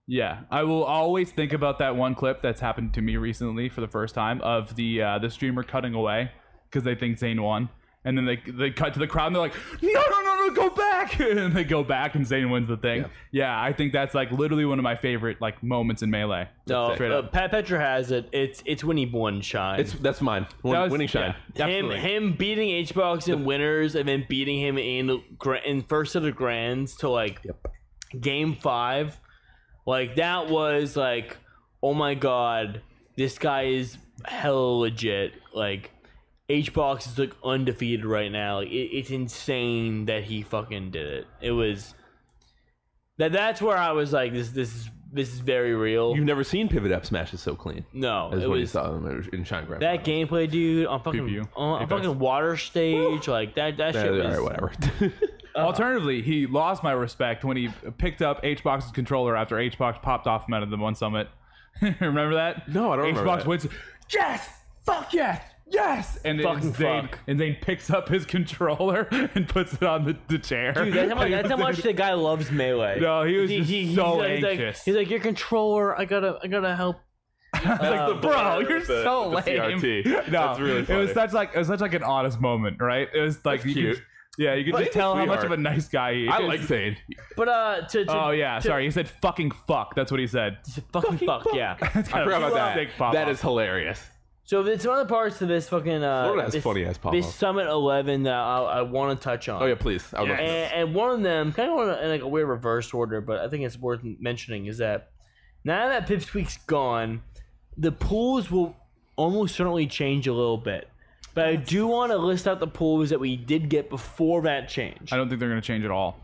Speaker 1: Yeah. I will always think about that one clip that's happened to me recently for the first time of the uh, the streamer cutting away because they think Zane won. And then they they cut to the crowd and they're like, no, no, no, no, go back. And they go back and Zane wins the thing. Yeah. I think that's like literally one of my favorite like moments in Melee.
Speaker 3: No,
Speaker 1: Straight
Speaker 3: uh,
Speaker 1: up.
Speaker 3: Pat Petra has it. It's it's when he won shine.
Speaker 2: It's that's mine. Win-
Speaker 1: That was-
Speaker 2: winning shine.
Speaker 1: yeah,
Speaker 3: him
Speaker 1: absolutely.
Speaker 3: him beating H box in winners and then beating him in gra- in first of the grands to like game five, like that was like oh my god, this guy is hella legit. Like H box is like undefeated right now. Like, it, it's insane that he fucking did it. It was that that's where I was like this this is this is very real.
Speaker 2: You've never seen pivot up smashes so clean.
Speaker 3: no,
Speaker 2: That's
Speaker 3: it
Speaker 2: what you
Speaker 3: was
Speaker 2: saw in, in shine grab.
Speaker 3: That gameplay, dude, on fucking
Speaker 1: PPU,
Speaker 3: on, on
Speaker 1: Apex.
Speaker 3: fucking water stage, like that that
Speaker 2: Yeah,
Speaker 3: shit
Speaker 2: all
Speaker 3: was.
Speaker 2: right, whatever.
Speaker 1: Uh, Alternatively, he lost my respect when he picked up HBox's controller after HBox popped off him out of the one summit. remember that?
Speaker 2: No, I don't remember
Speaker 1: HBox
Speaker 2: that.
Speaker 1: wins. Yes, fuck yes, yes, and then
Speaker 3: Fucking
Speaker 1: Zane
Speaker 3: fuck.
Speaker 1: and Zane picks up his controller and puts it on the, the chair.
Speaker 3: Dude, that's how, much, that's how much the guy loves melee.
Speaker 1: No, he was just so
Speaker 3: like- he's
Speaker 1: anxious.
Speaker 3: Like, he's like, your controller. I gotta, I gotta help.
Speaker 1: bro, you're
Speaker 2: With the-
Speaker 1: so
Speaker 2: with the
Speaker 1: lame.
Speaker 2: CRT.
Speaker 1: No,
Speaker 2: That's really
Speaker 1: it was
Speaker 2: funny.
Speaker 1: such like it was such like an honest moment, right? It was like you
Speaker 2: cute.
Speaker 1: Could, yeah, you could
Speaker 2: But
Speaker 1: just tell how much of
Speaker 2: sweetheart.
Speaker 1: a nice guy he is.
Speaker 2: I like Zane.
Speaker 3: But uh, to, to
Speaker 1: Oh yeah, sorry. He said fucking fuck. That's what he said.
Speaker 3: to fucking, fuck, yeah.
Speaker 1: That's
Speaker 2: I
Speaker 1: kind of
Speaker 2: forgot
Speaker 1: a
Speaker 2: about that.
Speaker 1: sick pop-up.
Speaker 2: That is hilarious.
Speaker 3: So it's one of the parts to this fucking. Uh,
Speaker 2: Florida has
Speaker 3: this,
Speaker 2: funny-ass pop-up.
Speaker 3: This summit eleven that I, I want to touch on.
Speaker 2: Oh yeah, please. I would love to know.
Speaker 3: and, and one of them kind of in like a weird reverse order, but I think it's worth mentioning is that now that Pipsqueak's gone, the pools will almost certainly change a little bit. But I do want to list out the pools that we did get before that change.
Speaker 1: I don't think they're gonna change at all.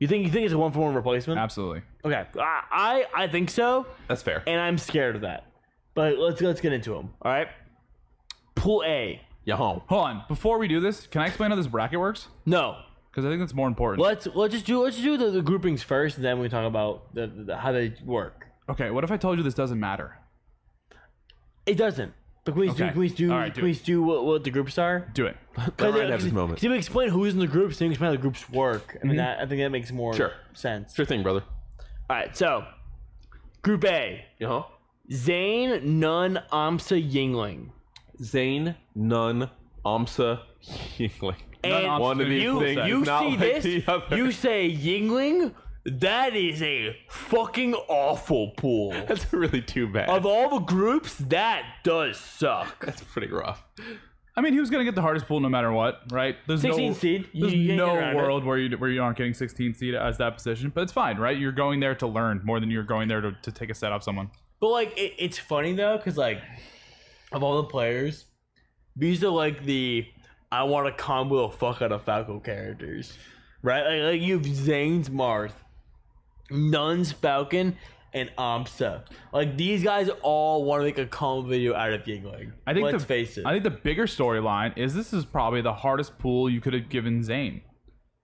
Speaker 3: You think you think it's a one for one replacement?
Speaker 1: Absolutely.
Speaker 3: Okay, I, I I think so,
Speaker 2: That's fair.
Speaker 3: and I'm scared of that. But let's let's get into them. All right, pool A.
Speaker 2: Yeah, home.
Speaker 1: Hold on. Before we do this, can I explain how this bracket works?
Speaker 3: No,
Speaker 1: Because I think that's more important.
Speaker 3: let's let's just do let's just do the, the groupings first, and then we talk about the, the how they work.
Speaker 1: Okay. What if I told you this doesn't matter?
Speaker 3: It doesn't. But can we do,
Speaker 1: Okay.
Speaker 3: can we do,
Speaker 1: All right, do
Speaker 3: can we
Speaker 1: it.
Speaker 3: do what, what the groups are?
Speaker 1: Do it.
Speaker 3: Because
Speaker 2: Ryan have his moment.
Speaker 3: we explain who's in the groups, then we explain how the groups work. I mean, that, I think that makes more
Speaker 2: Sure.
Speaker 3: sense.
Speaker 2: Sure thing, brother.
Speaker 3: Mm-hmm. All right, so Group A:
Speaker 2: Yeah, home.
Speaker 3: Zane, Nun, Amsa, Yingling.
Speaker 2: Zane, Nun, Amsa, Yingling.
Speaker 3: And
Speaker 1: Amsa,
Speaker 2: One of these
Speaker 3: you
Speaker 2: things
Speaker 3: you
Speaker 2: is not
Speaker 3: see
Speaker 2: like
Speaker 3: this?
Speaker 2: the other.
Speaker 3: You say Yingling? That is a fucking awful pool.
Speaker 2: That's really too bad.
Speaker 3: of all the groups, that does suck.
Speaker 2: That's pretty rough.
Speaker 1: I mean, he was gonna get the hardest pool no matter what, right? There's
Speaker 3: 16
Speaker 1: no,
Speaker 3: seed. You-
Speaker 1: There's
Speaker 3: you ain't
Speaker 1: no
Speaker 3: get around it.
Speaker 1: world where you where you aren't getting 16 seed as that position, but it's fine, right? You're going there to learn more than you're going there to, to take a set off someone.
Speaker 3: But like, it, it's funny though, because like, of all the players, these are like the I want to combo the fuck out of Falco characters, right? Like, like you have Zane's Marth, Nun's Falcon, and Amsa. Like these guys all want to make a combo video out of Yingling.
Speaker 1: I think
Speaker 3: let's
Speaker 1: the,
Speaker 3: face it.
Speaker 1: I think the bigger storyline is this is probably the hardest pool you could have given Zane.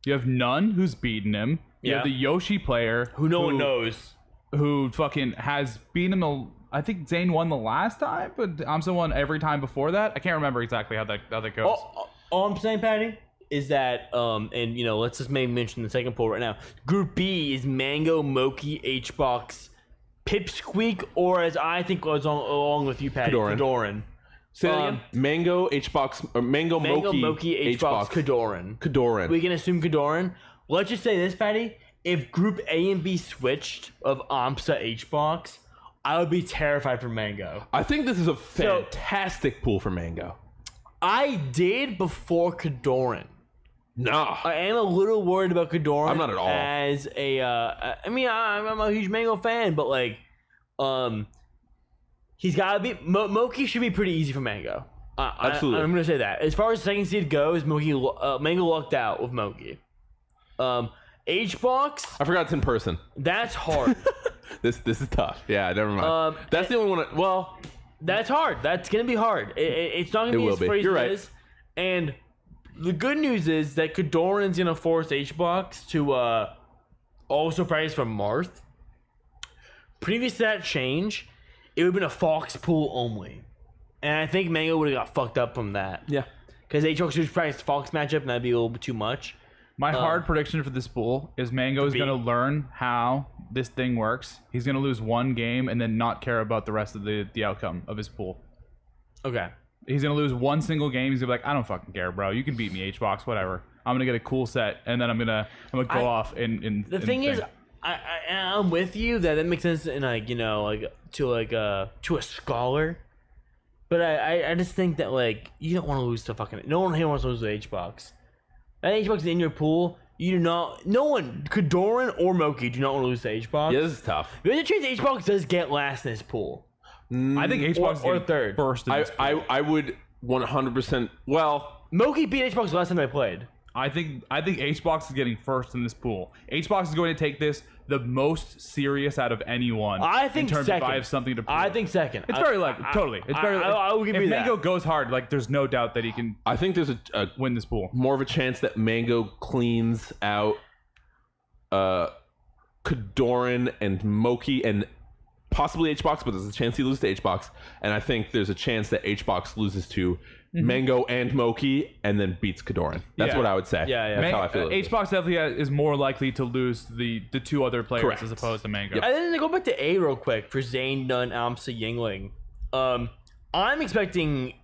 Speaker 1: You have none who's beaten him. You have the
Speaker 3: Yeah.
Speaker 1: Yoshi player
Speaker 3: who no one knows.
Speaker 1: who fucking has beaten him. a- I I think Zane won the last time, but Amsa won every time before that. I can't remember exactly how that how that goes.
Speaker 3: All, Oh, all I'm saying, Patty, is that um, and you know, let's just maybe mention the second poll right now. Group B is Mango, Moki, H Box, Pipsqueak, or as I think goes on along with you, Patty,
Speaker 2: Kadoran.
Speaker 3: Kadoran.
Speaker 2: Say that
Speaker 3: Um,
Speaker 2: again. Mango Hbox or Mango,
Speaker 3: Mango,
Speaker 2: Moki,
Speaker 3: Moki, H Box, Kadoran.
Speaker 2: Kadoran.
Speaker 3: We can assume Kadoran. Let's just say this, Patty. If Group A and B switched of Omsa H Box, I would be terrified for Mango.
Speaker 2: I think this is a fantastic pool for Mango.
Speaker 3: I did before Kadoran.
Speaker 2: Nah.
Speaker 3: I am a little worried about Ghidorah.
Speaker 2: I'm not at all.
Speaker 3: As a, uh, I- I mean, I- I'm, I'm a huge Mango fan, but like, um, he's got to be Mo- Moki should be pretty easy for Mango. Uh,
Speaker 2: Absolutely.
Speaker 3: I, I'm gonna say that. As far as second seed goes, Moki lu- uh, Mango lucked out with Moki. Um, H box,
Speaker 2: I forgot it's in person.
Speaker 3: that's hard.
Speaker 2: This this is tough. Yeah, never mind.
Speaker 3: Um,
Speaker 2: That's the only one. I, well,
Speaker 3: That's hard. That's gonna be hard. It, it- it's not gonna
Speaker 2: It
Speaker 3: be
Speaker 2: will
Speaker 3: as
Speaker 2: be.
Speaker 3: crazy
Speaker 2: You're right.
Speaker 3: as. And the good news is that Kadoran's gonna force H box to uh, also practice for Marth. Previous to that change, it would have been a Fox pool only, and I think Mango would have got fucked up from that
Speaker 2: yeah.
Speaker 3: because H box just practiced Fox matchup, and that'd be a little bit too much.
Speaker 1: My
Speaker 3: Uh,
Speaker 1: hard prediction for this pool is Mango is
Speaker 3: be-
Speaker 1: going to learn how this thing works. He's going to lose one game and then not care about the rest of the, the outcome of his pool.
Speaker 3: Okay.
Speaker 1: He's going to lose one single game. He's going to be like, I don't fucking care, bro. You can beat me, Hbox, whatever. I'm going to get a cool set and then I'm going to I'm going to go
Speaker 3: I-
Speaker 1: off and, and
Speaker 3: The thing is, I, I and I'm with you that that makes sense in like you know like to like uh to a scholar, but I I, I just think that like you don't want to lose to fucking no one here wants to lose to H box. That H box is in your pool. You do not. No one, Kadoran or Moki, do not want to lose to H box.
Speaker 2: Yeah, this is tough.
Speaker 3: There's a chance H box does get last in this pool.
Speaker 1: I think Hbox is
Speaker 3: Mm, or
Speaker 1: getting
Speaker 3: third.
Speaker 1: first. In
Speaker 2: I
Speaker 1: this pool.
Speaker 2: I, I would 100%. Well,
Speaker 3: Moki beat H box last time they played.
Speaker 1: I think I think Hbox is getting first in this pool. Hbox is going to take this the most serious out of anyone.
Speaker 3: I think
Speaker 1: in terms
Speaker 3: second.
Speaker 1: of I have something to. Prove.
Speaker 3: I think second.
Speaker 1: it's
Speaker 3: I-
Speaker 1: very likely.
Speaker 3: I-
Speaker 1: totally, it's
Speaker 3: I-
Speaker 1: very.
Speaker 3: I, I, will give
Speaker 1: if
Speaker 3: you
Speaker 1: Mango
Speaker 3: that.
Speaker 1: goes hard, like there's no doubt that he can
Speaker 2: I think there's a, a
Speaker 1: win this pool.
Speaker 2: more of a chance that Mango cleans out uh Kadoran and Moki and possibly Hbox, but there's a chance he loses to Hbox. And I think there's a chance that Hbox loses to Mango and Moki and then beats Kadoran. That's
Speaker 1: Yeah.
Speaker 2: what I would say.
Speaker 3: Mm-hmm. Yeah, yeah.
Speaker 2: That's
Speaker 1: Man-
Speaker 2: how I feel.
Speaker 1: uh,
Speaker 2: about it.
Speaker 1: Hbox definitely ha- is more likely to lose the the two other players
Speaker 2: Correct.
Speaker 1: as opposed to Mango.
Speaker 3: And then to go back to A real quick for Zane, Nun, Amsa, Yingling. Um, I'm expecting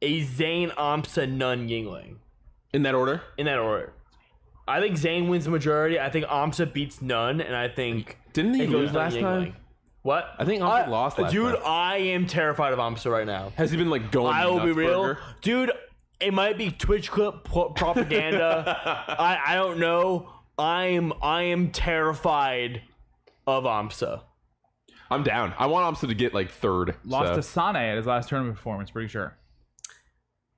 Speaker 3: a Zane, Amsa, Nun, Yingling
Speaker 2: In that order?
Speaker 3: in that order. I think Zane wins the majority. I think Amsa beats Nun, and I think
Speaker 2: Didn't he
Speaker 3: it goes
Speaker 2: lose
Speaker 3: Nun,
Speaker 2: last
Speaker 3: Yingling.
Speaker 2: time?
Speaker 3: What?
Speaker 2: I think Amsa lost last
Speaker 3: dude,
Speaker 2: time.
Speaker 3: I am terrified of Amsa right now.
Speaker 2: Has he been like going?
Speaker 3: I will be
Speaker 2: nuts,
Speaker 3: real,
Speaker 2: Burger?
Speaker 3: dude. It might be Twitch clip pro- propaganda. I I don't know. I am I am terrified of Amsa.
Speaker 2: I'm down. I want Amsa to get like third.
Speaker 1: Lost
Speaker 2: so.
Speaker 1: to Sane at his last tournament performance, pretty sure.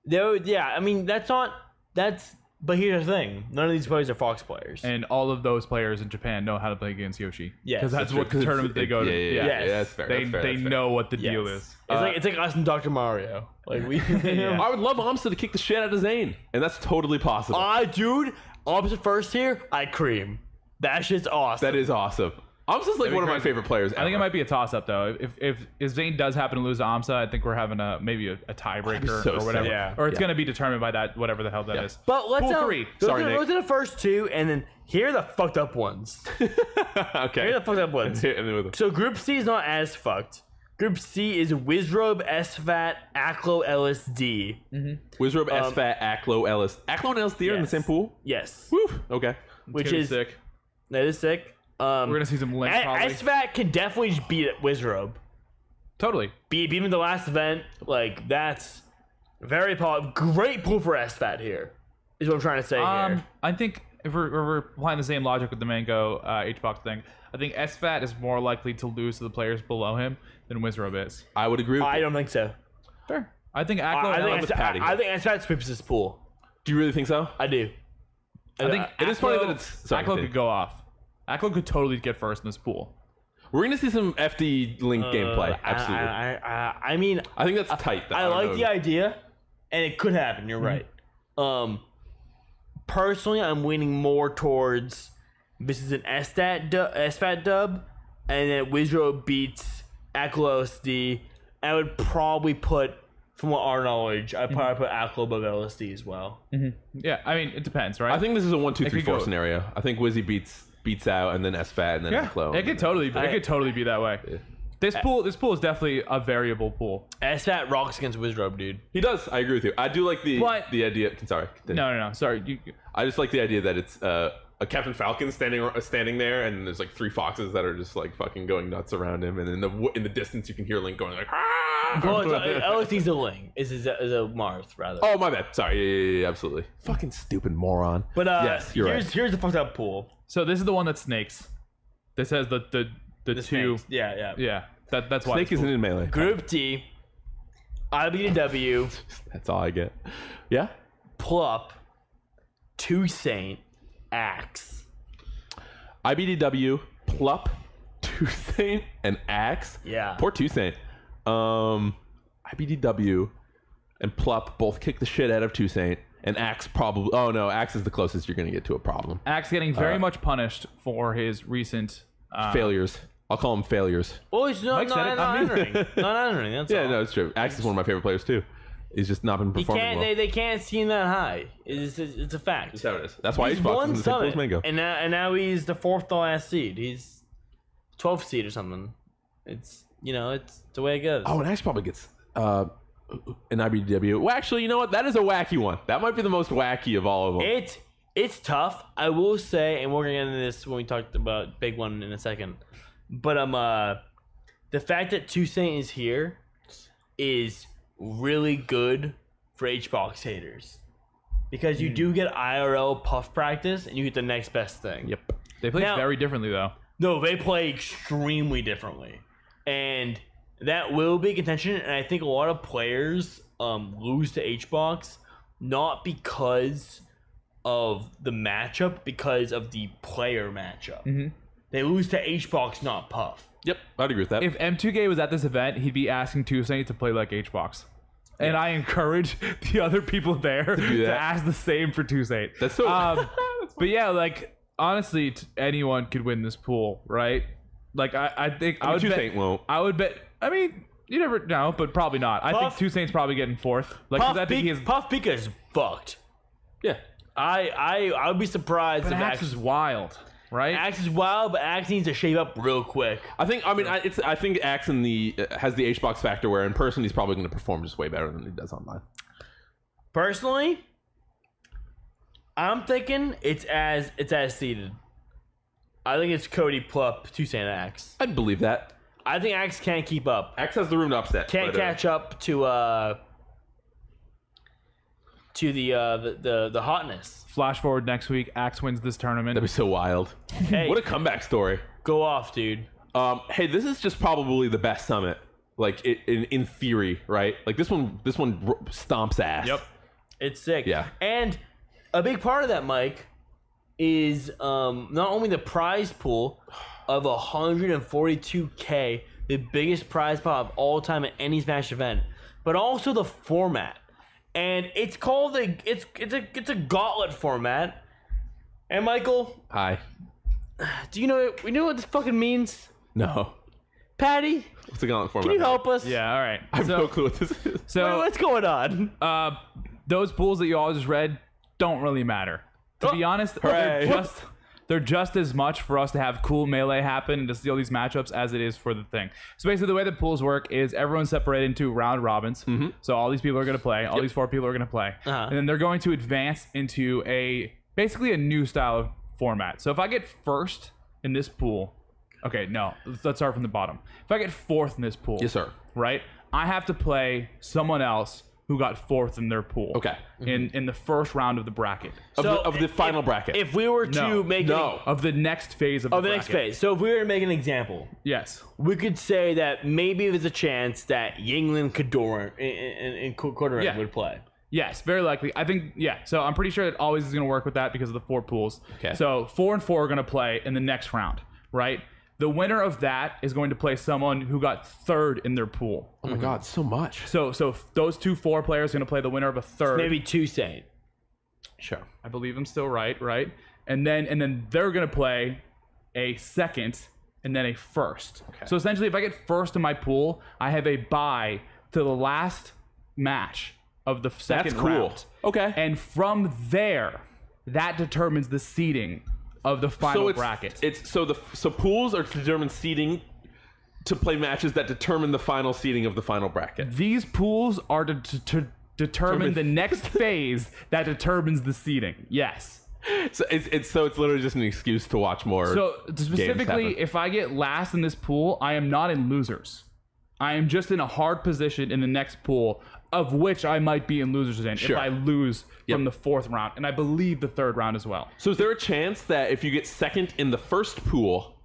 Speaker 3: There, yeah, I mean that's not that's. But here's the thing: none of these players are Fox players.
Speaker 1: And all of those players in Japan know how to play against Yoshi.
Speaker 3: Yes,
Speaker 1: because that's,
Speaker 3: that's
Speaker 1: what
Speaker 2: true.
Speaker 1: the tournament they go to.
Speaker 2: Yeah, yeah, yeah,
Speaker 3: yeah,
Speaker 2: that's fair,
Speaker 1: They
Speaker 2: that's fair,
Speaker 1: they
Speaker 2: that's fair.
Speaker 1: know what the
Speaker 3: Yes.
Speaker 1: deal is.
Speaker 3: It's like it's like us and Doctor Mario. Like we,
Speaker 2: I would love Amsa to kick the shit out of Zane, and that's totally possible.
Speaker 3: ah, dude, opposite first here. I cream. That shit's awesome.
Speaker 2: That is awesome. Amsa's like
Speaker 1: be
Speaker 2: one of my
Speaker 1: crazy.
Speaker 2: favorite players.
Speaker 1: I think it
Speaker 2: ever.
Speaker 1: might be a toss up though. If if if Zane does happen to lose to Amsa, I think we're having a maybe a, a tiebreaker
Speaker 2: so
Speaker 1: or whatever.
Speaker 2: sad.
Speaker 3: Yeah.
Speaker 1: Or it's
Speaker 2: Yeah.
Speaker 1: gonna be determined by that whatever the hell that is.
Speaker 3: but let's uh,
Speaker 1: Pool
Speaker 3: not-
Speaker 1: three.
Speaker 3: Those
Speaker 2: Sorry,
Speaker 3: are,
Speaker 2: Nick.
Speaker 3: those are the first two, and then here are the fucked up ones. here
Speaker 2: okay.
Speaker 3: are the fucked up ones. So Group C is not as fucked. Group C is Wizrobe, SVAT, Aclo, LSD.
Speaker 2: Wizrobe,
Speaker 1: Um,
Speaker 2: SFAT, Aklo, Ellis. Aklo and Ellis, are in the
Speaker 3: Yes.
Speaker 2: same pool?
Speaker 3: Yes,
Speaker 2: Woof. Okay.
Speaker 3: which
Speaker 1: Gonna be
Speaker 3: is
Speaker 1: sick.
Speaker 3: that is sick. Um,
Speaker 1: We're gonna see some links
Speaker 3: A-
Speaker 1: probably.
Speaker 3: SVAT can definitely just beat Wizrobe.
Speaker 1: totally.
Speaker 3: Beat, beat him at the last event. Like, that's very po- great pool for SVAT here, is what I'm trying to say
Speaker 1: Um,
Speaker 3: here.
Speaker 1: I think if we're, if we're applying the same logic with the Mango uh, HBox thing, I think SFAT is more likely to lose to the players below him than Wizrobe is.
Speaker 2: I would agree with
Speaker 3: I
Speaker 2: you.
Speaker 3: don't think so.
Speaker 1: Fair. I think
Speaker 3: I,
Speaker 1: Aklo.
Speaker 3: I,
Speaker 1: and
Speaker 3: think,
Speaker 1: Ellis-
Speaker 2: with
Speaker 3: S-
Speaker 2: Patty.
Speaker 3: I, I think SVAT sweeps this pool.
Speaker 2: Do you really think so?
Speaker 3: I do.
Speaker 1: I think
Speaker 2: It is funny
Speaker 1: Aklo-
Speaker 2: that it's- sorry,
Speaker 1: Aklo
Speaker 2: continue.
Speaker 1: could go off. Aklo could totally get first in this pool.
Speaker 2: We're going to see some FD
Speaker 1: Uh,
Speaker 2: Link gameplay. Absolutely. Uh, I,
Speaker 3: I, I, I, I mean,
Speaker 2: think that's tight. Though.
Speaker 3: I,
Speaker 2: don't
Speaker 3: like
Speaker 2: know.
Speaker 3: the idea, and it could happen. You're right. Um, personally, I'm leaning more towards this is an SFAT du- SFAT dub, and then Wizro beats Aklo LSD. I would probably put, from what our knowledge, I'd probably put Aklo above LSD as well.
Speaker 1: Yeah, I mean, it depends, right?
Speaker 2: I think this is a one, two, three,
Speaker 1: could
Speaker 2: four
Speaker 1: go-
Speaker 2: scenario. I think Wizzy beats beats out, and then S Fat, and then
Speaker 1: yeah,
Speaker 2: Clo.
Speaker 1: it could totally, be, it could totally be that way. This pool, this pool is definitely a variable pool.
Speaker 3: S Fat rocks against Wizrobe, dude.
Speaker 2: He does. I agree with you. I do like the
Speaker 1: But-
Speaker 2: the idea. Sorry. continue.
Speaker 1: No, no, no. Sorry, you,
Speaker 2: I just like the idea that it's uh, a Captain Falcon standing uh, standing there, and there's like three foxes that are just like fucking going nuts around him, and in the wo- in the distance you can hear Link going like. "Ah!"
Speaker 3: Well, it's,
Speaker 1: uh, oh.
Speaker 3: LSD's a Ling. Is is a, is a Marth rather.
Speaker 2: oh my bad. Sorry. Yeah, yeah, yeah, absolutely. Fucking stupid moron.
Speaker 3: But uh,
Speaker 2: yes, you're
Speaker 3: here's
Speaker 2: right.
Speaker 3: here's the fucked up pool.
Speaker 1: so this is the one that snakes. This has the the the, two.
Speaker 3: Snakes. Yeah, yeah,
Speaker 1: Yeah, that that's why.
Speaker 2: Snake
Speaker 1: it's
Speaker 2: isn't
Speaker 1: cool.
Speaker 2: in melee.
Speaker 3: Group D, IBW,
Speaker 2: That's all I get. Yeah.
Speaker 3: pull up, two Saint, Axe.
Speaker 2: IBDW, Plup, Toussaint, and Axe.
Speaker 3: Yeah.
Speaker 2: Poor Toussaint. Um, IBDW and Plup both kick the shit out of Toussaint, and Axe probably. Oh no, Axe is the closest you're gonna get to a problem.
Speaker 1: Axe getting very
Speaker 2: Uh,
Speaker 1: much punished for his recent. Uh,
Speaker 2: failures. I'll call them failures.
Speaker 3: Ah. Well, he's not,
Speaker 1: Mike said it,
Speaker 3: not, not
Speaker 1: not me.
Speaker 3: entering. Not entering. That's
Speaker 2: Yeah,
Speaker 3: all.
Speaker 2: no, it's true. Axe is one of my favorite players too. He's just not been
Speaker 3: He
Speaker 2: performing
Speaker 3: can't.
Speaker 2: well.
Speaker 3: They, they can't see him that high. It's, it's, it's a fact.
Speaker 2: That's how it is. That's why
Speaker 3: He's
Speaker 2: Xbox
Speaker 3: one
Speaker 2: is in the same pool
Speaker 3: summit,
Speaker 2: as Mango.
Speaker 3: and now and now he's the fourth to last seed. He's 12th seed or something. It's you know it's the way it goes.
Speaker 2: Oh, and Axe probably gets uh, an IBDW. Well, actually, you know what? That is a wacky one. That might be the most wacky of all of them.
Speaker 3: It it's tough. I will say, and we're gonna get into this when we talked about big one in a second. But um, uh, the fact that Toussaint is here is really good for HBox haters because you do get IRL puff practice and you get the next best thing.
Speaker 1: Yep. They play
Speaker 3: Now-
Speaker 1: very differently though.
Speaker 3: No, they play extremely differently, and that will be contention. And I think a lot of players um, lose to HBox not because of the matchup, because of the player matchup.
Speaker 1: Mm-hmm.
Speaker 3: They lose to HBox, not Puff.
Speaker 2: Yep, I'd agree with that.
Speaker 1: If M2K was at this event, he'd be asking Toussaint to play like HBox. And I encourage the other people there to,
Speaker 2: that.
Speaker 1: ask the same for Toussaint.
Speaker 2: That's so-
Speaker 1: Um, but yeah, like honestly, t- anyone could win this pool, right? Like I, I think I,
Speaker 2: I
Speaker 1: would
Speaker 2: would
Speaker 1: bet.
Speaker 2: Toussaint won't.
Speaker 1: I would bet. I mean, you never know, but probably not. I think
Speaker 3: Puff-
Speaker 1: Toussaint's probably getting fourth. Like 'cause
Speaker 3: Puff,
Speaker 1: I think
Speaker 3: Pika-
Speaker 1: he is.
Speaker 3: Puff Pika is fucked.
Speaker 2: Yeah.
Speaker 3: I I I would be surprised if
Speaker 1: Axe
Speaker 3: Axe,
Speaker 1: is wild, right?
Speaker 3: Axe is wild, but Axe needs to shave up real quick.
Speaker 2: I think I mean I, it's I think Axe in the uh, has the H box factor where in person he's probably going to perform just way better than he does online.
Speaker 3: Personally, I'm thinking it's as it's as seeded. I think it's Cody Plup to Santa Axe.
Speaker 2: I'd believe that.
Speaker 3: I think Axe can't keep up.
Speaker 2: Axe has the room to upset.
Speaker 3: Can't
Speaker 2: but, uh,
Speaker 3: catch up to uh to the uh the the, the hotness.
Speaker 1: Flash forward next week, Axe wins this tournament.
Speaker 2: That'd be so wild.
Speaker 3: Hey,
Speaker 2: What a comeback story.
Speaker 3: go off, dude.
Speaker 2: Um, hey, this is just probably the best summit. Like i in in theory, right? Like this one, this one r- stomps ass.
Speaker 1: Yep.
Speaker 3: It's sick.
Speaker 2: Yeah.
Speaker 3: And a big part of that, Mike, is um, not only the prize pool of 142K, the biggest prize pool of all time at any Smash event, but also the format. And it's called the it's it's a it's a gauntlet format. And Michael,
Speaker 2: Hi.
Speaker 3: do you know we know what this fucking means?
Speaker 2: No.
Speaker 3: Patty,
Speaker 2: What's the gauntlet format?
Speaker 3: can you help us?
Speaker 1: yeah. All right.
Speaker 2: I have
Speaker 1: so,
Speaker 2: no clue what this is.
Speaker 1: so
Speaker 3: What's going on?
Speaker 1: uh, those pools that you all just read don't really matter. To be honest,
Speaker 2: Oh, hooray.
Speaker 1: they're just they're just as much for us to have cool melee happen and to steal these matchups as it is for the thing. So basically, the way the pools work is everyone's separated into round robins.
Speaker 2: Mm-hmm.
Speaker 1: So all these people are going to play. All these four people are going to play,
Speaker 3: Uh-huh.
Speaker 1: and then they're going to advance into a basically a new style of format. So if I get first in this pool, okay, no, let's- let's start from the bottom. If I get fourth in this pool,
Speaker 2: Yes, sir.
Speaker 1: right? I have to play someone else who got fourth in their pool.
Speaker 2: Okay.
Speaker 1: In
Speaker 3: Mm-hmm.
Speaker 1: in the first round of the bracket.
Speaker 3: So
Speaker 2: Of, the, of the
Speaker 3: if-
Speaker 2: final bracket.
Speaker 3: If we were to
Speaker 1: No.
Speaker 3: make
Speaker 2: no.
Speaker 1: Of the next phase of the
Speaker 3: of the next
Speaker 1: bracket.
Speaker 3: phase, so if we were to make an example,
Speaker 1: Yes.
Speaker 3: we could say that maybe there's a chance that Yingling Kador and, and Cordoran
Speaker 1: Yeah.
Speaker 3: would play.
Speaker 1: Yes, very likely. I think yeah. So I'm pretty sure it always is going to work with that because of the four pools.
Speaker 2: Okay.
Speaker 1: So four and four are going to play in the next round, right? The winner of that is going to play someone who got third in their pool.
Speaker 2: oh my god, so much.
Speaker 1: So so f- those two four players are going to play the winner of a third.
Speaker 3: Maybe two Saint.
Speaker 2: Sure.
Speaker 1: I believe I'm still right, right? And then and then they're gonna play a second and then a first. So essentially, if I get first in my pool, I have a bye to the last match of the second
Speaker 2: That's cool.
Speaker 1: round.
Speaker 2: Okay.
Speaker 1: And from there, that determines the seeding of the final
Speaker 2: so it's
Speaker 1: bracket.
Speaker 2: it's so the so pools are to determine seeding to play matches that determine the final seeding of the final bracket.
Speaker 1: These pools are to, to, to determine the next phase that determines the seeding. Yes.
Speaker 2: So it's, it's so it's literally just an excuse to watch more.
Speaker 1: So specifically,
Speaker 2: happen.
Speaker 1: if I get last in this pool, I am not in losers. I am just in a hard position in the next pool, of which I might be in losers in
Speaker 2: Sure.
Speaker 1: if I lose from the fourth round, and I believe the third round as well.
Speaker 2: So is there a chance that if you get second in the first pool,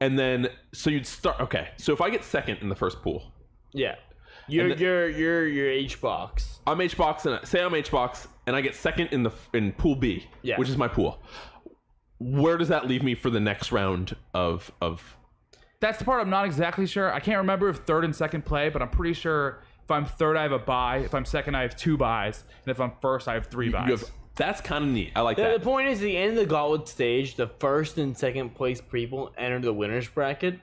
Speaker 2: and then so you'd start? Okay, so if I get second in the first pool,
Speaker 3: Yeah. You're
Speaker 2: the-
Speaker 3: you're you're your H box.
Speaker 2: I'm H box and I, say I'm H box and I get second in the in pool B,
Speaker 3: Yeah.
Speaker 2: which is my pool. Where does that leave me for the next round of of?
Speaker 1: That's the part I'm not exactly sure. I can't remember if third and second play, but I'm pretty sure if I'm third, I have a bye. If I'm second, I have two buys, and if I'm first, I have three buys.
Speaker 2: You have, that's kind of neat. I like
Speaker 3: The, the
Speaker 2: that.
Speaker 3: point is, at the end of the gauntlet stage, the first and second place people enter the winners bracket,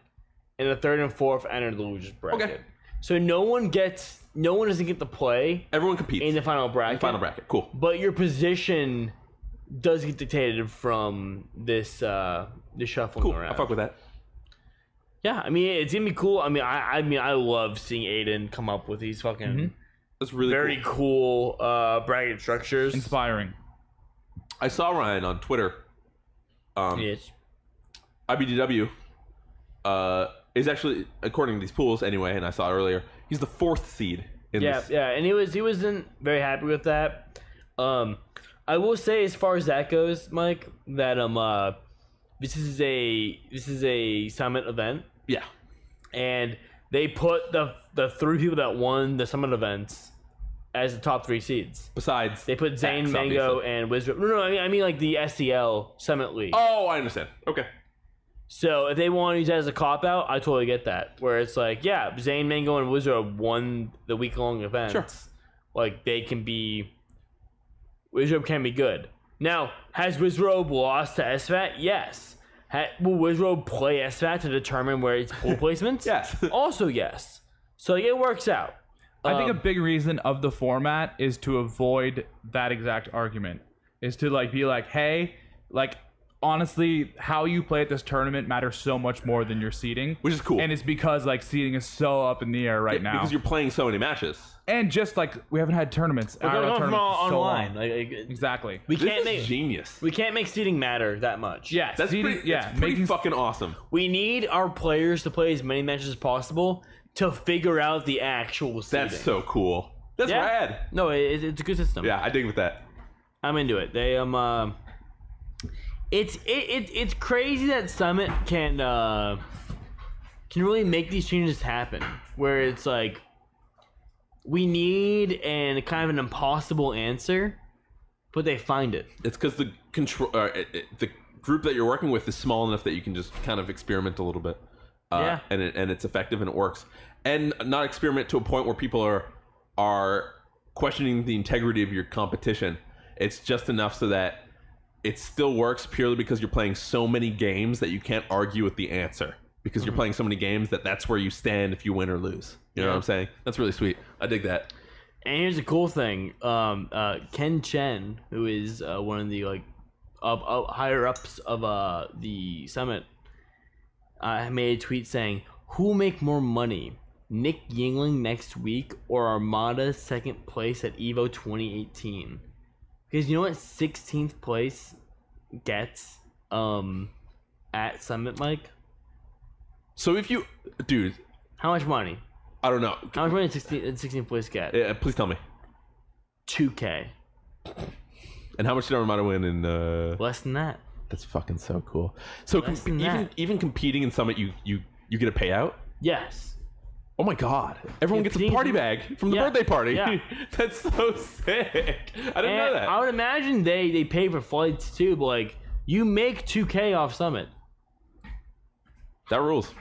Speaker 3: and the third and fourth enter the losers bracket.
Speaker 2: Okay.
Speaker 3: So no one gets, no one doesn't get to play
Speaker 2: Everyone competes
Speaker 3: in the final bracket.
Speaker 2: final bracket. Cool.
Speaker 3: But your position does get dictated from this uh the shuffling
Speaker 2: Cool.
Speaker 3: around.
Speaker 2: I fuck with that.
Speaker 3: Yeah, I mean it's gonna be cool. I mean I I mean I love seeing Aiden come up with these fucking
Speaker 2: Mm-hmm. That's really
Speaker 3: very
Speaker 2: cool.
Speaker 3: cool uh bracket structures.
Speaker 1: Inspiring.
Speaker 2: I saw Ryan on Twitter. Um,
Speaker 3: Yes.
Speaker 2: IBDW uh, is actually, according to these pools anyway, and I saw earlier, he's the fourth seed in
Speaker 3: Yeah,
Speaker 2: this.
Speaker 3: yeah, and he was he wasn't very happy with that. Um, I will say as far as that goes, Mike, that um, uh, this is a this is a summit event,
Speaker 2: Yeah.
Speaker 3: and they put the the three people that won the summit events as the top three seeds.
Speaker 2: Besides,
Speaker 3: They put Zane,
Speaker 2: Facts,
Speaker 3: Mango,
Speaker 2: obviously.
Speaker 3: and Wizard. No, no, I mean, I mean like the SEL Summit League.
Speaker 2: Oh, I understand. Okay.
Speaker 3: So if they want to use that as a cop out, I totally get that. Where it's like, yeah, Zane Mango and Wizard won the week long events.
Speaker 2: Sure.
Speaker 3: Like they can be Wizard can be good. Now, has Wizrobe lost to SVAT? Yes. Ha- will Wizrobe play SVAT to determine where its pool placements?
Speaker 2: Yes.
Speaker 3: Also yes. So like, it works out.
Speaker 1: I think a
Speaker 3: Um,
Speaker 1: big reason of the format is to avoid that exact argument. Is to like be like, hey, like honestly, how you play at this tournament matters so much more than your seeding,
Speaker 2: Which is cool.
Speaker 1: And it's because like seeding is so up in the air right now,
Speaker 2: Because you're playing so many matches.
Speaker 1: and just like we haven't had tournaments,
Speaker 3: We're
Speaker 1: IRL
Speaker 3: going from
Speaker 1: tournaments in so long.
Speaker 3: online. Like, like,
Speaker 1: exactly.
Speaker 3: we
Speaker 2: This
Speaker 3: can't
Speaker 2: is
Speaker 3: make
Speaker 2: genius.
Speaker 3: we can't make seating matter that much.
Speaker 1: Yeah,
Speaker 2: that's
Speaker 1: seeding-
Speaker 2: pretty,
Speaker 1: yeah,
Speaker 2: that's pretty
Speaker 1: making
Speaker 2: fucking awesome.
Speaker 3: We need our players to play as many matches as possible to figure out the actual seeding.
Speaker 2: That's so cool. That's
Speaker 3: Yeah.
Speaker 2: rad.
Speaker 3: No, it, it's a good system.
Speaker 2: Yeah, I dig with that.
Speaker 3: I'm into it. They um, uh, it's it, it it's crazy that Summit can uh can really make these changes happen. Where it's like we need an kind of an impossible answer, but they find it.
Speaker 2: It's because the control, uh, it, it- the group that you're working with is small enough that you can just kind of experiment a little bit. Uh,
Speaker 3: Yeah.
Speaker 2: And it, and it's effective and it works, and not experiment to a point where people are are questioning the integrity of your competition. It's just enough so that it still works purely because you're playing so many games that you can't argue with the answer because you're playing so many games that that's where you stand if you win or lose. You know what I'm saying? That's really sweet. I dig that.
Speaker 3: And here's the cool thing: um, uh, Ken Chen, who is uh, one of the like up, up higher ups of uh, the summit, uh, made a tweet saying, "Who will make more money, Nick Yingling next week or Armada second place at Evo 2018?" Because you know what, 16th place gets um, at Summit, Mike.
Speaker 2: So if you, dude,
Speaker 3: How much money?
Speaker 2: I don't know.
Speaker 3: How much money did 16th, did 16th place get?
Speaker 2: Uh, please tell me.
Speaker 3: 2k.
Speaker 2: And how much did Armada win in? Uh,
Speaker 3: Less than that.
Speaker 2: that's fucking so cool. So com-
Speaker 3: Less than
Speaker 2: even
Speaker 3: that.
Speaker 2: even competing in Summit, you you you get a payout.
Speaker 3: Yes.
Speaker 2: Oh my god! Everyone gets a
Speaker 3: Competing-
Speaker 2: party bag from the
Speaker 3: Yeah,
Speaker 2: birthday party.
Speaker 3: yeah.
Speaker 2: that's so sick. I didn't know
Speaker 3: And
Speaker 2: that.
Speaker 3: I would imagine they they pay for flights too, but like you make two K off Summit,
Speaker 2: that rules.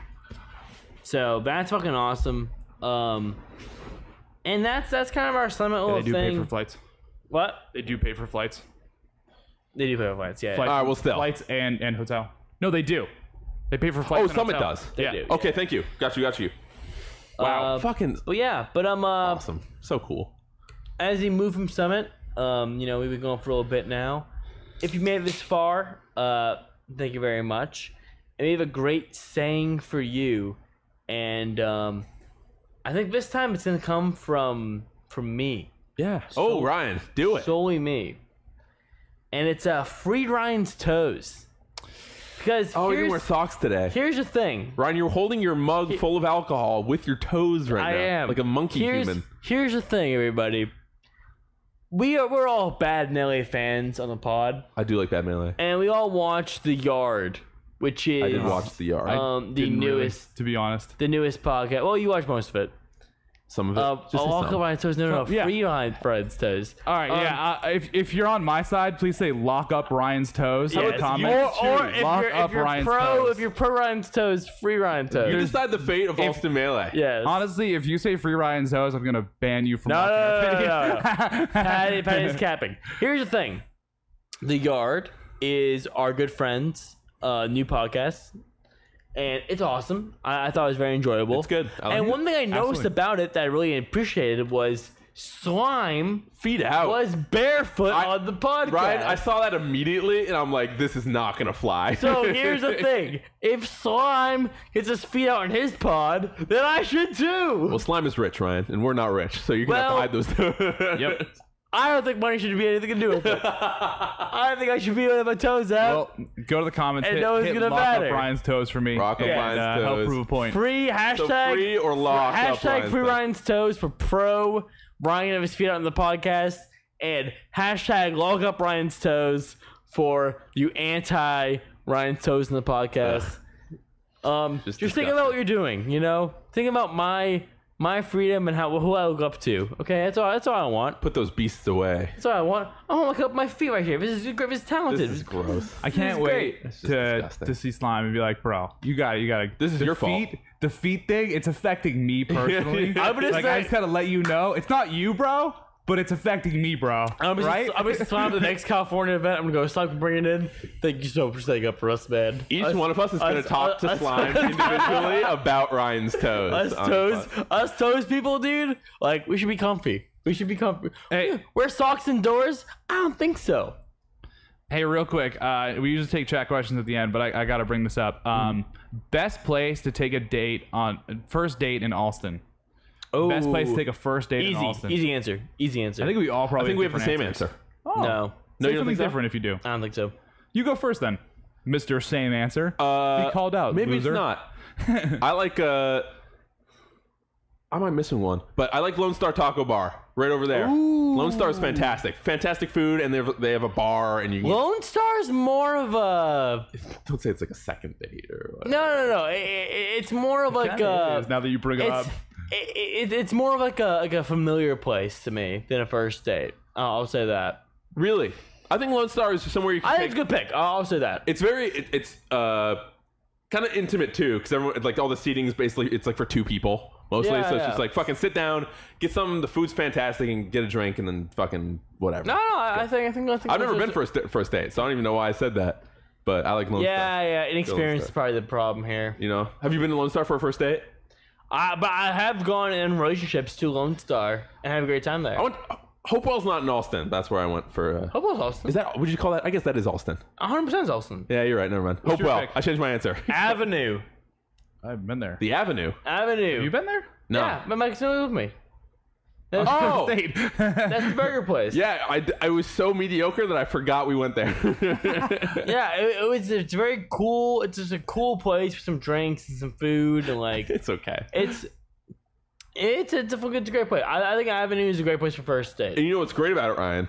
Speaker 3: so that's fucking awesome. Um, and that's that's kind of our Summit little
Speaker 1: They do
Speaker 3: thing.
Speaker 1: pay for flights.
Speaker 3: what
Speaker 1: They do pay for flights.
Speaker 3: they do pay for flights? Yeah.
Speaker 1: Flights,
Speaker 2: All right, well, still.
Speaker 1: flights and and hotel. No, they do. They pay for flights.
Speaker 2: Oh,
Speaker 1: and
Speaker 2: Summit
Speaker 1: hotel.
Speaker 2: does.
Speaker 1: yeah.
Speaker 3: do.
Speaker 2: Okay, thank you. Got you. Got you. Wow,
Speaker 3: Uh,
Speaker 2: fucking
Speaker 3: But yeah, but um, uh,
Speaker 2: awesome. So cool.
Speaker 3: as he moved from Summit, um, you know, we've been going for a little bit now. If you made it this far, uh, thank you very much. And we have a great saying for you, and um, I think this time it's gonna come from from me,
Speaker 2: Yeah. oh, Ryan, do it.
Speaker 3: solely me. And it's uh, free Ryan's toes, because
Speaker 2: oh, you
Speaker 3: here's,
Speaker 2: wear socks today.
Speaker 3: here's the thing.
Speaker 2: Ryan, you're holding your mug full of alcohol with your toes right
Speaker 3: I
Speaker 2: now,
Speaker 3: am
Speaker 2: like a monkey
Speaker 3: here's,
Speaker 2: human.
Speaker 3: Here's the thing, everybody. We are we're all bad Nelly fans on the pod,
Speaker 2: I do like that melee.
Speaker 3: and we all watch The Yard, which is
Speaker 2: I did watch the yard.
Speaker 3: um the
Speaker 1: Didn't really,
Speaker 3: newest
Speaker 1: to be honest.
Speaker 3: the newest podcast. Well, you watch most of it.
Speaker 2: some of it.
Speaker 3: Uh,
Speaker 2: Just
Speaker 3: I'll
Speaker 2: say
Speaker 3: walk
Speaker 2: some.
Speaker 3: around toes. No, no, no.
Speaker 1: Yeah.
Speaker 3: Free line Fred's toes. Um,
Speaker 1: All right, yeah. Uh, if, if you're on my side, please say lock up Ryan's toes.
Speaker 3: Yes,
Speaker 1: comment.
Speaker 3: or, or if
Speaker 1: lock
Speaker 3: you're,
Speaker 1: up
Speaker 3: if you're
Speaker 1: Ryan's
Speaker 3: pro,
Speaker 1: toes.
Speaker 3: if you're pro Ryan's toes, free Ryan toes.
Speaker 2: You decide the fate of Austin Melee.
Speaker 3: yes.
Speaker 1: Honestly, if you say free Ryan's toes, I'm gonna ban you from.
Speaker 3: No,
Speaker 1: watching our
Speaker 3: no, no, no,
Speaker 1: video.
Speaker 3: no, no. Patty, Patty's capping. Here's the thing: The Yard is our good friend's uh, new podcast, and it's awesome. I, I thought it was very enjoyable.
Speaker 2: It's good. I like
Speaker 3: and
Speaker 2: it.
Speaker 3: one thing I noticed
Speaker 1: Absolutely.
Speaker 3: about it that I really appreciated was slime
Speaker 2: Feet out.
Speaker 3: was barefoot
Speaker 2: I-
Speaker 3: on the podcast.
Speaker 2: Ryan, I saw that immediately, and I'm like, this is not gonna fly.
Speaker 3: so here's the thing: if slime gets his feet out in his pod, then I should too.
Speaker 2: well, slime is rich, Ryan, and we're not rich, so you're gonna
Speaker 3: Well-
Speaker 2: have to hide those.
Speaker 1: Yep.
Speaker 3: I don't think money should be anything to do with it. I don't think I should be with my toes out.
Speaker 1: Well, go to the comments.
Speaker 3: And
Speaker 1: hit,
Speaker 3: no one's
Speaker 1: hit
Speaker 3: gonna
Speaker 1: lock
Speaker 3: matter.
Speaker 1: up Ryan's toes for me.
Speaker 2: Rock up
Speaker 1: and,
Speaker 2: Ryan's
Speaker 1: uh, Help
Speaker 2: toes.
Speaker 1: prove a point.
Speaker 3: Free
Speaker 2: So
Speaker 3: hashtag
Speaker 2: free or lock up
Speaker 3: hashtag
Speaker 2: Ryan's
Speaker 3: free
Speaker 2: toes.
Speaker 3: Ryan's toes for pro Ryan of his feet on the podcast and hashtag log up Ryan's toes for you anti Ryan's toes in the podcast. um, just,
Speaker 2: Just
Speaker 3: think
Speaker 2: disgusting.
Speaker 3: about what you're doing. You know, think about my my freedom and how who I look up to. Okay, that's all. That's all I want.
Speaker 2: Put those beasts away.
Speaker 3: That's all I want. I want to look up my feet right here. This is this is
Speaker 2: This
Speaker 3: talented.
Speaker 2: is gross.
Speaker 1: I
Speaker 3: is
Speaker 1: can't
Speaker 3: great.
Speaker 1: wait
Speaker 2: This is
Speaker 1: to
Speaker 2: disgusting.
Speaker 1: to see slime and be like, bro, you got it, you got it.
Speaker 2: This is
Speaker 1: the
Speaker 2: your fault.
Speaker 1: feet, The feet thing, it's affecting me personally.
Speaker 2: I
Speaker 3: would just
Speaker 1: like,
Speaker 3: say-
Speaker 1: I just gotta let you know, it's not you, bro, but it's affecting me, bro.
Speaker 3: I'm just,
Speaker 1: right?
Speaker 3: I'm just slime the next California event. I'm gonna go slime bringing in. Thank you so much for staying up for us, man.
Speaker 2: Each
Speaker 3: Us-
Speaker 2: one of us is gonna
Speaker 3: us-
Speaker 2: talk to
Speaker 3: us-
Speaker 2: slime individually about Ryan's toes.
Speaker 3: us
Speaker 2: on the
Speaker 3: toes,
Speaker 2: pod.
Speaker 3: us toes people, dude. Like we should be comfy. We should be comfy.
Speaker 1: Hey.
Speaker 3: wear socks indoors? I don't think so.
Speaker 1: Hey, real quick, uh, we usually take chat questions at the end, but I, I got to bring this up.
Speaker 2: Mm-hmm.
Speaker 1: Um, Best place to take a date on first date in Austin.
Speaker 3: Oh,
Speaker 1: Best place to take a first date in
Speaker 3: easy,
Speaker 1: Austin.
Speaker 3: easy answer, easy answer.
Speaker 1: I think we all
Speaker 2: I
Speaker 1: probably.
Speaker 2: think we have the same
Speaker 1: different answers.
Speaker 2: answer.
Speaker 1: Oh.
Speaker 3: no,
Speaker 1: no,
Speaker 2: you
Speaker 1: you
Speaker 2: don't
Speaker 1: something
Speaker 2: think so?
Speaker 1: different if you do.
Speaker 3: I don't think so.
Speaker 1: You go first then, Mister Same Answer.
Speaker 2: Uh,
Speaker 1: Be called out.
Speaker 2: Maybe
Speaker 1: loser.
Speaker 2: it's not. I like. uh Am I missing one? But I like Lone Star Taco Bar right over there. Lone Star is fantastic. Fantastic food, and they have, they have a bar, and you can,
Speaker 3: Lone Star's more of a
Speaker 2: don't say it's like a second date or whatever.
Speaker 3: no, no, no. i- i- it's more of like
Speaker 1: Kinda
Speaker 3: a
Speaker 1: is, now that you bring it
Speaker 3: it's,
Speaker 1: up.
Speaker 3: it, it, it's more of like a like a familiar place to me than a first date. I'll I'll say that.
Speaker 2: Really, I think Lone Star is somewhere you can
Speaker 3: I
Speaker 2: take.
Speaker 3: think it's a good pick. I'll I'll say that.
Speaker 2: It's very. It, it's uh kind of intimate too, because everyone like all the seating is basically it's like for two people mostly.
Speaker 3: Yeah,
Speaker 2: so it's
Speaker 3: yeah.
Speaker 2: just like fucking sit down, get some. The food's fantastic, and get a drink, and then fucking whatever.
Speaker 3: no, no. I, I think I think I think
Speaker 2: I've never
Speaker 3: those
Speaker 2: been
Speaker 3: are-
Speaker 2: first first date, so I don't even know why I said that. But I like Lone
Speaker 3: Yeah,
Speaker 2: Star.
Speaker 3: yeah. Inexperience is
Speaker 2: Star.
Speaker 3: probably the problem here.
Speaker 2: You know, have you been to Lone Star for a first date?
Speaker 3: I, but I have gone in relationships to Lone Star and have a great time there.
Speaker 2: I went. uh, Hopewell's not in Austin. That's where I went for. Uh,
Speaker 3: Hopewell's Austin.
Speaker 2: is that? Would you call that? I guess that is Austin.
Speaker 3: 100% is Austin.
Speaker 2: Yeah, you're right. Never mind.
Speaker 1: your
Speaker 2: Hopewell.
Speaker 1: pick?
Speaker 2: I changed my answer.
Speaker 3: Avenue.
Speaker 1: I've been there.
Speaker 2: the Avenue.
Speaker 3: Avenue.
Speaker 1: Have you been there?
Speaker 2: No.
Speaker 3: Yeah, my Mike's with me. That's,
Speaker 2: Oh.
Speaker 1: First date.
Speaker 3: that's the burger place.
Speaker 2: Yeah, I, d- I was so mediocre that I forgot we went there.
Speaker 3: Yeah, it, it was, it's very cool. It's just a cool place with some drinks and some food and like
Speaker 2: it's okay.
Speaker 3: it's it's it's a fucking it's a great place. I, I think Avenue is a great place for first
Speaker 2: And
Speaker 3: date.
Speaker 2: you know what's great about it, Ryan,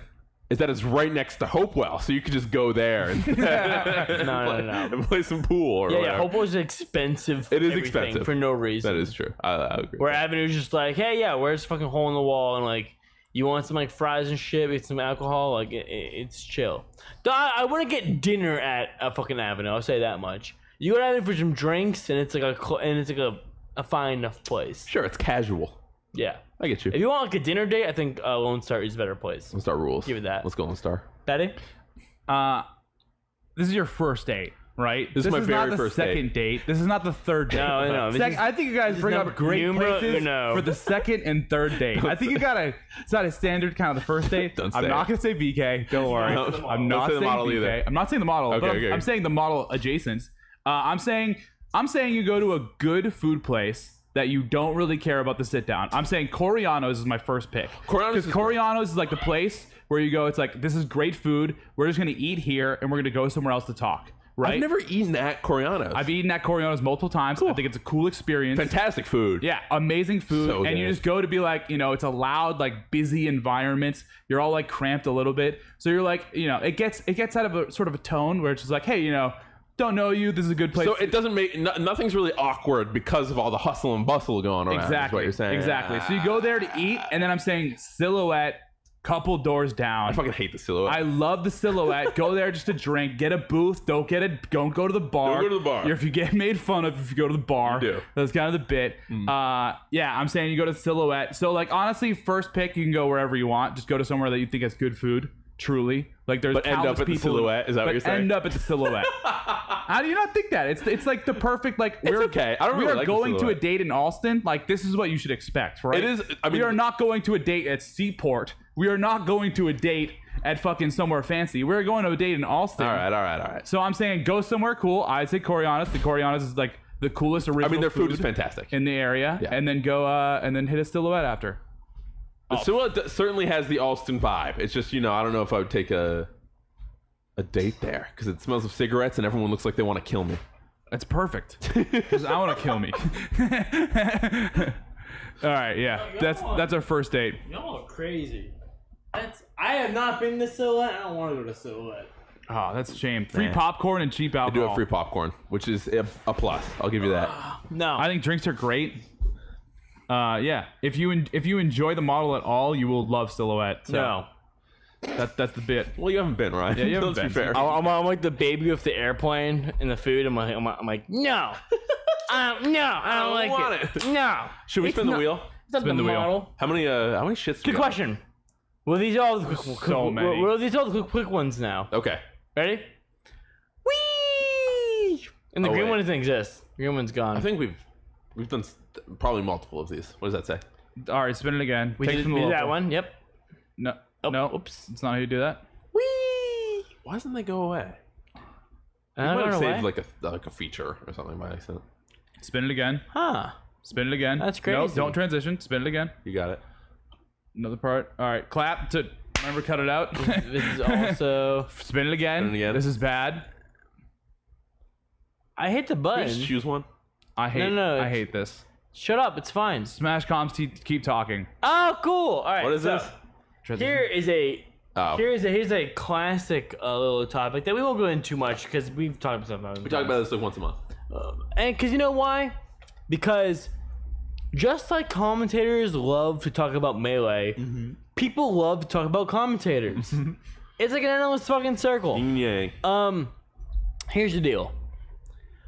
Speaker 2: is that it's right next to Hopewell, so you could just go there and, and
Speaker 3: no,
Speaker 2: play,
Speaker 3: no.
Speaker 2: and play some pool or
Speaker 3: Yeah, yeah.
Speaker 2: whatever.
Speaker 3: Hopewell's expensive.
Speaker 2: It is
Speaker 3: everything
Speaker 2: expensive.
Speaker 3: for no reason.
Speaker 2: that is true. I, I agree.
Speaker 3: Where Avenue's just like, hey, yeah, where's fucking hole in the wall? And like, you want some like fries and shit, get some alcohol, like, it, it- it's chill. Though I, I want to get dinner at a fucking Avenue. I'll say that much. You go down there for some drinks, and it's like a cl- and it's like a, a fine enough place.
Speaker 2: Sure, it's casual.
Speaker 3: Yeah.
Speaker 2: I get you.
Speaker 3: If you want like a dinner date, I think uh, Lone Star is a better place.
Speaker 2: Lone Star rules.
Speaker 3: Give it that.
Speaker 2: Let's go Lone Star.
Speaker 3: Betty?
Speaker 1: Uh, this is your first date. right?
Speaker 2: This is my
Speaker 1: not
Speaker 2: very
Speaker 1: the
Speaker 2: first date.
Speaker 1: second date. This is not the third date.
Speaker 3: No, no, this
Speaker 1: Sec-
Speaker 3: is-
Speaker 1: I think you guys bring
Speaker 3: not
Speaker 1: up great
Speaker 3: numero
Speaker 1: places
Speaker 3: uno.
Speaker 1: for the second and third date. I think you gotta. It's not a standard kind of the first date.
Speaker 2: Don't
Speaker 1: I'm
Speaker 2: say
Speaker 1: not
Speaker 2: it.
Speaker 1: gonna say BK. Don't worry.
Speaker 2: No,
Speaker 1: I'm
Speaker 2: don't
Speaker 1: not
Speaker 2: say the
Speaker 1: saying
Speaker 2: model
Speaker 1: BK.
Speaker 2: either.
Speaker 1: I'm not saying the model. but
Speaker 2: Okay,
Speaker 1: I'm,
Speaker 2: okay.
Speaker 1: I'm saying the model adjacent. Uh, I'm saying I'm saying you go to a good food place that you don't really care about the sit down. I'm saying Corianos is my first pick.
Speaker 2: Corianos
Speaker 1: Because
Speaker 2: is-
Speaker 1: Corianos is like the place where you go. It's like this is great food. We're just gonna eat here and we're gonna go somewhere else to talk. Right.
Speaker 2: I've never eaten at Corianos.
Speaker 1: I've eaten at Corianos multiple times. I think it's a cool experience.
Speaker 2: fantastic food.
Speaker 1: Yeah, amazing food.
Speaker 2: So
Speaker 1: and you
Speaker 2: good.
Speaker 1: just go to be like, you know, it's a loud, like busy environment. You're all like cramped a little bit. So you're like, you know, it gets it gets out of a sort of a tone where it's just like, hey, you know, don't know you. This is a good place.
Speaker 2: So it doesn't make no, nothing's really awkward because of all the hustle and bustle going around. is
Speaker 1: exactly.
Speaker 2: what you're saying.
Speaker 1: Exactly. So you go there to eat, and then I'm saying silhouette, couple doors down.
Speaker 2: I fucking hate the silhouette.
Speaker 1: I love the silhouette. go there just to drink. Get a booth. Don't get it. Don't go to the bar.
Speaker 2: Don't go to the bar.
Speaker 1: You're- if you get made fun of, if you go to the bar,
Speaker 2: You do. Mm.
Speaker 1: that's kind of the bit. Uh, yeah, I'm saying you go to silhouette. So like honestly, first pick you can go wherever you want. Just go to somewhere that you think has good food. Truly, like there's
Speaker 2: But end
Speaker 1: countless
Speaker 2: up at the
Speaker 1: people-
Speaker 2: Silhouette, is that what
Speaker 1: but
Speaker 2: you're saying?
Speaker 1: End up at the silhouette. How do you not think that? It's it's like the perfect like we're
Speaker 2: okay. I don't
Speaker 1: we
Speaker 2: really
Speaker 1: are
Speaker 2: like the
Speaker 1: going to a
Speaker 2: Silhouette.
Speaker 1: date in Austin. Like this is what you should expect, right?
Speaker 2: It is- I
Speaker 1: we
Speaker 2: mean-
Speaker 1: are not going to a date at Seaport. We are not going to a date at fucking somewhere fancy. We're going to a date in Austin.
Speaker 2: all right, all right, all right.
Speaker 1: So I'm saying go somewhere cool. I'd say Corianos. The Corianos is like the coolest original.
Speaker 2: I mean, their food, is fantastic.
Speaker 1: in the area,
Speaker 2: Yeah.
Speaker 1: and then go uh, and then hit a silhouette after.
Speaker 2: the silhouette d- certainly has the Alston vibe. It's just you know I don't know if I would take a a date there because it smells of cigarettes and everyone looks like they want to kill me.
Speaker 1: That's perfect. 'Cause I want to kill me. All right, yeah. That's that's our first date.
Speaker 4: Y'all are crazy. That's I have not been to Silhouette. I don't want to go to Silhouette.
Speaker 1: Oh, that's a shame. Free popcorn and cheap
Speaker 2: Do
Speaker 1: alcohol.
Speaker 2: have free popcorn, which is a, a plus. I'll give you that.
Speaker 3: No,
Speaker 1: I think drinks are great. Uh, yeah. If you en- if you enjoy the model at all, you will love silhouette. So
Speaker 3: no.
Speaker 1: That that's the bit.
Speaker 2: Well, you haven't been, right? Yeah,
Speaker 1: you haven't
Speaker 2: Let's be
Speaker 1: been.
Speaker 2: fair.
Speaker 3: I- I'm, I'm like the baby with the airplane and the food. I'm like, I'm like, I'm like no, um, no, I don't,
Speaker 2: I don't
Speaker 3: like
Speaker 2: want
Speaker 3: it. No.
Speaker 2: Should we
Speaker 3: It's
Speaker 2: spin the
Speaker 3: not-
Speaker 2: wheel?
Speaker 3: That's
Speaker 1: Spin
Speaker 3: the
Speaker 1: the wheel.
Speaker 3: model.
Speaker 2: How many uh how many shits?
Speaker 3: Good
Speaker 2: do we have?
Speaker 3: question. Well, these are all the quick,
Speaker 1: So
Speaker 3: quick-
Speaker 1: many.
Speaker 3: Well, these are all the quick, quick ones now.
Speaker 2: Okay.
Speaker 3: Ready? Whee! And the
Speaker 2: Oh,
Speaker 3: green
Speaker 2: wait.
Speaker 3: one doesn't exist. The green one's gone.
Speaker 2: I think we've we've done s- probably multiple of these. What does that say?
Speaker 1: All right, spin it again.
Speaker 3: we
Speaker 1: Take
Speaker 3: did,
Speaker 1: from the
Speaker 3: we did that
Speaker 1: local.
Speaker 3: one. Oh, Yep.
Speaker 1: No, no. Oops, it's not how you do that.
Speaker 3: Whee!
Speaker 2: Why doesn't they go away?
Speaker 3: And
Speaker 2: I
Speaker 3: I
Speaker 2: might
Speaker 3: went
Speaker 2: have
Speaker 3: away.
Speaker 2: saved like a like a feature or something by accident.
Speaker 1: Spin it again.
Speaker 3: huh?
Speaker 1: Spin it again.
Speaker 3: That's
Speaker 1: No,
Speaker 3: crazy.
Speaker 1: don't transition. Spin it again.
Speaker 2: You got it.
Speaker 1: Another part. All right, clap to remember. Cut it out.
Speaker 3: This is also.
Speaker 1: Spin it again.
Speaker 2: Spin it again.
Speaker 1: This is bad.
Speaker 3: I hate the
Speaker 2: Can
Speaker 3: button.
Speaker 2: we just choose one.
Speaker 1: I hate.
Speaker 3: no,
Speaker 1: I
Speaker 3: it's-
Speaker 1: hate this.
Speaker 3: Shut up. It's fine.
Speaker 1: Smash comms. T- keep talking.
Speaker 3: Oh, cool. All right.
Speaker 2: What is
Speaker 3: so
Speaker 2: this?
Speaker 1: Transition.
Speaker 3: Here is a
Speaker 2: Oh,
Speaker 3: Here is a here's a classic uh, little topic that we won't go into too much because we've talked about
Speaker 2: we talk about this like once a month.
Speaker 3: and because you know why? Because just like commentators love to talk about melee, people love to talk about commentators. it's like an endless fucking circle.
Speaker 2: Yin yang.
Speaker 3: Um, here's the deal.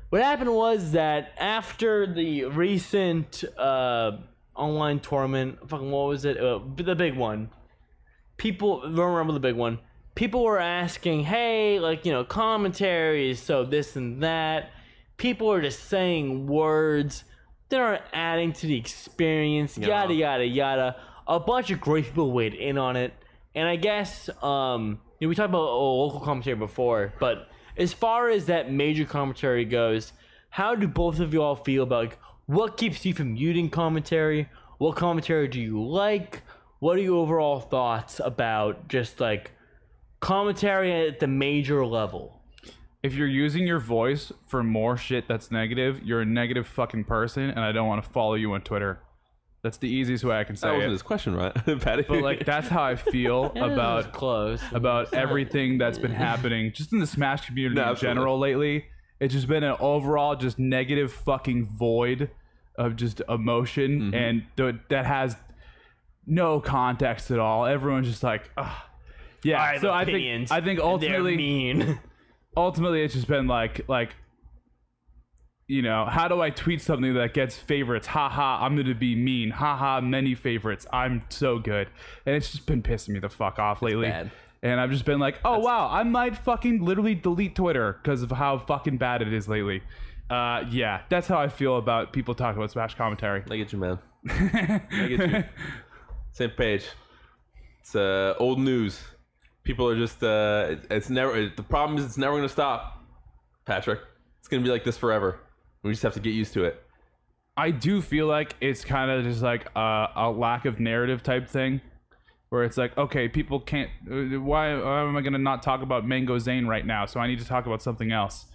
Speaker 3: What happened was that after the recent uh, online tournament, fucking what was it? Uh, the big one. People don't remember the big one. People were asking, hey, like you know, commentaries, so this and that. People are just saying words that aren't adding to the experience. Yada yada yada. A bunch of great people weighed in on it, and I guess um, you know, we talked about a local commentary before, but as far as that major commentary goes, how do both of y'all feel about like, what keeps you from muting commentary? What commentary do you like? What are your overall thoughts about just like commentary at the major level?
Speaker 1: if you're using your voice for more shit that's negative, you're a negative fucking person, and I don't want to follow you on Twitter. That's the easiest way I can
Speaker 2: That
Speaker 1: say
Speaker 2: wasn't
Speaker 1: it.
Speaker 2: his question, right, Patty?
Speaker 1: But like, that's how I feel
Speaker 3: That was
Speaker 1: about
Speaker 3: close
Speaker 1: about everything that's been happening just in the Smash community
Speaker 2: No,
Speaker 1: in
Speaker 2: absolutely.
Speaker 1: general lately. It's just been an overall just negative fucking void of just emotion,
Speaker 2: Mm-hmm.
Speaker 1: and th- that has no context at all. Everyone's just like, Ugh. yeah.
Speaker 3: I have
Speaker 1: so
Speaker 3: opinions,
Speaker 1: I think I think
Speaker 3: They're
Speaker 1: ultimately
Speaker 3: mean.
Speaker 1: ultimately it's just been like like you know how do i tweet something that gets favorites haha i'm gonna be mean haha many favorites i'm so good and it's just been pissing me the fuck off lately
Speaker 2: bad.
Speaker 1: and I've just been like, oh wow, I might fucking literally delete Twitter because of how fucking bad it is lately. Uh, yeah, that's how I feel about people talking about Smash commentary.
Speaker 2: I get you, man. I get you. Same page. It's uh, old news. People are just. Uh, it- it's never. It, the problem is, it's never going to stop. Patrick, it's going to be like this forever. We just have to get used to it.
Speaker 1: I do feel like it's kind of just like a, a lack of narrative type thing, where it's like, okay, people can't. uh, Why, why am I gonna not talk about Mango Zane right now? So I need to talk about something else.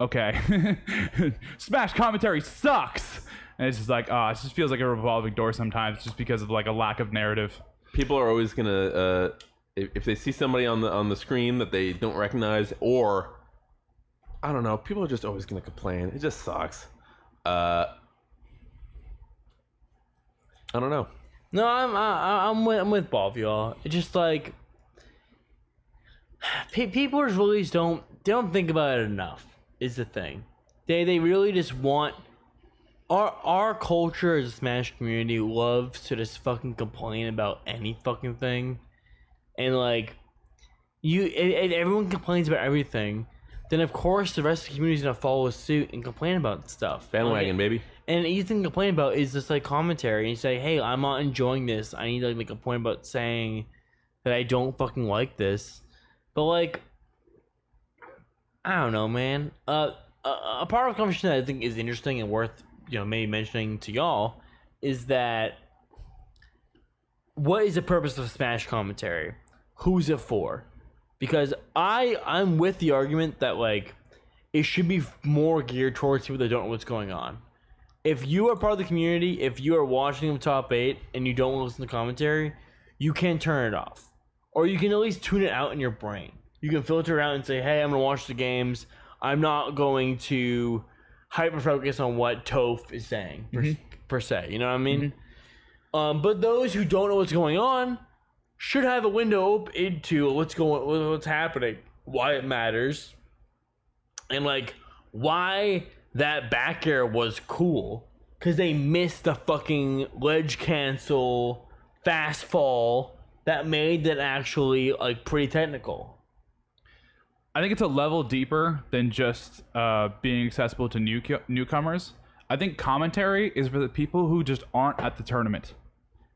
Speaker 1: Okay, Smash commentary sucks, and it's just like, ah, it just feels like a revolving door sometimes, just because of like a lack of narrative.
Speaker 2: people are always gonna uh, if, if they see somebody on the on the screen that they don't recognize or I don't know, people are just always gonna complain. It just sucks. Uh, I don't know.
Speaker 3: No, I'm I, I- I'm with I'm with Bob, y'all. It's just like pe- people just really just don't they don't think about it enough. Is the thing they they really just want our our culture as a Smash community loves to just fucking complain about any fucking thing, and like you and, and everyone complains about everything. Then of course the rest of the community's gonna follow suit and complain about stuff.
Speaker 2: Bandwagon,
Speaker 3: Like,
Speaker 2: baby.
Speaker 3: and an easy thing to complain about is just like commentary and say, "Hey, I'm not enjoying this. I need to like make a point about saying that I don't fucking like this." But like, I don't know, man. Uh, a, a part of the conversation that I think is interesting and worth you know maybe mentioning to y'all is that what is the purpose of Smash commentary? Who's it for? Because I I'm with the argument that like it should be more geared towards people that don't know what's going on if you are part of the community, if you are watching the top eight and you don't want to listen to commentary, you can turn it off. Or you can at least tune it out in your brain. You can filter it out and say, hey, I'm going to watch the games. I'm not going to hyper focus on what Toph is saying, per, per se. You know what I mean? Um, but those who don't know what's going on should have a window open into what's going, what's happening, why it matters, and like why that back air was cool because they missed the fucking ledge cancel fast fall that made that actually like pretty technical
Speaker 1: I think it's a level deeper than just uh, being accessible to new newcomers. I think commentary is for the people who just aren't at the tournament.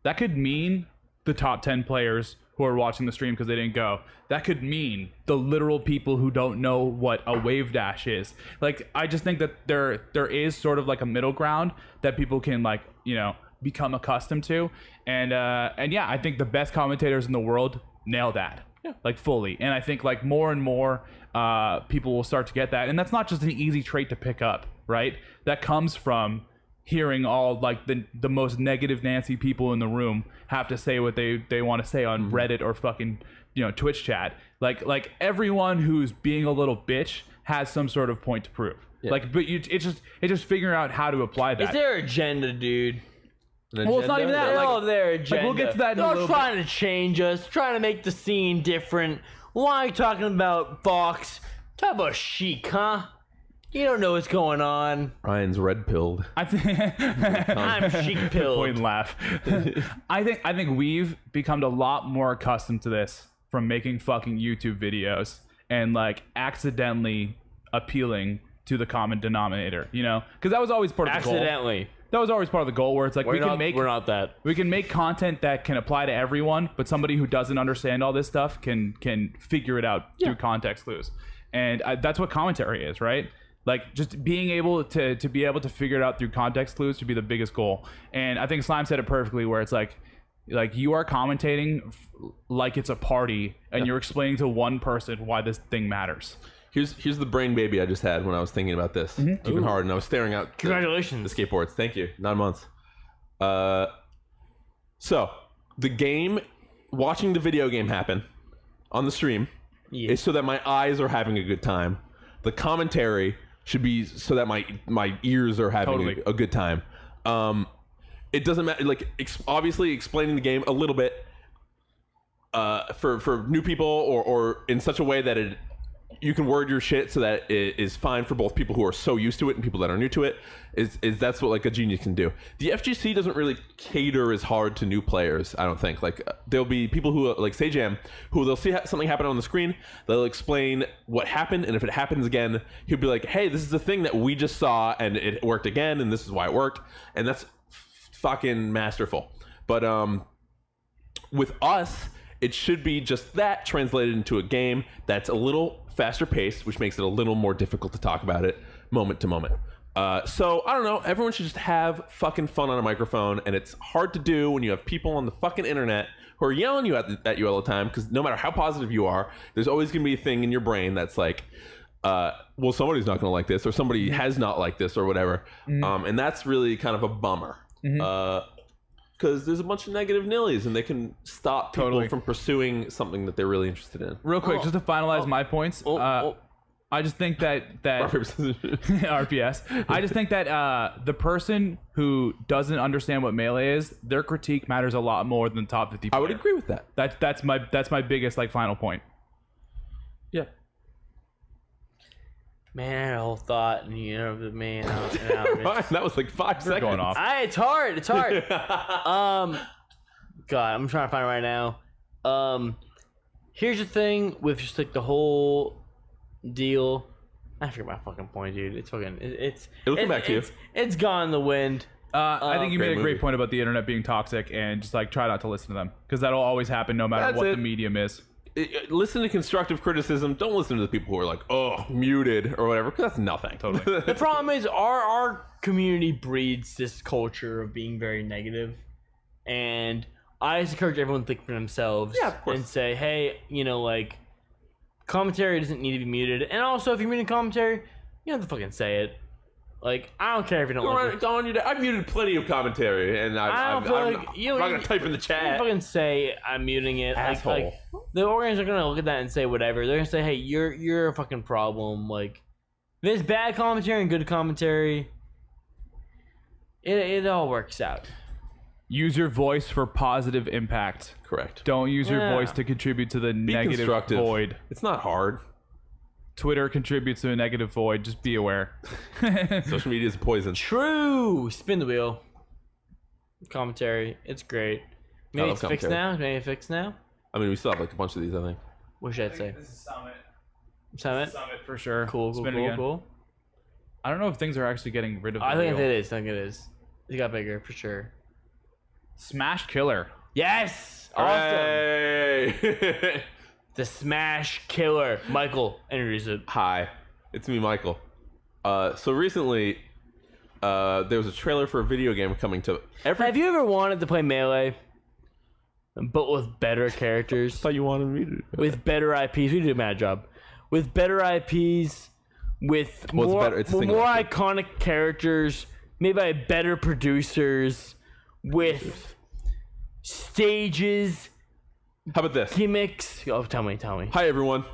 Speaker 1: That could mean the top 10 players who are watching the stream because they didn't go. That could mean the literal people who don't know what a wave dash is. Like I just think that there there is sort of like a middle ground that people can like, you know, become accustomed to. And uh and yeah, I think the best commentators in the world nail that. Like fully. And I think like more and more uh people will start to get that. And that's not just an easy trait to pick up, right? That comes from hearing all like the the most negative Nancy people in the room have to say what they they want to say on Reddit or fucking you know Twitch chat. Like like everyone who's being a little bitch has some sort of point to prove. Like but you it's just it's just figuring out how to apply that.
Speaker 3: it's their agenda dude
Speaker 1: well, it's not even that.
Speaker 3: they're
Speaker 1: Like,
Speaker 3: all their agenda
Speaker 1: we'll get to that in a
Speaker 3: they're all
Speaker 1: little bit.
Speaker 3: trying to change us trying to make the scene different why are you talking about fox talk about chic huh you don't know what's going on
Speaker 2: Ryan's red pilled.
Speaker 1: I think
Speaker 3: i'm chic
Speaker 1: point
Speaker 3: pilled
Speaker 1: and laugh. I think I think we've become a lot more accustomed to this from making fucking YouTube videos and like accidentally appealing to the common denominator, you know? Because that was always part of the goal.
Speaker 3: accidentally
Speaker 1: That was always part of the goal where it's like
Speaker 3: we're,
Speaker 1: we
Speaker 3: not,
Speaker 1: can make
Speaker 3: we're not that
Speaker 1: we can make content that can apply to everyone, but somebody who doesn't understand all this stuff can can figure it out through context clues, and I, that's what commentary is, right? Like just being able to to be able to figure it out through context clues should be the biggest goal, and I think Slime said it perfectly, where it's like like you are commentating f- like it's a party, and you're explaining to one person why this thing matters.
Speaker 2: Here's here's the brain baby I just had when I was thinking about this. Even hard, and I was staring out. the-
Speaker 3: Mm-hmm. congratulations
Speaker 2: the skateboards. Thank you. Nine months. Uh, so the game, watching the video game happen on the stream,
Speaker 3: Yeah.
Speaker 2: is so that my eyes are having a good time. The commentary should be so that my my ears are having
Speaker 1: Totally.
Speaker 2: a, a good time. Um, it doesn't matter. Like ex- obviously explaining the game a little bit uh, for for new people or or in such a way that it you can word your shit so that it is fine for both people who are so used to it and people that are new to it. Is is that's what like a genius can do. The FGC doesn't really cater as hard to new players. I don't think like uh, there'll be people who uh, like say jam who they'll see ha- something happen on the screen. They'll explain what happened and if it happens again, he'll be like, "Hey, this is the thing that we just saw and it worked again, and this is why it worked." And that's f- fucking masterful. But um, with us, it should be just that translated into a game that's a little faster paced, which makes it a little more difficult to talk about it moment to moment. Uh, so I don't know. Everyone should just have fucking fun on a microphone, and it's hard to do when you have people on the fucking internet who are yelling you at, at you all the time. Because no matter how positive you are, there's always gonna be a thing in your brain that's like, uh, well, somebody's not gonna like this, or somebody has not liked this, or whatever. Um, and that's really kind of a bummer. Uh, because there's a bunch of negative nillies and they can stop people
Speaker 1: Totally.
Speaker 2: from pursuing something that they're really interested in.
Speaker 1: Real quick, just to finalize my points. uh, I just think that that RPS. I just think that uh, the person who doesn't understand what melee is, their critique matters a lot more than the top fifty.
Speaker 2: I would agree with that.
Speaker 1: That that's my that's my biggest like final point.
Speaker 2: Yeah.
Speaker 3: Man, I had a whole thought, and you know, man, out, and
Speaker 2: that was like 5 seconds.
Speaker 1: Going off.
Speaker 3: I, it's hard. It's hard. um, God, I'm trying to find it right now. Um, here's the thing with just like the whole deal. I forget my fucking point, dude. It's fucking. It, it's.
Speaker 2: It'll come
Speaker 3: it-
Speaker 2: back to you.
Speaker 3: it's- It's gone in the wind.
Speaker 1: Uh, I think you
Speaker 2: Oh, great
Speaker 1: made a great
Speaker 2: movie.
Speaker 1: point about the internet being toxic and just like try not to listen to them because that'll always happen no matter
Speaker 2: That's
Speaker 1: what
Speaker 2: it.
Speaker 1: the medium is.
Speaker 2: I- I- Listen to constructive criticism. Don't listen to the people who are like, oh, muted or whatever, because that's nothing. Totally.
Speaker 3: The problem is our our community breeds this culture of being very negative, and I just encourage everyone to think for themselves.
Speaker 2: Yeah, of course.
Speaker 3: And say, hey, you know, like commentary doesn't need to be muted, and also if you're muting commentary, you don't have to fucking say it. Like I don't care if you don't. like it.
Speaker 2: Don't on your day. I've muted plenty of commentary, and I,
Speaker 3: I
Speaker 2: I
Speaker 3: don't
Speaker 2: am
Speaker 3: feel
Speaker 2: I'm,
Speaker 3: like-
Speaker 2: not-
Speaker 3: you-
Speaker 2: I'm not
Speaker 3: you-
Speaker 2: going to type in the
Speaker 3: You
Speaker 2: chat.
Speaker 3: fucking say I'm muting it. Like,
Speaker 2: Asshole.
Speaker 3: like, the organizers are gonna look at that and say whatever. They're gonna say, "Hey, you're you're a fucking problem." Like, there's bad commentary and good commentary. It it all works out.
Speaker 1: Use your voice for positive impact.
Speaker 2: Correct.
Speaker 1: Don't use your
Speaker 3: Yeah.
Speaker 1: voice to contribute to the
Speaker 2: Be
Speaker 1: negative
Speaker 2: constructive.
Speaker 1: void.
Speaker 2: It's not hard.
Speaker 1: Twitter contributes to a negative void. Just be aware.
Speaker 2: Social media is poison.
Speaker 3: True. Spin the wheel. Commentary. It's great. Maybe
Speaker 2: love
Speaker 3: it's fixed
Speaker 2: commentary.
Speaker 3: now. Maybe it's fixed now.
Speaker 2: I mean, we still have like a bunch of these, I think.
Speaker 3: What should I say?
Speaker 1: is Summit.
Speaker 3: Summit.
Speaker 1: Summit for sure.
Speaker 3: Cool. Cool.
Speaker 1: Spin it
Speaker 3: Cool.
Speaker 1: again.
Speaker 3: Cool.
Speaker 1: I don't know if things are actually getting rid of. The
Speaker 3: I think
Speaker 1: wheel.
Speaker 3: it is. I think it is. It got bigger for sure.
Speaker 1: Smash Killer.
Speaker 3: Yes. Awesome.
Speaker 2: Hooray!
Speaker 3: The Smash Killer. Michael introduced it.
Speaker 2: Hi, it's me, Michael. Uh, so recently, uh, there was a trailer for a video game coming to every.
Speaker 3: Have you ever wanted to play Melee? But with better characters,
Speaker 2: you wanted me to.
Speaker 3: with better IPs, we did a bad job. With better IPs, with
Speaker 2: Well, it's
Speaker 3: more,
Speaker 2: better- it's a
Speaker 3: with
Speaker 2: single
Speaker 3: more
Speaker 2: IP.
Speaker 3: iconic characters, made by better producers, with stages,
Speaker 2: How about this?
Speaker 3: gimmicks. Oh, tell me, tell me.
Speaker 2: Hi, everyone.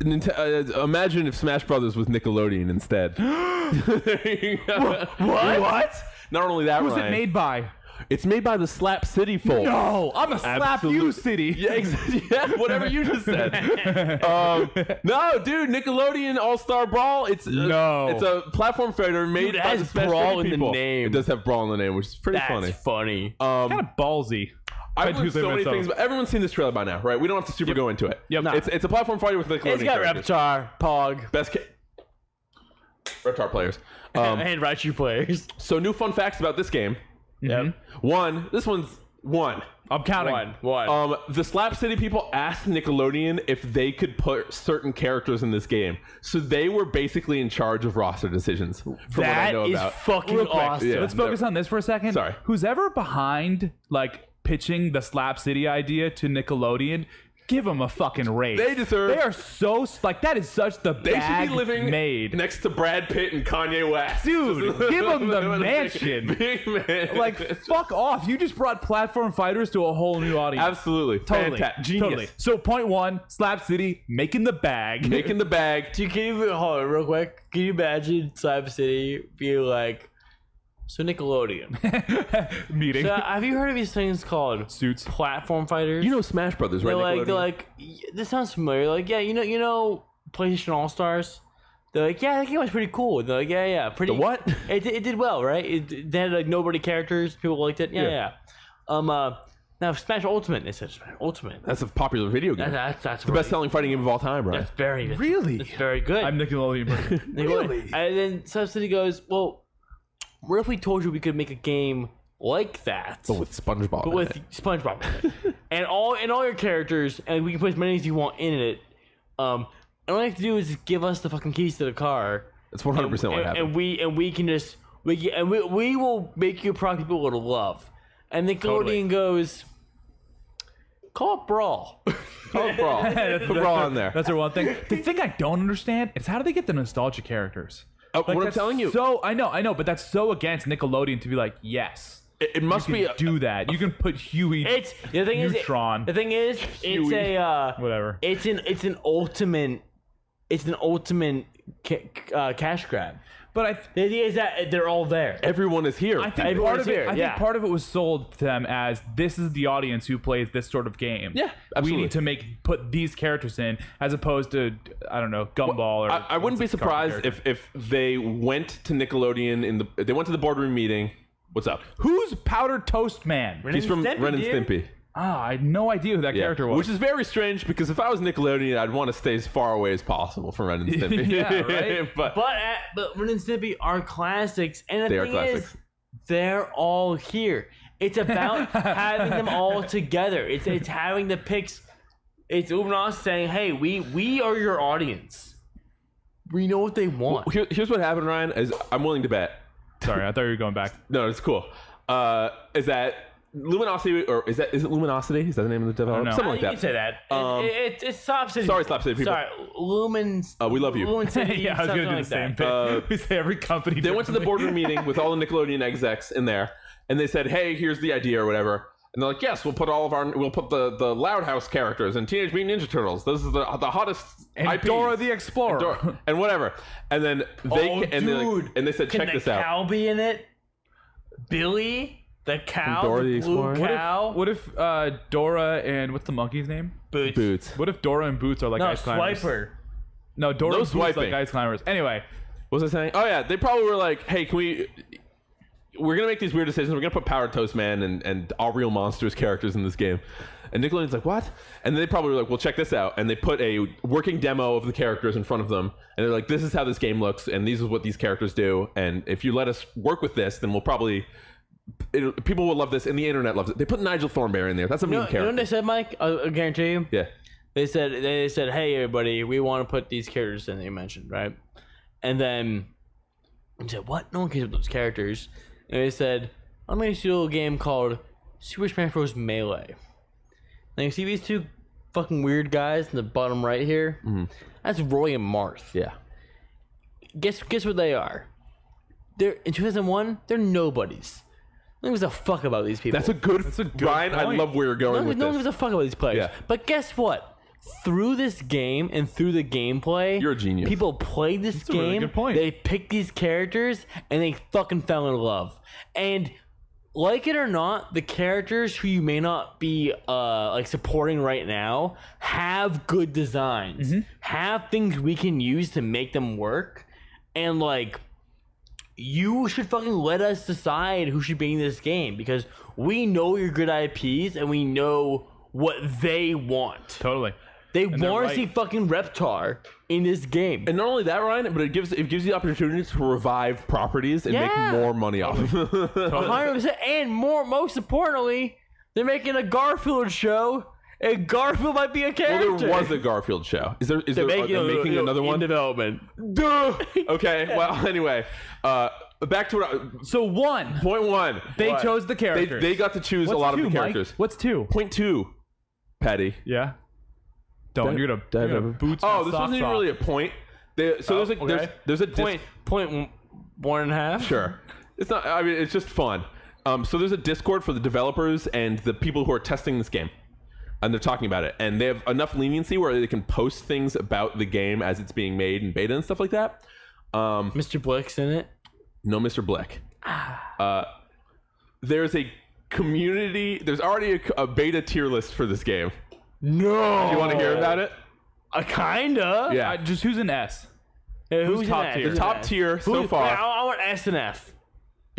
Speaker 2: Nint- uh, imagine if Smash Brothers was Nickelodeon instead. what? What? Not only that,
Speaker 1: Who's it
Speaker 2: Ryan,
Speaker 1: made by?
Speaker 2: It's made by the Slap City folks.
Speaker 1: No, I'm a slap you
Speaker 2: Absolute-
Speaker 1: city.
Speaker 2: Yeah, exactly. yeah, whatever you just said. um, no, dude, Nickelodeon All Star Brawl. It's uh,
Speaker 1: No.
Speaker 2: it's a platform fighter made
Speaker 3: Dude, it
Speaker 2: by
Speaker 3: has
Speaker 2: the Smash
Speaker 3: brawl
Speaker 2: City
Speaker 3: in the
Speaker 2: people.
Speaker 3: name.
Speaker 2: It does have brawl in the name, which is pretty
Speaker 3: That's
Speaker 2: funny.
Speaker 3: funny.
Speaker 2: Um,
Speaker 1: Kind of ballsy. I
Speaker 2: I've
Speaker 1: do
Speaker 2: heard
Speaker 1: say
Speaker 2: so many
Speaker 1: myself.
Speaker 2: things, but everyone's seen this trailer by now, right? We don't have to super go into it.
Speaker 1: Yep. Nah.
Speaker 2: It's it's a platform fighter with Nickelodeon.
Speaker 3: It's got
Speaker 2: characters.
Speaker 3: Reptar, Pog,
Speaker 2: Best ca- Reptar players. Um,
Speaker 3: and Raichu players.
Speaker 2: so new fun facts about this game.
Speaker 3: Mm-hmm.
Speaker 1: Mhm.
Speaker 2: One, this one's one.
Speaker 1: I'm counting.
Speaker 3: One, one.
Speaker 2: Um, the Slap City people asked Nickelodeon if they could put certain characters in this game, so they were basically in charge of roster decisions. From what I
Speaker 3: that
Speaker 2: know
Speaker 3: is
Speaker 2: about.
Speaker 3: fucking
Speaker 1: Real quick,
Speaker 3: awesome.
Speaker 2: yeah.
Speaker 1: Let's focus on this for a second.
Speaker 2: Sorry.
Speaker 1: Who's ever behind like pitching the Slap City idea to Nickelodeon? Give them a fucking raise.
Speaker 2: They deserve-
Speaker 1: They are so like that is such the
Speaker 2: They
Speaker 1: bag
Speaker 2: should be living
Speaker 1: made.
Speaker 2: next to Brad Pitt and Kanye West.
Speaker 1: Dude, give 'em the mansion.
Speaker 2: Big man.
Speaker 1: like fuck off. You just brought platform fighters to a whole new audience.
Speaker 2: absolutely,
Speaker 1: Totally.
Speaker 2: Fanta- genius.
Speaker 1: Totally. So point one, Slap City making the bag.
Speaker 2: Making the bag.
Speaker 3: Dude, can you hold on real quick? Can you imagine Slab City be like, So Nickelodeon.
Speaker 1: meeting.
Speaker 3: so have you heard of these things called
Speaker 1: Suits.
Speaker 3: platform fighters?
Speaker 2: You know Smash Brothers, right?
Speaker 3: they're like they're
Speaker 2: Nickelodeon?
Speaker 3: like "Y- this sounds familiar. Like yeah, you know you know PlayStation All Stars. They're like yeah, that game was pretty cool. They're like yeah yeah pretty.
Speaker 2: the what?
Speaker 3: It, it did well, right? It, they had like nobody characters. People liked it. Yeah,
Speaker 2: Yeah.
Speaker 3: yeah. Um. Uh. Now Smash Ultimate. They said Smash Ultimate.
Speaker 2: That's a popular video
Speaker 3: That,
Speaker 2: game.
Speaker 3: that's that's
Speaker 2: the best-selling fighting game of all time, right?
Speaker 3: That's very that's,
Speaker 1: Really?
Speaker 3: that's very good.
Speaker 1: I'm Nickelodeon. person.
Speaker 3: They go- And then Subsidy goes, well, what if we told you we could make a game like that,
Speaker 2: But with SpongeBob.
Speaker 3: but
Speaker 2: in
Speaker 3: with
Speaker 2: it.
Speaker 3: SpongeBob, in it? and all and all your characters, and we can put as many as you want in it. Um, and all you have to do is just give us the fucking keys to the car,
Speaker 2: that's one hundred percent what
Speaker 3: and,
Speaker 2: happened.
Speaker 3: and we and we can just we can, and we, we will make you a product people will love. And then
Speaker 1: Totally.
Speaker 3: Nickelodeon goes, call it Brawl.
Speaker 2: Call it Brawl. Oh, Put Brawl on there.
Speaker 1: That's their one thing. The thing I don't understand is how do they get the nostalgia characters?
Speaker 2: Uh,
Speaker 1: Like,
Speaker 2: what I'm
Speaker 1: that's
Speaker 2: telling you,
Speaker 1: So I know, I know, but that's so against Nickelodeon to be like, yes,
Speaker 2: it, it
Speaker 1: you
Speaker 2: must
Speaker 1: can
Speaker 2: be a,
Speaker 1: do that. You can put Huey.
Speaker 3: It's the thing is
Speaker 1: Neutron.
Speaker 3: The thing is, it's
Speaker 2: Huey.
Speaker 3: a uh,
Speaker 1: whatever.
Speaker 3: It's an it's an ultimate it's an ultimate ca- uh, cash grab.
Speaker 1: but I, th-
Speaker 3: The idea is that they're all there.
Speaker 2: everyone is here.
Speaker 1: I think
Speaker 3: Everyone's
Speaker 1: part of it.
Speaker 3: here,
Speaker 1: I
Speaker 3: yeah.
Speaker 1: think part of it was sold to them as this is the audience who plays this sort of game.
Speaker 2: Yeah, absolutely.
Speaker 1: We need to make put these characters in as opposed to I don't know gumball or.
Speaker 2: I, I wouldn't be surprised if if they went to Nickelodeon in the they went to the boardroom meeting. What's up?
Speaker 1: who's Powder Toast Man?
Speaker 2: He's from
Speaker 3: Stimpy,
Speaker 2: Ren and
Speaker 3: dude.
Speaker 2: Stimpy.
Speaker 1: Ah, I had no idea who that
Speaker 2: Yeah.
Speaker 1: character was.
Speaker 2: Which is very strange because if I was Nickelodeon, I'd want to stay as far away as possible from Ren and Stimpy.
Speaker 1: Yeah, right?
Speaker 2: but,
Speaker 3: But uh, but Ren and Stimpy are classics, and the
Speaker 2: They are
Speaker 3: thing
Speaker 2: classics.
Speaker 3: is, they're all here. It's about having them all together. It's it's having the picks. It's Umnos saying, "Hey, we we are your audience. We know what they want."
Speaker 2: here, here's what happened, Ryan. Is I'm willing to bet.
Speaker 1: Sorry, I thought you were going back.
Speaker 2: No, it's cool. Uh, is that Luminosity or is that is it Luminosity? Is that the name of the developer?
Speaker 1: know.
Speaker 2: Something
Speaker 3: you
Speaker 2: like
Speaker 3: can
Speaker 2: that.
Speaker 3: say that. It-
Speaker 2: Um,
Speaker 3: it, it, it's Slop City.
Speaker 2: sorry, Slop City people.
Speaker 3: Sorry, Lumen.
Speaker 2: Uh, we love you.
Speaker 3: Lumen City.
Speaker 1: yeah, I was
Speaker 3: something
Speaker 1: gonna do
Speaker 3: like
Speaker 1: the same
Speaker 3: that.
Speaker 1: thing.
Speaker 2: Uh,
Speaker 1: we say every company.
Speaker 2: They went to the boardroom meeting with all the Nickelodeon execs in there, and they said, "Hey, here's the idea or whatever." And they're like, "Yes, we'll put all of our we'll put the the Loud House characters and Teenage Mutant Ninja Turtles. Those are the the hottest
Speaker 1: And
Speaker 2: IPs.
Speaker 1: Dora the Explorer.
Speaker 2: Dora- and whatever." And then they
Speaker 3: Oh,
Speaker 2: and they like,
Speaker 3: dude.
Speaker 2: and they said,
Speaker 3: Can
Speaker 2: "Check
Speaker 3: the
Speaker 2: this out."
Speaker 3: cow be in it? Billy, the cow,
Speaker 2: Dora
Speaker 3: the
Speaker 2: the
Speaker 3: blue
Speaker 2: Explorer?
Speaker 1: What
Speaker 3: cow,
Speaker 1: if, what if uh, Dora and what's the monkey's name?
Speaker 3: boots.
Speaker 2: Boots.
Speaker 1: What if Dora and Boots are like
Speaker 3: No,
Speaker 1: ice climbers?
Speaker 3: Swiper.
Speaker 1: No, Dora
Speaker 2: No
Speaker 1: and Boots like
Speaker 2: swiping.
Speaker 1: ice climbers. Anyway,
Speaker 2: What was I saying? Oh yeah, they probably were like, "Hey, can we?" We're gonna make these weird decisions. We're gonna put Power Toast Man and, and all real monsters characters in this game. And Nickelodeon's like, what? And they probably were like, well, check this out. And they put a working demo of the characters in front of them. And they're like, this is how this game looks, and these is what these characters do. And if you let us work with this, then we'll probably it, people will love this, and the internet loves it. They put Nigel Thornberry in there. That's a mean
Speaker 3: You know, you know what
Speaker 2: character.
Speaker 3: they said, Mike? I, I guarantee you.
Speaker 2: yeah.
Speaker 3: They said they said, "Hey, everybody, we want to put these characters in that you mentioned, right?" And then I said, "What? No one cares about those characters." And they said, "I'm going to do a little game called Super Smash Bros. Melee." Now you see these two fucking weird guys in the bottom right here. That's Roy and Marth.
Speaker 2: Mm-hmm. Yeah.
Speaker 3: Guess guess what they are? They're in 2001. They're nobodies. No one gives a fuck about these people.
Speaker 2: That's a good.
Speaker 1: a good
Speaker 2: Ryan, I
Speaker 1: point.
Speaker 2: love where you're
Speaker 3: No
Speaker 2: going
Speaker 3: one-
Speaker 2: with
Speaker 3: no one
Speaker 2: this.
Speaker 3: gives a fuck about these players.
Speaker 2: Yeah.
Speaker 3: But guess what? Through this game and through the gameplay,
Speaker 2: You're a genius.
Speaker 3: People played this
Speaker 1: a
Speaker 3: game.
Speaker 1: really good point.
Speaker 3: They picked these characters and they fucking fell in love. And like it or not, the characters who you may not be uh, like supporting right now have good designs,
Speaker 1: Mm-hmm.
Speaker 3: have things we can use to make them work, and like you should fucking let us decide who should be in this game because we know your good IPs and we know what they want.
Speaker 1: totally.
Speaker 3: They
Speaker 1: they're
Speaker 3: want to see
Speaker 1: right.
Speaker 3: fucking Reptar in this game.
Speaker 2: And not only that, Ryan, but it gives it gives you the opportunity to revive properties and
Speaker 3: Yeah.
Speaker 2: make more money off of them.
Speaker 3: 100%. And more, most importantly, they're making a Garfield show, and Garfield might be a character.
Speaker 2: well, there was a Garfield show. Is there? Is there?
Speaker 3: making
Speaker 2: are they
Speaker 3: a-
Speaker 2: making
Speaker 3: a-
Speaker 2: another
Speaker 3: in
Speaker 2: one?
Speaker 3: development.
Speaker 2: Duh. Okay. Well, anyway, uh, back to what I,
Speaker 1: So one,
Speaker 2: point one.
Speaker 1: they
Speaker 2: What?
Speaker 1: chose the
Speaker 2: They,
Speaker 1: characters.
Speaker 2: they got to choose
Speaker 1: What's
Speaker 2: a lot
Speaker 1: two,
Speaker 2: of the
Speaker 1: Mike?
Speaker 2: characters.
Speaker 1: What's two?
Speaker 2: Point two, Patty.
Speaker 1: Yeah. Don't you're gonna, you're gonna boots. my
Speaker 2: Oh, this
Speaker 1: socks
Speaker 2: wasn't even
Speaker 1: off.
Speaker 2: really a point. They, so there's a there's,
Speaker 1: Oh, okay.
Speaker 2: there's a dis-
Speaker 3: Point, point one- one and a half.
Speaker 2: Sure. It's not. I mean, it's just fun. Um, so there's a Discord for the developers and the people who are testing this game, and they're talking about it, and they have enough leniency where they can post things about the game as it's being made and beta and stuff like that. Um,
Speaker 3: Mr. Blick's in it.
Speaker 2: no, Mr. Blick. Uh, there's a community. There's already a, a beta tier list for this game.
Speaker 6: No.
Speaker 2: Do you want to hear about it?
Speaker 6: Uh, kinda.
Speaker 2: Yeah.
Speaker 1: Uh, just who's an S?
Speaker 6: Hey, who's,
Speaker 2: top
Speaker 6: in that?
Speaker 2: tier?
Speaker 6: Who's in
Speaker 2: top
Speaker 6: that?
Speaker 2: tier so
Speaker 6: Who-
Speaker 2: far.
Speaker 6: I, I want S and F.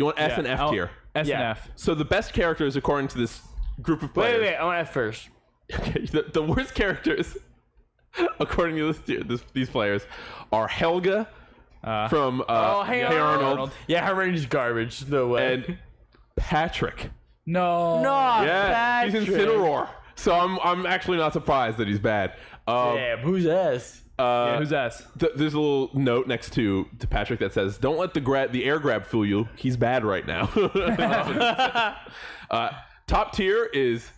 Speaker 2: You want S
Speaker 1: Yeah,
Speaker 2: and F
Speaker 1: I'll-
Speaker 2: tier.
Speaker 1: S
Speaker 6: Yeah.
Speaker 1: and F.
Speaker 2: So the best characters, according to this group of
Speaker 3: Wait,
Speaker 2: players,
Speaker 3: wait, I want F first.
Speaker 2: Okay, the, the worst characters, according to this, tier- this, these players, are Helga
Speaker 1: Uh,
Speaker 2: from uh, oh,
Speaker 3: hey
Speaker 2: Arnold,
Speaker 6: Yeah, her range is garbage. No way.
Speaker 2: and Patrick.
Speaker 1: No.
Speaker 3: No,
Speaker 2: Yeah, he's in
Speaker 3: Patrick.
Speaker 2: Cineroar. So I'm I'm actually not surprised that he's bad. Um,
Speaker 6: Damn, who's S?
Speaker 2: uh,
Speaker 1: Yeah, who's S?
Speaker 2: th- there's a little note next to, to Patrick that says, "Don't let the gra- the air grab fool you. He's bad right now." uh, top tier is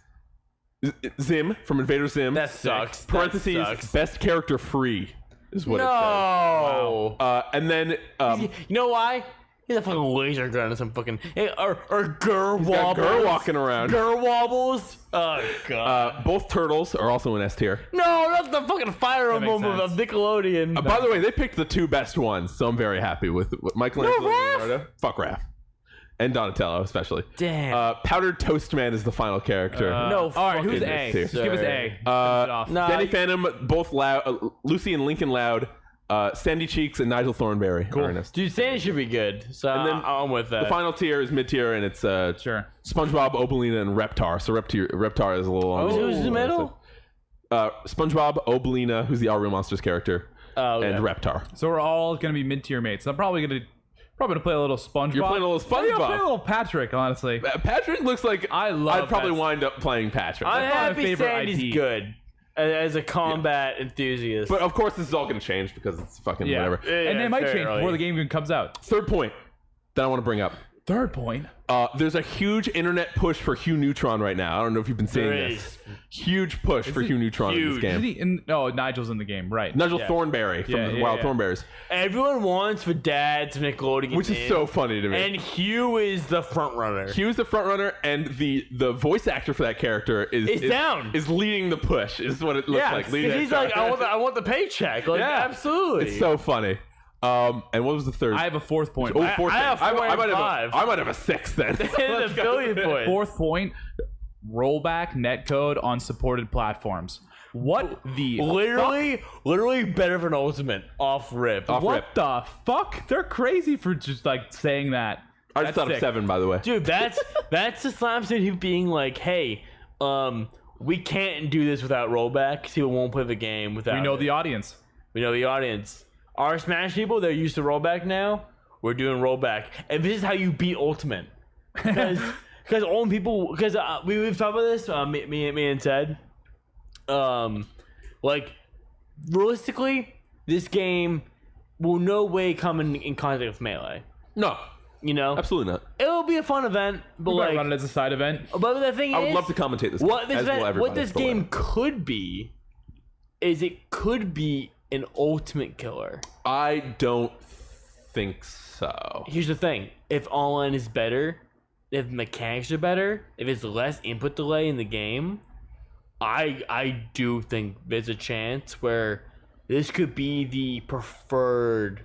Speaker 2: Z- Zim from Invader Zim.
Speaker 6: That sucks. That
Speaker 2: Parentheses
Speaker 6: sucks.
Speaker 2: best character free is what it
Speaker 6: No.
Speaker 2: says. Uh, and then um,
Speaker 3: You know why? He's a fucking laser gun or some fucking. Hey, or
Speaker 6: Or Gur
Speaker 2: got
Speaker 6: Wobbles.
Speaker 2: Gur walking around.
Speaker 6: Gur Wobbles. Oh god.
Speaker 2: Uh, both turtles are also in S tier.
Speaker 6: no, that's the fucking Fire
Speaker 1: makes
Speaker 6: Emblem of of
Speaker 1: sense.
Speaker 6: Nickelodeon.
Speaker 2: Uh, By the way, they picked the two best ones, so I'm very happy with, with Michelangelo
Speaker 6: No, Raph!
Speaker 2: and Leonardo. Fuck Raph. And Donatello, especially.
Speaker 3: Damn.
Speaker 2: Uh, Powdered Toast Man is the final character.
Speaker 1: Uh,
Speaker 6: No
Speaker 1: All right, who's
Speaker 2: fucking
Speaker 1: A?
Speaker 2: tier.
Speaker 1: Just give us A.
Speaker 2: Uh,
Speaker 1: Finish it off.
Speaker 3: no.
Speaker 2: Danny Phantom, both Loud, uh, Lucy and Lincoln Loud, uh, Sandy Cheeks, and Nigel Thornberry. Cool.
Speaker 3: Dude, Sandy should be good. So
Speaker 2: And then
Speaker 3: I, am with that.
Speaker 2: The final tier is mid tier, and it's uh,
Speaker 1: Sure.
Speaker 2: SpongeBob, Obolina, and Reptar. So Reptar, Reptar is a little. on
Speaker 3: Oh, who's in the middle?
Speaker 2: Uh, SpongeBob, Obolina, who's the All Real Monsters character,
Speaker 3: Oh, okay.
Speaker 2: and Reptar.
Speaker 1: So we're all gonna be mid tier mates. I'm probably gonna probably gonna play a little SpongeBob.
Speaker 2: You're playing a little
Speaker 1: Maybe I'll play a
Speaker 2: SpongeBob.
Speaker 1: little Patrick, honestly.
Speaker 2: Uh, Patrick looks like
Speaker 1: I love
Speaker 2: I'd probably
Speaker 1: Pat-
Speaker 2: wind up playing Patrick.
Speaker 1: my
Speaker 3: I'm happy
Speaker 1: favorite
Speaker 3: Sandy's
Speaker 1: IP.
Speaker 3: good as as a combat enthusiast.
Speaker 2: but of course, this is all going to change because it's fucking
Speaker 1: Yeah.
Speaker 2: whatever.
Speaker 3: yeah,
Speaker 1: and they might
Speaker 3: fair,
Speaker 1: change
Speaker 3: like-
Speaker 1: before the game even comes out.
Speaker 2: Third point that I want to bring up.
Speaker 1: Third point.
Speaker 2: Uh, there's a huge internet push for Hugh Neutron right now. I don't know if you've been seeing
Speaker 3: There
Speaker 2: this. Huge push for Hugh Neutron in this
Speaker 1: Is
Speaker 2: game.
Speaker 1: he in, no, Nigel's in the game, right?
Speaker 2: Nigel Thornberry from
Speaker 1: Yeah,
Speaker 2: the
Speaker 1: yeah,
Speaker 2: Wild
Speaker 1: yeah.
Speaker 2: Thornberries,
Speaker 3: Everyone wants for dads of Nickelodeon,
Speaker 2: which is so funny to me.
Speaker 3: And Hugh is the front runner.
Speaker 2: Hugh's the front runner, and the the voice actor for that character is
Speaker 3: Is down.
Speaker 2: is leading the push. Is what it looks
Speaker 3: yeah,
Speaker 2: like.
Speaker 3: 'cause
Speaker 2: leading
Speaker 3: he's
Speaker 2: that
Speaker 3: like, I
Speaker 2: charge.
Speaker 3: want, the, I want the paycheck. Like,
Speaker 2: Yeah.
Speaker 3: absolutely.
Speaker 2: it's so funny. Um, and what was the third?
Speaker 1: I have a fourth point.
Speaker 2: oh, fourth
Speaker 3: I have
Speaker 2: thing.
Speaker 3: four
Speaker 2: I, I
Speaker 3: and
Speaker 2: might have
Speaker 3: five.
Speaker 2: a, I might have a sixth then.
Speaker 3: it's a
Speaker 2: Let's go.
Speaker 3: billion point.
Speaker 1: Fourth point. Rollback netcode on supported platforms. What the
Speaker 3: Literally, literally better than Ultimate off rip.
Speaker 2: Off
Speaker 1: what
Speaker 2: rip.
Speaker 1: the fuck? They're crazy for just like saying that.
Speaker 2: I just
Speaker 1: That's
Speaker 2: thought of
Speaker 1: sick.
Speaker 2: seven, by the way.
Speaker 3: Dude, that's that's the slams in him being like, hey, um, we can't do this without rollback. 'cause People won't play the game without.
Speaker 1: We know the audience.
Speaker 3: we know the audience. Our Smash people, they're used to rollback now. We're doing rollback, and this is how you beat Ultimate. Because because old people, because uh, we we've talked about this. Uh, me, me me and Ted. Um, like realistically, this game will no way come in, in contact with melee.
Speaker 2: No,
Speaker 3: You know,
Speaker 2: absolutely not.
Speaker 3: it'll be a fun event, but
Speaker 1: We better
Speaker 3: like
Speaker 1: run it as a side event.
Speaker 3: but the thing
Speaker 2: I would
Speaker 3: is,
Speaker 2: love to commentate this.
Speaker 3: what this
Speaker 2: game, as will
Speaker 3: event, what
Speaker 2: everybody,
Speaker 3: this
Speaker 2: but whatever.
Speaker 3: game could be is it could be an ultimate killer.
Speaker 2: I don't think so.
Speaker 3: Here's the thing: if online is better, if mechanics are better, if it's less input delay in the game, I I do think there's a chance where this could be the preferred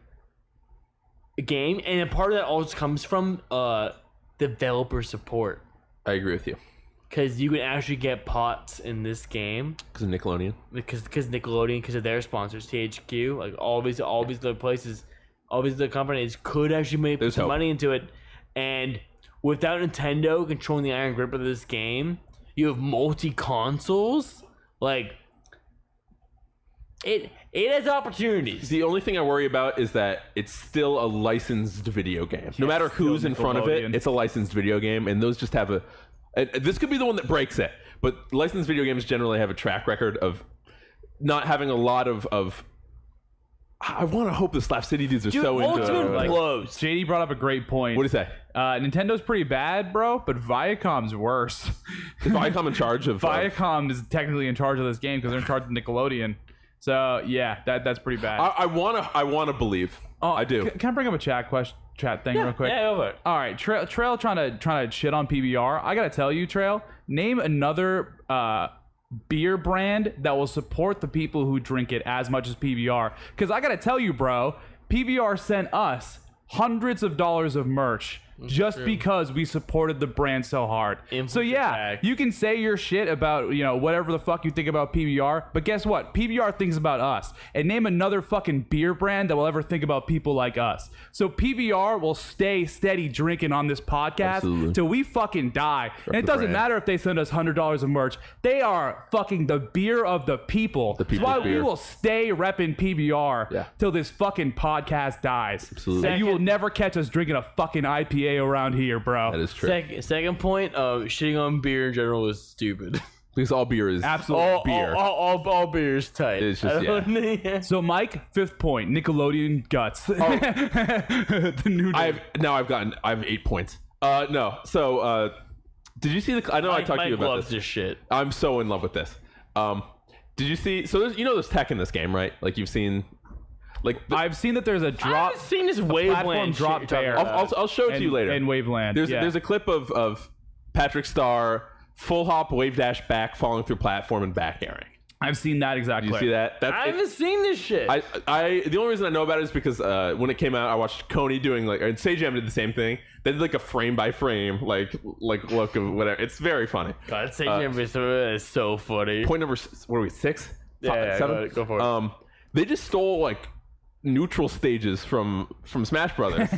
Speaker 3: game, and a part of that also comes from uh developer support
Speaker 2: I agree with you
Speaker 3: because you can actually get pots in this game
Speaker 2: because of Nickelodeon.
Speaker 3: because because Nickelodeon because of their sponsors THQ like all these all these other places all these other companies could actually make
Speaker 2: There's
Speaker 3: some
Speaker 2: hope.
Speaker 3: money into it and without Nintendo controlling the iron grip of this game you have multi consoles like it it has opportunities
Speaker 2: The only thing I worry about is that it's still a licensed video game. No matter who's in front of it,
Speaker 1: Nickelodeon.
Speaker 2: it's a licensed video game, and those just have a. and this could be the one that breaks it, but licensed video games generally have a track record of not having a lot of of. I want to hope the Slap City dudes are
Speaker 3: dude
Speaker 2: so into it.
Speaker 3: ultimate
Speaker 2: Like,
Speaker 3: blows
Speaker 1: JD brought up a great point.
Speaker 2: what do you say?
Speaker 1: Uh, Nintendo's pretty bad, bro, but Viacom's worse.
Speaker 2: Is Viacom in charge of? uh,
Speaker 1: Viacom is technically in charge of this game because they're in charge of Nickelodeon. So yeah, that that's pretty bad.
Speaker 2: I, I wanna, I wanna believe.
Speaker 1: Oh,
Speaker 2: I do.
Speaker 1: c- can I bring up a chat question, chat thing real quick?
Speaker 3: yeah go for it.
Speaker 1: All right, Trail, Trail trying to trying to shit on PBR. I gotta tell you, Trail, name another uh, beer brand that will support the people who drink it as much as PBR. Because I gotta tell you, bro, PBR sent us hundreds of dollars of merch just because we supported the brand so hard. so yeah,
Speaker 3: fact.
Speaker 1: you can say your shit about you know whatever the fuck you think about PBR, but guess what? PBR thinks about us. And name another fucking beer brand that will ever think about people like us. So PBR will stay steady drinking on this podcast
Speaker 2: Absolutely.
Speaker 1: till we fucking die. and it
Speaker 2: the
Speaker 1: doesn't
Speaker 2: brand.
Speaker 1: matter if they send us hundred dollars of merch. They are fucking the beer of the people. The
Speaker 2: people's
Speaker 1: That's why we
Speaker 2: beer.
Speaker 1: will stay repping PBR
Speaker 2: Yeah.
Speaker 1: till this fucking podcast dies.
Speaker 2: Absolutely.
Speaker 1: And you will never catch us drinking a fucking IPA around here, bro.
Speaker 2: That is true.
Speaker 3: Second, second point, uh, shitting on beer in general is stupid.
Speaker 2: because all beer is
Speaker 1: Absolutely.
Speaker 2: all beer.
Speaker 3: All, all, all beer is tight.
Speaker 2: It's just-
Speaker 3: I don't-
Speaker 1: So, Mike, fifth point, Nickelodeon guts. the new.
Speaker 2: Oh. I've now I've gotten I've eight points. Uh, no. So uh, did you see the? Oh, I know I
Speaker 3: Mike,
Speaker 2: talked to you
Speaker 3: Mike
Speaker 2: about
Speaker 3: loves
Speaker 2: this.
Speaker 3: this shit.
Speaker 2: I'm so in love with this. Um, did you see? So there's, you know, there's tech in this game, right? Like you've seen, like the,
Speaker 1: I've seen that there's a drop.
Speaker 3: I've seen this wavelength
Speaker 1: drop Oh,
Speaker 3: shit you're talking
Speaker 1: bear.
Speaker 3: about.
Speaker 2: I'll, I'll, I'll show it to
Speaker 1: and-
Speaker 2: you later.
Speaker 1: And Waveland.
Speaker 2: there's
Speaker 1: yeah.
Speaker 2: there's a clip of of Patrick Starr full hop wave dash back falling through platform and back airing.
Speaker 1: I've seen that exact
Speaker 2: You
Speaker 1: clip.
Speaker 2: see that? That's
Speaker 3: I
Speaker 2: it-
Speaker 3: haven't seen this shit.
Speaker 2: I, I the only reason I know about it is because uh, when it came out, I watched Coney doing like and Sajam did the same thing. They did like a frame by frame like like look of whatever. It's very funny.
Speaker 3: God, Satan uh, is so funny.
Speaker 2: Point number s- what are we six?
Speaker 3: Yeah,
Speaker 2: Five,
Speaker 3: yeah,
Speaker 2: seven?
Speaker 3: go- go for it.
Speaker 2: Um, they just stole like neutral stages from from Smash Brothers.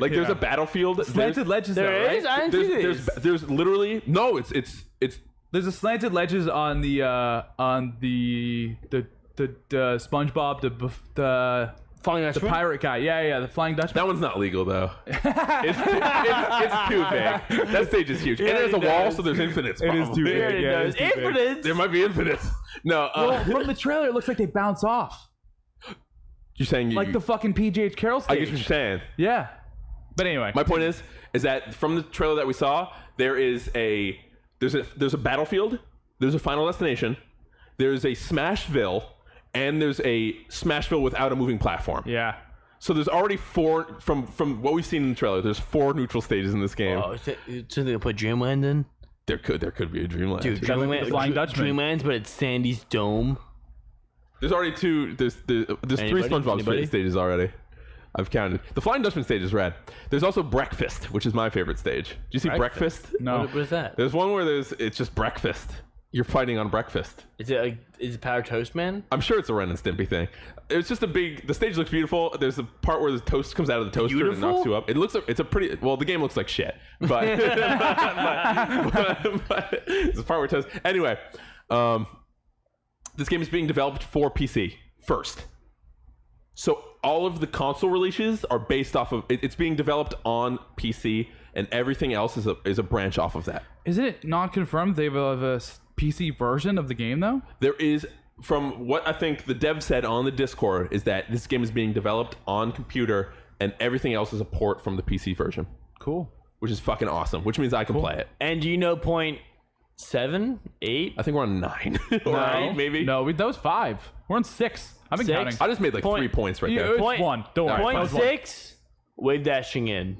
Speaker 2: like there's a battlefield. There's,
Speaker 1: Slanted Legends, though,
Speaker 3: there
Speaker 1: right?
Speaker 3: is? I didn't
Speaker 2: there's,
Speaker 3: see this.
Speaker 2: there's there's literally no. It's it's it's
Speaker 1: There's a slanted ledges on the uh on the the the, the SpongeBob the bef- the
Speaker 3: Falling
Speaker 1: the pirate guy. Yeah, yeah, the flying Dutchman.
Speaker 2: That one's not legal though. it's, too, it's, it's too big. That stage is huge, and there's
Speaker 3: it
Speaker 2: a wall,
Speaker 3: does.
Speaker 2: so there's infinites.
Speaker 1: It is too
Speaker 2: probably.
Speaker 1: big, yeah, it is too big.
Speaker 2: There might be infinites. No, uh,
Speaker 1: Oh, From the trailer, it looks like they bounce off,
Speaker 2: you're saying you,
Speaker 1: like the fucking PGH Carroll
Speaker 2: I
Speaker 1: stage.
Speaker 2: guess what you're saying.
Speaker 1: yeah, but anyway,
Speaker 2: My point is, is that from the trailer that we saw, there is a there's a there's a battlefield, there's a final destination, there's a Smashville, and there's a Smashville without a moving platform.
Speaker 1: yeah,
Speaker 2: So there's already four from from what we've seen in the trailer. There's four neutral stages in this game.
Speaker 3: Oh, is that- is something to put Dreamland in?
Speaker 2: There could there could be a Dreamland.
Speaker 3: Dude,
Speaker 1: like
Speaker 3: Dreamland,
Speaker 1: the Flying
Speaker 3: Dr-
Speaker 1: Dutchman.
Speaker 3: Dreamland's, but it's Sandy's Dome.
Speaker 2: There's already two. There's there's, there's three
Speaker 3: Anybody?
Speaker 2: SpongeBob
Speaker 3: Anybody?
Speaker 2: stages already. I've counted. The Flying Dutchman stage is rad. There's also Breakfast, which is my favorite stage. Do you see Breakfast?
Speaker 1: no,
Speaker 3: Oh, What is that?
Speaker 2: There's one where there's it's just breakfast. You're fighting on breakfast.
Speaker 3: Is it like, is it Power Toast Man?
Speaker 2: I'm sure it's a Ren and Stimpy thing. It's just a big. The stage looks beautiful. There's the part where the toast comes out of the toaster and it knocks
Speaker 3: Beautiful?
Speaker 2: you up. It looks. It's a pretty. Well, the game looks like shit. But, but, but- but it's the part where toast. Anyway, um, this game is being developed for PC first. So all of the console releases are based off of. It, it's being developed on PC, and everything else is a is a branch off of that.
Speaker 1: isn't it non-confirmed? They have a, of a s- PC version of the game though.
Speaker 2: there is from what I think the dev said on the Discord is that this game is being developed on computer and everything else is a port from the PC version,
Speaker 1: Cool.
Speaker 2: which is fucking awesome. Which means I can play it.
Speaker 3: And do you know point seven, eight?
Speaker 2: I think we're on nine or eight, maybe.
Speaker 1: No, we, that was five. We're on six. I've been
Speaker 3: Six?
Speaker 1: counting.
Speaker 2: I just made like
Speaker 3: Point-
Speaker 2: three points right
Speaker 1: Yeah,
Speaker 2: there.
Speaker 1: it's one. Don't worry.
Speaker 3: Point
Speaker 1: Mine's one.
Speaker 3: six, wave dashing in.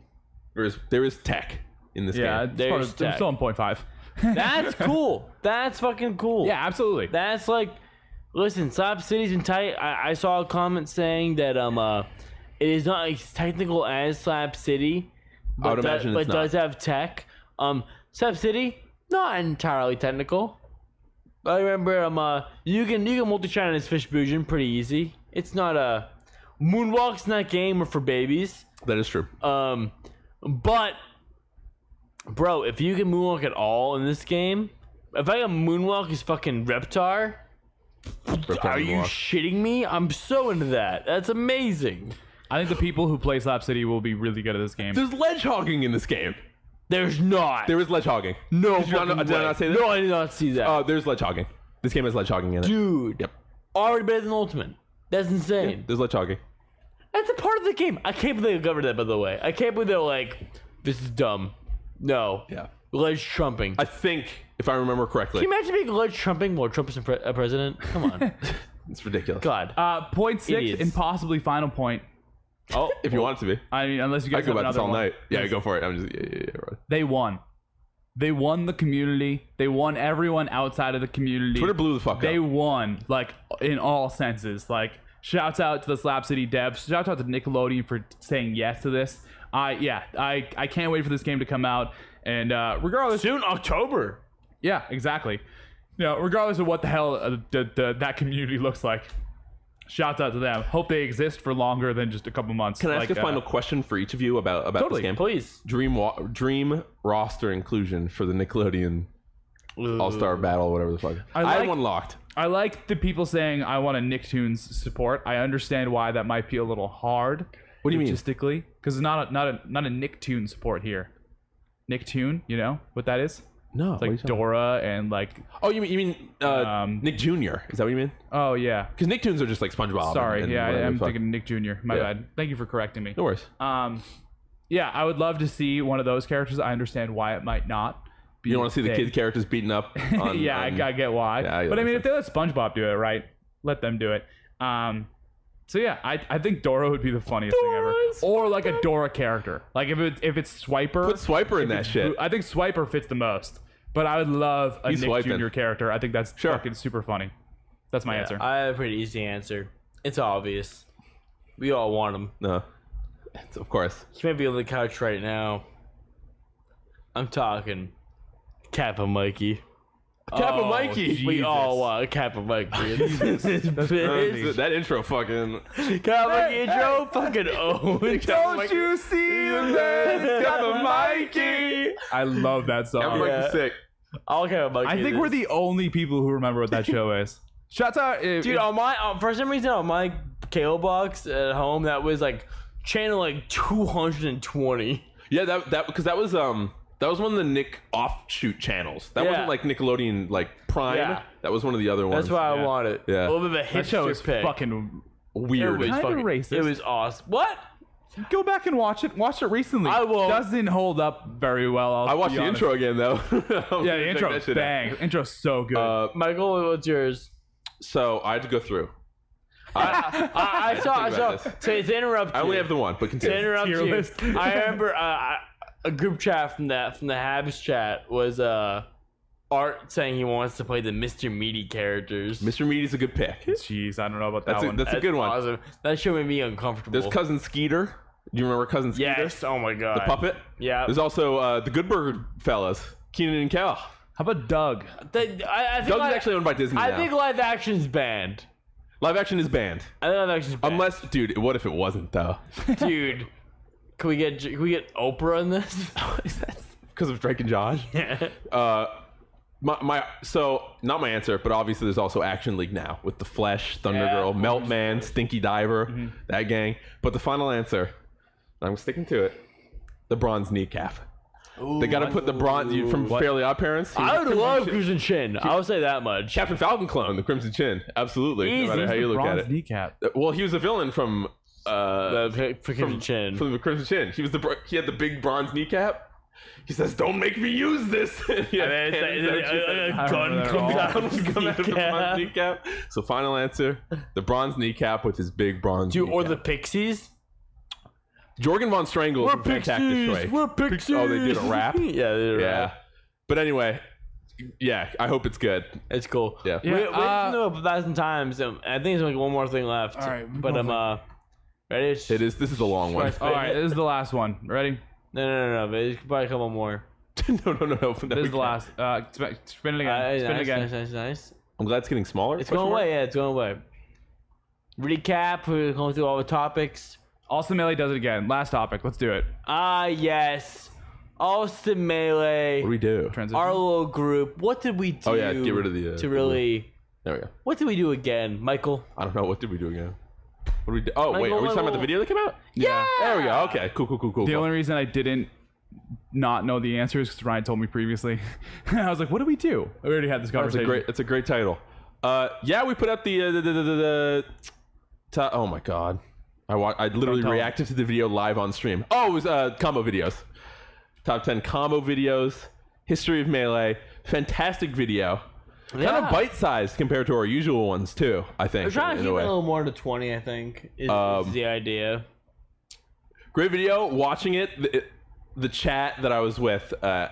Speaker 2: There is there is tech in this
Speaker 1: Yeah,
Speaker 2: game.
Speaker 1: it's part
Speaker 3: There's
Speaker 1: of, I'm
Speaker 3: that.
Speaker 1: still on point five.
Speaker 3: That's cool. That's fucking cool.
Speaker 1: yeah, absolutely.
Speaker 3: That's like, listen, Slap City's been tight. I, I saw a comment saying that um uh, it is not as technical as Slap City, but,
Speaker 2: would
Speaker 3: do-
Speaker 2: imagine
Speaker 3: but
Speaker 2: it's not.
Speaker 3: does have tech. Um, Slap City not entirely technical. I remember um uh, you can you can multi shine as Fish Fusion pretty easy. It's not a moonwalks in that game or for babies.
Speaker 2: That is true.
Speaker 3: Um, but bro, if you can moonwalk at all in this game, if I can moonwalk as fucking Reptar, are you shitting me? I'm so into that. That's amazing.
Speaker 1: I think the people who play Slap City will be really good at this game.
Speaker 2: There's ledge hogging in this game.
Speaker 3: There's not.
Speaker 2: There is ledge hogging.
Speaker 3: no,
Speaker 2: Did, you not, know-
Speaker 3: fucking
Speaker 2: did I
Speaker 3: way.
Speaker 2: not say this?
Speaker 3: No, I did not see that,
Speaker 2: Uh, there's ledge hogging. This game has ledge hogging in it.
Speaker 3: dude.
Speaker 2: Yep.
Speaker 3: Already better than Ultimate. That's insane.
Speaker 2: There's ledge hogging.
Speaker 3: That's a part of the game. I can't believe they covered that. By the way, I can't believe they're like, this is dumb. No.
Speaker 2: Yeah.
Speaker 3: Ledge trumping.
Speaker 2: I think if I remember correctly,
Speaker 3: Can you imagine being ledge trumping while Trump is a pre- a president? Come on,
Speaker 2: it's ridiculous.
Speaker 3: God.
Speaker 1: Uh, point six
Speaker 3: Idiots.
Speaker 1: and possibly final point.
Speaker 2: Oh, if you want it to be.
Speaker 1: I mean, unless you
Speaker 2: I
Speaker 1: guys
Speaker 2: could go
Speaker 1: have
Speaker 2: about this
Speaker 1: another
Speaker 2: all
Speaker 1: one.
Speaker 2: night. Yeah, go for it. I'm just yeah, yeah, yeah, right.
Speaker 1: They won. They won the community. They won everyone outside of the community.
Speaker 2: Twitter blew the fuck
Speaker 1: They
Speaker 2: up.
Speaker 1: won, like in all senses. Like Shouts out to the Slap City devs. Shouts out to Nickelodeon for saying yes to this. I yeah, I I can't wait for this game to come out. And uh, regardless,
Speaker 7: Soon October.
Speaker 1: yeah, exactly. You know, regardless of what the hell uh, the, the, that community looks like, shouts out to them. Hope they exist for longer than just a couple months.
Speaker 2: Can I ask
Speaker 1: like,
Speaker 2: a
Speaker 1: uh,
Speaker 2: final question for each of you about about
Speaker 1: Totally,
Speaker 2: this game?
Speaker 3: Please.
Speaker 2: Dream wa- dream roster inclusion for the Nickelodeon All Star Battle, whatever the fuck. I, had
Speaker 1: like-
Speaker 2: one locked.
Speaker 1: I like the people saying I want a Nicktoons support. I understand why that might be a little hard.
Speaker 2: What do you mean?
Speaker 1: logistically? Because it's not a, not a not a Nicktoon support here. Nicktoon, you know what that is?
Speaker 2: No, what are you
Speaker 1: Like
Speaker 2: talking-
Speaker 1: Dora and like
Speaker 2: oh, you mean you mean uh,
Speaker 1: Um,
Speaker 2: Nick Jr. Is that what you mean?
Speaker 1: oh yeah.
Speaker 2: Because Nicktoons are just like SpongeBob. and-
Speaker 1: Sorry,
Speaker 2: and
Speaker 1: yeah, I,
Speaker 2: whatever the
Speaker 1: am
Speaker 2: fuck.
Speaker 1: thinking Nick Jr. My
Speaker 2: Yeah.
Speaker 1: bad. Thank you for correcting me.
Speaker 2: No worries.
Speaker 1: Um, yeah, I would love to see one of those characters. I understand why it might not. Be
Speaker 2: You don't want to see the
Speaker 1: big.
Speaker 2: kid characters beaten up. On,
Speaker 1: yeah, I,
Speaker 2: on-
Speaker 1: I get why.
Speaker 2: Yeah, I
Speaker 1: but I mean,
Speaker 2: understand.
Speaker 1: if they let SpongeBob do it, right? Let them do it. Um, so yeah, I, I think Dora would be the funniest thing ever, or like a Dora character. Like if it if it's Swiper,
Speaker 2: Put Swiper in that
Speaker 1: it's-
Speaker 2: shit.
Speaker 1: I think Swiper fits the most. But I would love a
Speaker 2: He's
Speaker 1: Nick
Speaker 2: swiping.
Speaker 1: Jr. character. I think that's
Speaker 2: Sure.
Speaker 1: fucking super funny. That's my answer.
Speaker 3: I have a pretty easy answer. It's obvious. We all want him.
Speaker 2: No, It's- of course.
Speaker 3: He may be on the couch right now. I'm talking Kappa Mikey.
Speaker 2: Kappa
Speaker 3: Oh,
Speaker 2: Mikey.
Speaker 3: We
Speaker 1: Jesus.
Speaker 3: all want Kappa Mikey. This
Speaker 2: Uh,
Speaker 3: bitch.
Speaker 2: that intro fucking.
Speaker 3: Kappa Mikey intro fucking owned.
Speaker 2: Don't you see that? Kappa
Speaker 3: Mikey!
Speaker 1: I love that song.
Speaker 2: Mikey's
Speaker 3: Yeah.
Speaker 2: sick.
Speaker 3: All Kappa Mikey.
Speaker 1: I think
Speaker 3: it
Speaker 1: we're
Speaker 3: is.
Speaker 1: the only people who remember what that show is. Shouts out, eh, if,
Speaker 3: Dude,
Speaker 1: if-
Speaker 3: on my uh, for some reason on my KO box at home that was like channel like 220.
Speaker 2: Yeah, that that because that was um that was one of the Nick offshoot channels. That
Speaker 3: Yeah.
Speaker 2: wasn't like Nickelodeon like Prime.
Speaker 3: Yeah.
Speaker 2: That was one of the other ones.
Speaker 3: That's why
Speaker 1: Yeah.
Speaker 3: I want it. A
Speaker 2: Yeah.
Speaker 3: little bit of
Speaker 1: that
Speaker 3: a hipster
Speaker 1: show is
Speaker 3: pick.
Speaker 1: fucking
Speaker 2: weird.
Speaker 3: It was
Speaker 1: Kinda
Speaker 3: fucking-
Speaker 1: racist.
Speaker 3: It was awesome. What?
Speaker 1: Go back and watch it. Watched it recently.
Speaker 3: I will.
Speaker 1: Doesn't hold up very well. I'll
Speaker 2: I watched
Speaker 1: be
Speaker 2: the
Speaker 1: honest.
Speaker 2: intro again though.
Speaker 1: Yeah, the intro. Bang. Intro's so good.
Speaker 2: Uh,
Speaker 3: Michael, what's yours?
Speaker 2: so I had to go through. I,
Speaker 3: I, I saw. I
Speaker 2: think
Speaker 3: saw.
Speaker 2: about
Speaker 3: To, to interrupt.
Speaker 2: I only
Speaker 3: you,
Speaker 2: have the one, but
Speaker 3: to
Speaker 2: continue.
Speaker 3: interrupt
Speaker 1: Tier
Speaker 3: you.
Speaker 1: list.
Speaker 3: I remember uh, I- a group chat from that from the Habs chat was uh Art saying he wants to play the Mr. Meaty characters.
Speaker 2: Mr. Meaty's a good pick.
Speaker 1: Jeez, I don't know about that
Speaker 2: That's a,
Speaker 1: one.
Speaker 2: that's a good one.
Speaker 3: Awesome. That show made me uncomfortable.
Speaker 2: There's cousin Skeeter. Do you remember cousin Skeeter?
Speaker 3: yes. Oh my god.
Speaker 2: The puppet.
Speaker 3: Yeah.
Speaker 2: There's also uh, the Good Burger fellas, Keenan and Kel.
Speaker 1: How about Doug?
Speaker 3: The- I, I think
Speaker 2: Doug's
Speaker 3: li-
Speaker 2: actually owned by Disney
Speaker 3: I
Speaker 2: now.
Speaker 3: think live action's banned.
Speaker 2: Live action is banned.
Speaker 3: I think live action's banned.
Speaker 2: Unless, dude, what if it wasn't though?
Speaker 3: dude. Can we get can we get Oprah in this?
Speaker 2: Oh, Because of Drake and Josh.
Speaker 3: yeah.
Speaker 2: Uh, my, my so not my answer, but obviously there's also Action League now with the Flesh, Thunder
Speaker 3: Yeah,
Speaker 2: Girl,
Speaker 3: of Mm-hmm.
Speaker 2: Melt Man, Stinky Diver, that gang. But the final answer, I'm sticking to it: the bronze kneecap. they got to put the bronze you from Fairly Odd Parents.
Speaker 3: I would love Crimson Chin. I will say that much.
Speaker 2: Captain Falcon clone, the Crimson Chin, absolutely.
Speaker 3: Easy.
Speaker 2: No matter
Speaker 3: He's
Speaker 2: how you look at
Speaker 1: Bronze
Speaker 2: it.
Speaker 1: kneecap.
Speaker 2: Uh, Well, he was a villain from uh,
Speaker 3: Uh, for for Crimson Chin.
Speaker 2: from the Crimson Chin. He was the bro- he had the big bronze kneecap. He says, "Don't make me use this." Yeah,
Speaker 3: And it's
Speaker 2: and
Speaker 3: like- uh,
Speaker 2: he's
Speaker 3: a- a- a
Speaker 1: I remember that
Speaker 3: gun comes
Speaker 1: all.
Speaker 3: out of his
Speaker 2: Come out of the bronze
Speaker 3: kneecap.
Speaker 2: kneecap. So final answer: the bronze kneecap with his big bronze.
Speaker 3: Dude, or the
Speaker 2: kneecap.
Speaker 3: Pixies?
Speaker 2: Jorgen von Strangle. from Fantastic Sway.
Speaker 3: We're Pixies!
Speaker 2: Oh, they did a rap?
Speaker 3: yeah, they did a
Speaker 2: Yeah,
Speaker 3: rap.
Speaker 2: but anyway, yeah. I hope it's good.
Speaker 3: It's cool.
Speaker 2: Yeah.
Speaker 3: We, we
Speaker 1: Yeah, uh,
Speaker 3: listened to it a thousand times. and I think there's only one more thing left.
Speaker 1: All right, one
Speaker 3: But
Speaker 1: more
Speaker 3: I'm, uh, ready? It's-
Speaker 2: It is. This is a long one.
Speaker 1: All right, this is the last one. Ready?
Speaker 3: No, no, no, no. But there's probably a couple more.
Speaker 2: no, no, no, no. no,
Speaker 1: This
Speaker 2: we
Speaker 1: is the
Speaker 2: can't.
Speaker 1: last. Uh, sp- spin it again.
Speaker 3: Uh,
Speaker 1: spin it
Speaker 3: nice,
Speaker 1: again.
Speaker 3: nice, nice, nice.
Speaker 2: I'm glad it's getting smaller.
Speaker 3: It's
Speaker 2: Question
Speaker 3: going
Speaker 2: mark?
Speaker 3: away. Yeah, it's going away. Recap. We're going through all the topics.
Speaker 1: Austin Melee does it again. Last topic. Let's do it.
Speaker 3: Ah, yes. Austin Melee.
Speaker 2: What do we do?
Speaker 1: Transition.
Speaker 3: our little group. What did we do?
Speaker 2: Oh, yeah, get rid of the, uh,
Speaker 3: to really.
Speaker 2: There we go.
Speaker 3: What did we do again, Michael?
Speaker 2: I don't know. What did we do again? What did we do? Oh, wait. Are
Speaker 3: Michael,
Speaker 2: we talking about the
Speaker 3: Michael.
Speaker 2: video that came out?
Speaker 1: yeah.
Speaker 2: There we go. Okay. Cool, cool, cool, cool.
Speaker 1: The
Speaker 2: cool.
Speaker 1: only reason I didn't not know the answer is because Ryan told me previously. I was like, "What do we do?" I already had this
Speaker 2: That's
Speaker 1: conversation.
Speaker 2: a great. That's a great title. Uh, yeah, we put out the uh, the, the, the, the to- oh my god, I wa- I literally
Speaker 1: tell 'em.
Speaker 2: reacted to the video live on stream. Oh, it was uh, combo videos, top ten combo videos, history of melee, fantastic video, kind
Speaker 3: Yeah.
Speaker 2: of bite sized compared to our usual ones too. I think
Speaker 3: We're trying
Speaker 2: in
Speaker 3: to keep it
Speaker 2: a
Speaker 3: a
Speaker 2: way.
Speaker 3: little more to twenty. I think is,
Speaker 2: Um,
Speaker 3: is the idea.
Speaker 2: great video. Watching it, the, the chat that I was with. Uh,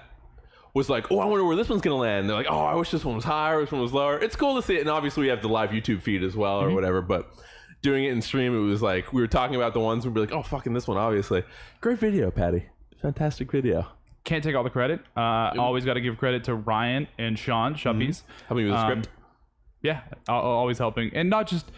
Speaker 2: was like, oh, I wonder where this one's gonna land. They're like, oh, I wish this one was higher, this one was lower. It's cool to see it, and obviously we have the live YouTube feed as well or whatever. But doing it in stream, it was like we were talking about the ones we'd be like, oh fucking this one, obviously. Great video, Patty. Fantastic video.
Speaker 1: Can't take all the credit. Uh, always got to give credit to Ryan and Sean Shuppies.
Speaker 2: Helping me with the
Speaker 1: Um,
Speaker 2: script.
Speaker 1: yeah al- always helping and not just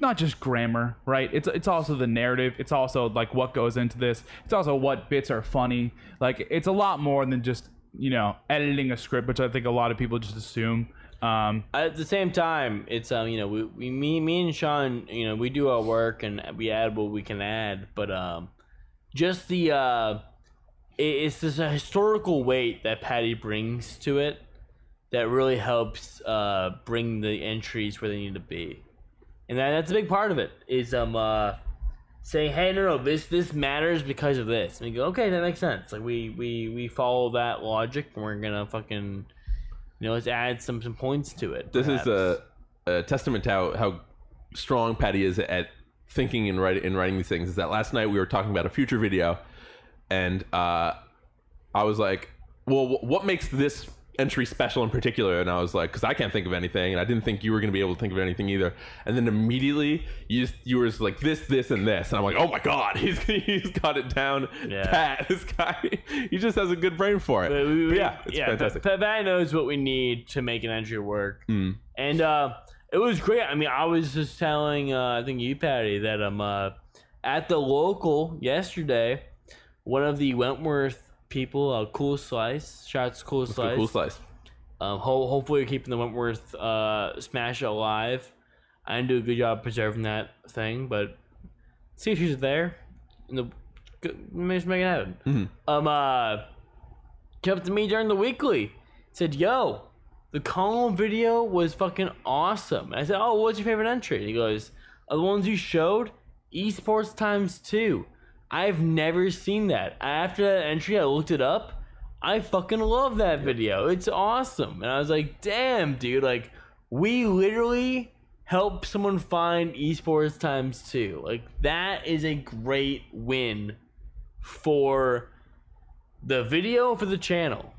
Speaker 1: not just grammar right it's it's also the narrative it's also like what goes into this it's also what bits are funny like it's a lot more than just you know editing a script which i think a lot of people just assume um
Speaker 3: At the same time, it's um, you know, we, we me me and Sean, you know, we do our work and we add what we can add, but um, just the uh, it, it's this historical weight that Patty brings to it that really helps uh bring the entries where they need to be, and that, that's a big part of it is um uh saying hey no no this this matters because of this and we go okay that makes sense like we we we follow that logic and we're gonna fucking you know let's add some some points to it
Speaker 2: this is
Speaker 3: perhaps.
Speaker 2: a, a testament to how, how strong Patty is at thinking and writing and writing these things. Is that last night we were talking about a future video, and uh, I was like, "Well, wh- what makes this entry special in particular?" And I was like, "Cause I can't think of anything, and I didn't think you were gonna be able to think of anything either." And then immediately you just, you were just like this, this, and this, and I'm like, "Oh my god, he's he's got it down,
Speaker 3: Yeah.
Speaker 2: pat. This guy, he just has a good brain for it."
Speaker 3: But we-
Speaker 2: But
Speaker 3: we-
Speaker 2: yeah, it's
Speaker 3: yeah,
Speaker 2: fantastic. Hmm.
Speaker 3: Pe- Pevai knows what we need to make an entry work, and uh, it was great. I mean, I was just telling, uh, I think you, Patty, that I'm uh, at the local yesterday. One of the Wentworth people, uh, Cool Slice, shouts Cool Slice.
Speaker 2: Cool slice.
Speaker 3: Um, ho- hopefully, you're keeping the Wentworth uh, Smash alive. I didn't do a good job preserving that thing, but see if she's there. And the g- maybe just make it happen. Um, uh, came up to me during the weekly, said, "Yo, the column video was fucking awesome." I said, "Oh, what's your favorite entry?" And he goes, "Of "The ones you showed, esports times two. I've never seen that. After that entry, I looked it up. I fucking love that video. It's awesome." And I was like, "Damn, dude! Like, we literally." Help someone find esports times two. Like that is a great win for the video for the channel.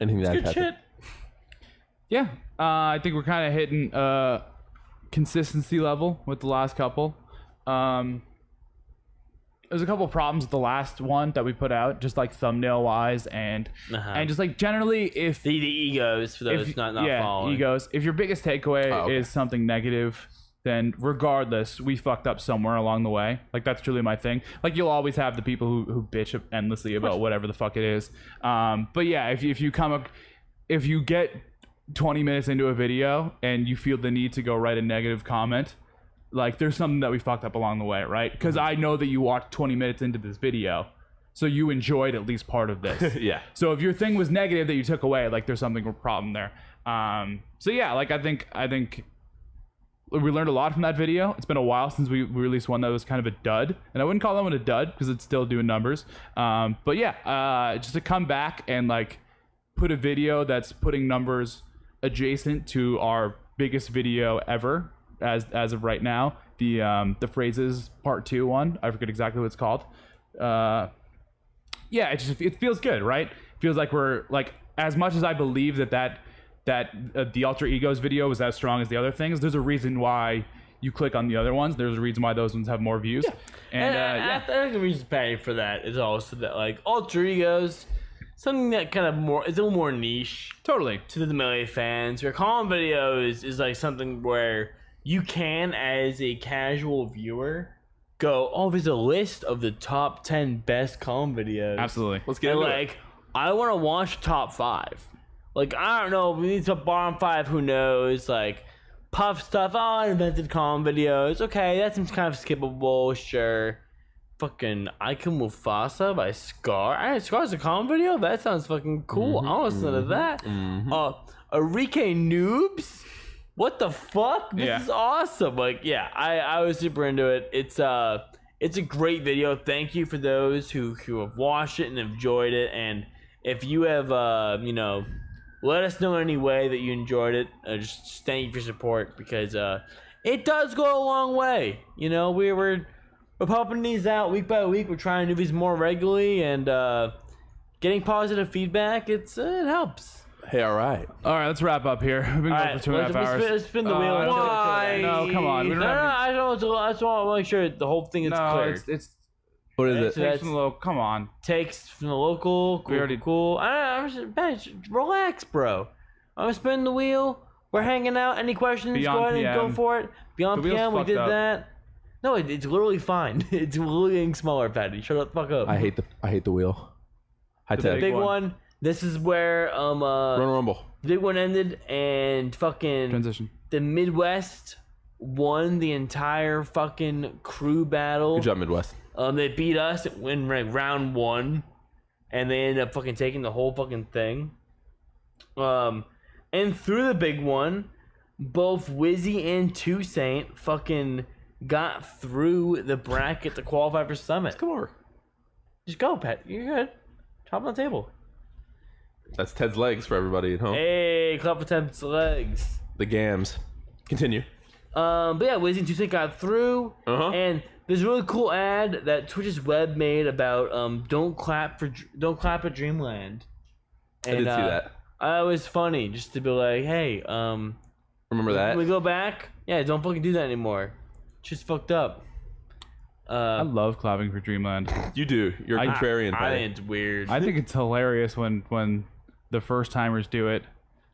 Speaker 2: Anything that
Speaker 3: Good
Speaker 2: happened.
Speaker 3: shit.
Speaker 1: yeah uh i think we're kind of hitting uh consistency level with the last couple um there's a couple problems with the last one that we put out just like thumbnail wise and
Speaker 3: Uh-huh.
Speaker 1: and just like generally if
Speaker 3: The, the egos for those not Oh, not
Speaker 1: yeah,
Speaker 3: following.
Speaker 1: egos. If your biggest takeaway
Speaker 2: okay.
Speaker 1: is something negative, then regardless, we fucked up somewhere along the way. Like that's truly my thing. Like you'll always have the people who, who bitch endlessly about whatever the fuck it is. Um, but yeah, if you, if you come up, if you get 20 minutes into a video and you feel the need to go write a negative comment, like there's something that we fucked up along the way, right? Because I
Speaker 3: Mm-hmm.
Speaker 1: know that you walked 20 minutes into this video, so you enjoyed at least part of this.
Speaker 2: Yeah.
Speaker 1: So if your thing was negative that you took away, like there's something problem there. Um, so yeah, like I think I think we learned a lot from that video. It's been a while since we we released one that was kind of a dud, and I wouldn't call that one a dud because it's still doing numbers. Um, but yeah, uh, just to come back and like put a video that's putting numbers adjacent to our biggest video ever as as of right now. The um, the phrases part two one. I forget exactly what it's called. Uh, yeah, it just it feels good, right? Feels like we're like as much as I believe that that that uh, the alter egos video was as strong as the other things. There's a reason why you click on the other ones. There's a reason why those ones have more views.
Speaker 3: And,
Speaker 1: And,
Speaker 3: I-
Speaker 1: uh, yeah.
Speaker 3: I, I think the reason Patty for that is also that like alter egos, something that kind of more it's a little more niche
Speaker 1: totally.
Speaker 3: to the melee fans. Where column videos is like something where you can, as a casual viewer, go, oh, there's a list of the top ten best column videos.
Speaker 1: Absolutely.
Speaker 2: Let's get
Speaker 3: And,
Speaker 2: into it.
Speaker 3: like, I want to watch top five. Like, I don't know. We need to bottom five. Who knows? Like, puff stuff. Oh, I invented calm videos. Okay, that's kind of skippable. Sure. Fucking I can Mufasa by Scar. I Scar's a calm video. That sounds fucking cool. I want to listen to that.
Speaker 2: Mm-hmm.
Speaker 3: Uh, Arike noobs. What the fuck? This
Speaker 1: Yeah.
Speaker 3: is awesome. Like, yeah, I, I was super into it. It's uh it's a great video. Thank you for those who, who have watched it and enjoyed it. And if you have uh, you know, let us know in any way that you enjoyed it. Uh, just, just thank you for your support because uh it does go a long way. You know, we were we're pumping these out week by week. We're trying to do these more regularly and uh getting positive feedback, it's uh, it helps.
Speaker 2: Hey, all right.
Speaker 1: All right, let's wrap up here. We've been
Speaker 3: All
Speaker 1: going
Speaker 3: right,
Speaker 1: for two and a
Speaker 3: let's-
Speaker 1: half
Speaker 3: let's spin-
Speaker 1: hours.
Speaker 3: let's spin the wheel.
Speaker 1: Uh,
Speaker 3: Why?
Speaker 1: No, come on. We
Speaker 3: No,
Speaker 1: don't
Speaker 3: no,
Speaker 1: have
Speaker 3: I just want I just want to make sure the whole thing is
Speaker 1: no,
Speaker 3: clear.
Speaker 1: it's it's
Speaker 2: What is
Speaker 3: So
Speaker 2: it?
Speaker 1: takes
Speaker 3: that's-
Speaker 1: from the low. Come on.
Speaker 3: Takes from the local. Cool,
Speaker 1: already-
Speaker 3: cool. I, I'm just, man, just relax, bro. I'm spinning the wheel. We're hanging out. Any questions?
Speaker 1: Beyond
Speaker 3: go ahead and
Speaker 1: PM.
Speaker 3: go for it. Beyond
Speaker 1: The wheel's
Speaker 3: PM, we
Speaker 1: fucked
Speaker 3: did
Speaker 1: up.
Speaker 3: that. No, it, it's literally fine. It's literally getting smaller, Patty. Shut up, fuck up.
Speaker 2: I hate the I hate the wheel. High
Speaker 1: The
Speaker 2: tech.
Speaker 3: big
Speaker 1: one.
Speaker 3: one. This is where um uh
Speaker 2: Run rumble.
Speaker 3: the big one ended and fucking
Speaker 1: Transition.
Speaker 3: the Midwest won the entire fucking crew battle.
Speaker 2: Good job, Midwest.
Speaker 3: Um, they beat us in like round one, and they ended up fucking taking the whole fucking thing. Um, and through the big one, both Wizzy and Toussaint fucking got through the bracket to qualify for Summit.
Speaker 2: Come over.
Speaker 3: Just go, Pat. You're good. Top of the table.
Speaker 2: That's Ted's legs for everybody at home.
Speaker 3: Hey, clap for Ted's legs.
Speaker 2: The gams. Continue.
Speaker 3: Um, but yeah, Wizzy and Toussaint got through,
Speaker 2: Uh-huh.
Speaker 3: and there's a really cool ad that Twitch's web made about um, don't clap for Dr- don't clap at Dreamland.
Speaker 2: I
Speaker 3: And,
Speaker 2: did see
Speaker 3: uh,
Speaker 2: that.
Speaker 3: Uh, it was funny just to be like, hey, um,
Speaker 2: Remember
Speaker 3: when we
Speaker 2: that?
Speaker 3: go back, yeah, don't fucking do that anymore. It's just fucked up.
Speaker 1: I
Speaker 3: Uh,
Speaker 1: love clapping for Dreamland.
Speaker 2: You do. You're a
Speaker 1: I-
Speaker 2: contrarian.
Speaker 3: I
Speaker 2: Patty.
Speaker 3: think it's weird.
Speaker 1: I think it's hilarious when when the first timers do it,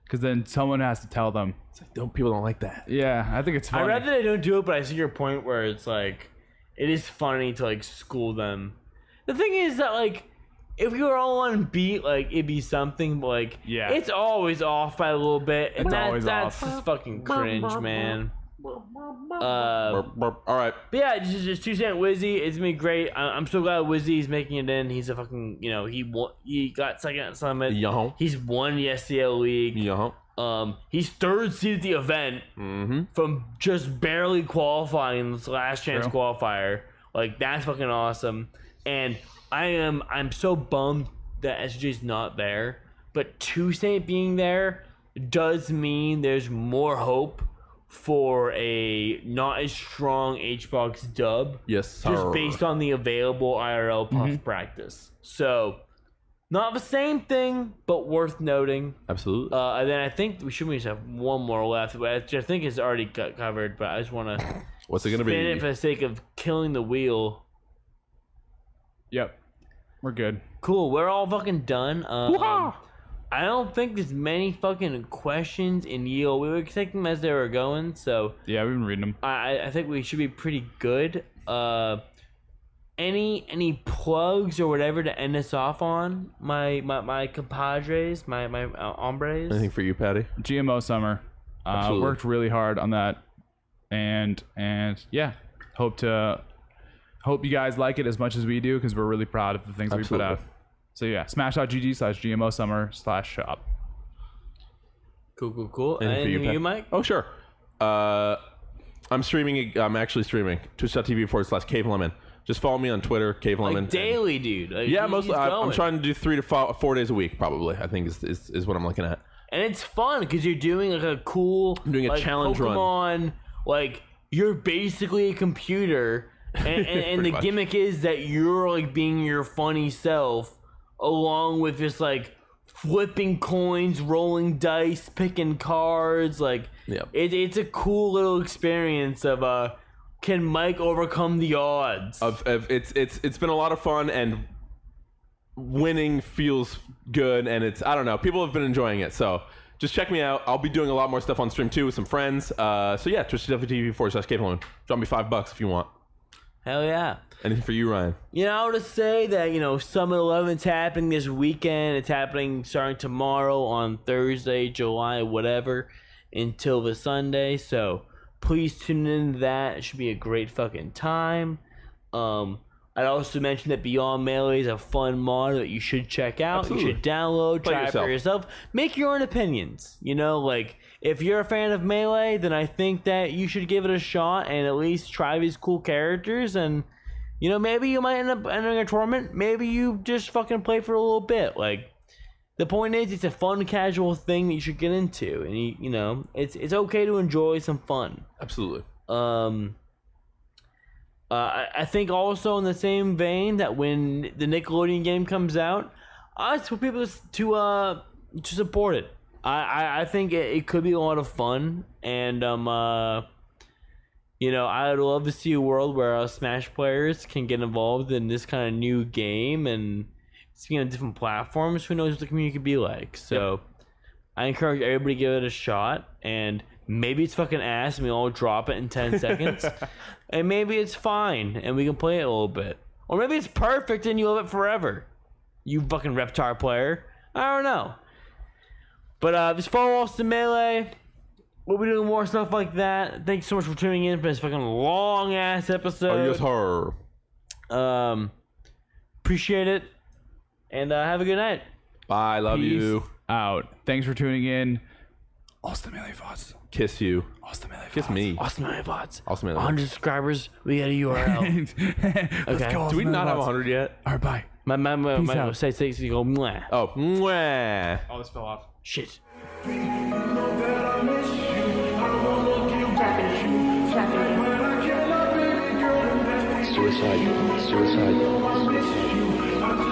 Speaker 1: because then someone has to tell them.
Speaker 2: Don't people don't like that.
Speaker 1: Yeah, I think it's
Speaker 3: I
Speaker 1: funny.
Speaker 3: rather they don't do it, but I see your point where it's like, it is funny to like school them. The thing is that like, if we were all on beat, like it'd be something. But like,
Speaker 1: Yeah.
Speaker 3: it's always off by a little bit, and
Speaker 1: It's
Speaker 3: that,
Speaker 1: always
Speaker 3: that's
Speaker 1: off.
Speaker 3: just fucking cringe, man. Uh,
Speaker 2: Burp, burp. All right.
Speaker 3: but yeah, just, just two cent Wizzy. It's gonna be great. I, I'm so glad Wizzy's making it in. He's a fucking, you know, he won, he got second at Summit.
Speaker 2: Yeah.
Speaker 3: He's won the SCL League.
Speaker 2: Yeah.
Speaker 3: Um, he's third seed at the event
Speaker 2: Mm-hmm.
Speaker 3: from just barely qualifying this last chance
Speaker 1: True.
Speaker 3: qualifier. Like that's fucking awesome. And I am I'm so bummed that SJ's not there. But Toussaint being there does mean there's more hope for a not as strong HBox dub
Speaker 2: Yes, sir.
Speaker 3: just based on the available IRL puff practice. So not the same thing, but worth noting.
Speaker 2: Absolutely.
Speaker 3: Uh, and then I think we should we just have one more left, which I think is already got covered. But I just want to
Speaker 2: What's it gonna
Speaker 3: spin
Speaker 2: be?
Speaker 3: it for the sake of killing the wheel.
Speaker 1: yep, we're good.
Speaker 3: Cool, we're all fucking done. Um, I don't think there's many fucking questions in Yale. We were taking them as they were going, so
Speaker 1: Yeah, we've been reading them.
Speaker 3: I, I- I think we should be pretty good. Uh, any any plugs or whatever to end us off on, my my, my compadres, my my uh, hombres.
Speaker 2: Anything for you, Patty?
Speaker 1: GMO summer. Uh,
Speaker 2: Absolutely.
Speaker 1: worked really hard on that, and and yeah, hope to hope you guys like it as much as we do because we're really proud of the things
Speaker 2: Absolutely.
Speaker 1: we put out. So yeah, smash.gg slash GMO summer slash shop.
Speaker 3: Cool, cool, cool.
Speaker 2: Anything for
Speaker 3: Anything
Speaker 2: you,
Speaker 3: you,
Speaker 2: Pat?
Speaker 3: Mike?
Speaker 2: Oh, sure. Uh, I'm streaming. I'm actually streaming. Twitch.tv forward slash Cave Lemon. Just follow me on Twitter, Cave
Speaker 3: like
Speaker 2: Lemon. and-
Speaker 3: daily, dude. Like,
Speaker 2: Yeah,
Speaker 3: he's
Speaker 2: mostly. I, I'm
Speaker 3: going.
Speaker 2: trying to do three to four, four days a week, probably. I think is is, is what I'm looking at.
Speaker 3: and it's fun because you're doing like a cool, I'm
Speaker 2: doing a
Speaker 3: like,
Speaker 2: challenge run.
Speaker 3: Pokemon, Like you're basically a computer, and, and, and
Speaker 2: Pretty
Speaker 3: the
Speaker 2: much.
Speaker 3: gimmick is that you're like being your funny self, along with just like flipping coins, rolling dice, picking cards. Like
Speaker 2: Yep.
Speaker 3: it, it's a cool little experience of uh, can Mike overcome the odds?
Speaker 2: Of, of it's it's it's been a lot of fun and winning feels good and it's I don't know people have been enjoying it so just check me out I'll be doing a lot more stuff on stream too with some friends uh so yeah twitch.tv forward slash Cave Lemon drop me five bucks if you want
Speaker 3: Hell yeah!
Speaker 2: anything for you Ryan
Speaker 3: You know, to say that, you know, Summit 11's happening this weekend. It's happening starting tomorrow on Thursday, July, whatever, until the Sunday. So please tune in to that. It should be a great fucking time. Um, I'd also mention that Beyond Melee is a fun mod that you should check out.
Speaker 2: Absolutely.
Speaker 3: You should download,
Speaker 2: Play
Speaker 3: try it
Speaker 2: yourself.
Speaker 3: for yourself. Make your own opinions. You know, like, if you're a fan of Melee, then I think that you should give it a shot and at least try these cool characters and you know, maybe you might end up entering a tournament. Maybe you just fucking play for a little bit. Like, the point is, it's a fun, casual thing that you should get into, and you, you know, it's it's okay to enjoy some fun.
Speaker 2: absolutely
Speaker 3: Um, uh, I, I think also in the same vein that when the Nickelodeon game comes out, I ask for people to uh to support it. I, I, I think it, it could be a lot of fun, and um, uh, you know, I would love to see a world where uh, Smash players can get involved in this kind of new game and speaking of different platforms. Who knows what the community could be like? So, I encourage everybody to give it a shot, and maybe it's fucking ass, and we all drop it in ten seconds, and maybe it's fine, and we can play it a little bit, or maybe it's perfect and you love it forever. You fucking Reptar player. I don't know. But uh, just follow us to Melee. We'll be doing more stuff like that. Thanks so much for tuning in for this fucking long ass
Speaker 2: Adios,
Speaker 3: episode.
Speaker 2: horror.
Speaker 3: Um, appreciate it. And uh, have a good night.
Speaker 2: Bye. Love
Speaker 1: Peace
Speaker 2: you.
Speaker 1: out. Thanks for tuning in. Austin Melee Foss.
Speaker 2: Kiss you.
Speaker 1: Austin Melee Foss.
Speaker 2: Kiss me.
Speaker 3: Awesome Night Bots.
Speaker 2: Awesome. man.
Speaker 3: 100 subscribers. We got a URL.
Speaker 1: Let's go,
Speaker 2: Do we
Speaker 1: Austin
Speaker 2: not have
Speaker 1: Melee Foss.
Speaker 2: 100 yet?
Speaker 1: All right, bye.
Speaker 3: my my, my,
Speaker 1: Peace
Speaker 3: my
Speaker 1: out.
Speaker 3: say six. You go, Mwah.
Speaker 2: Oh, mwah.
Speaker 1: Oh, this fell off.
Speaker 3: shit.
Speaker 8: know that I miss you. I wanna get back at you. When I cannot, baby girl, and that's
Speaker 9: Suicide. Suicide.
Speaker 8: I miss you. I just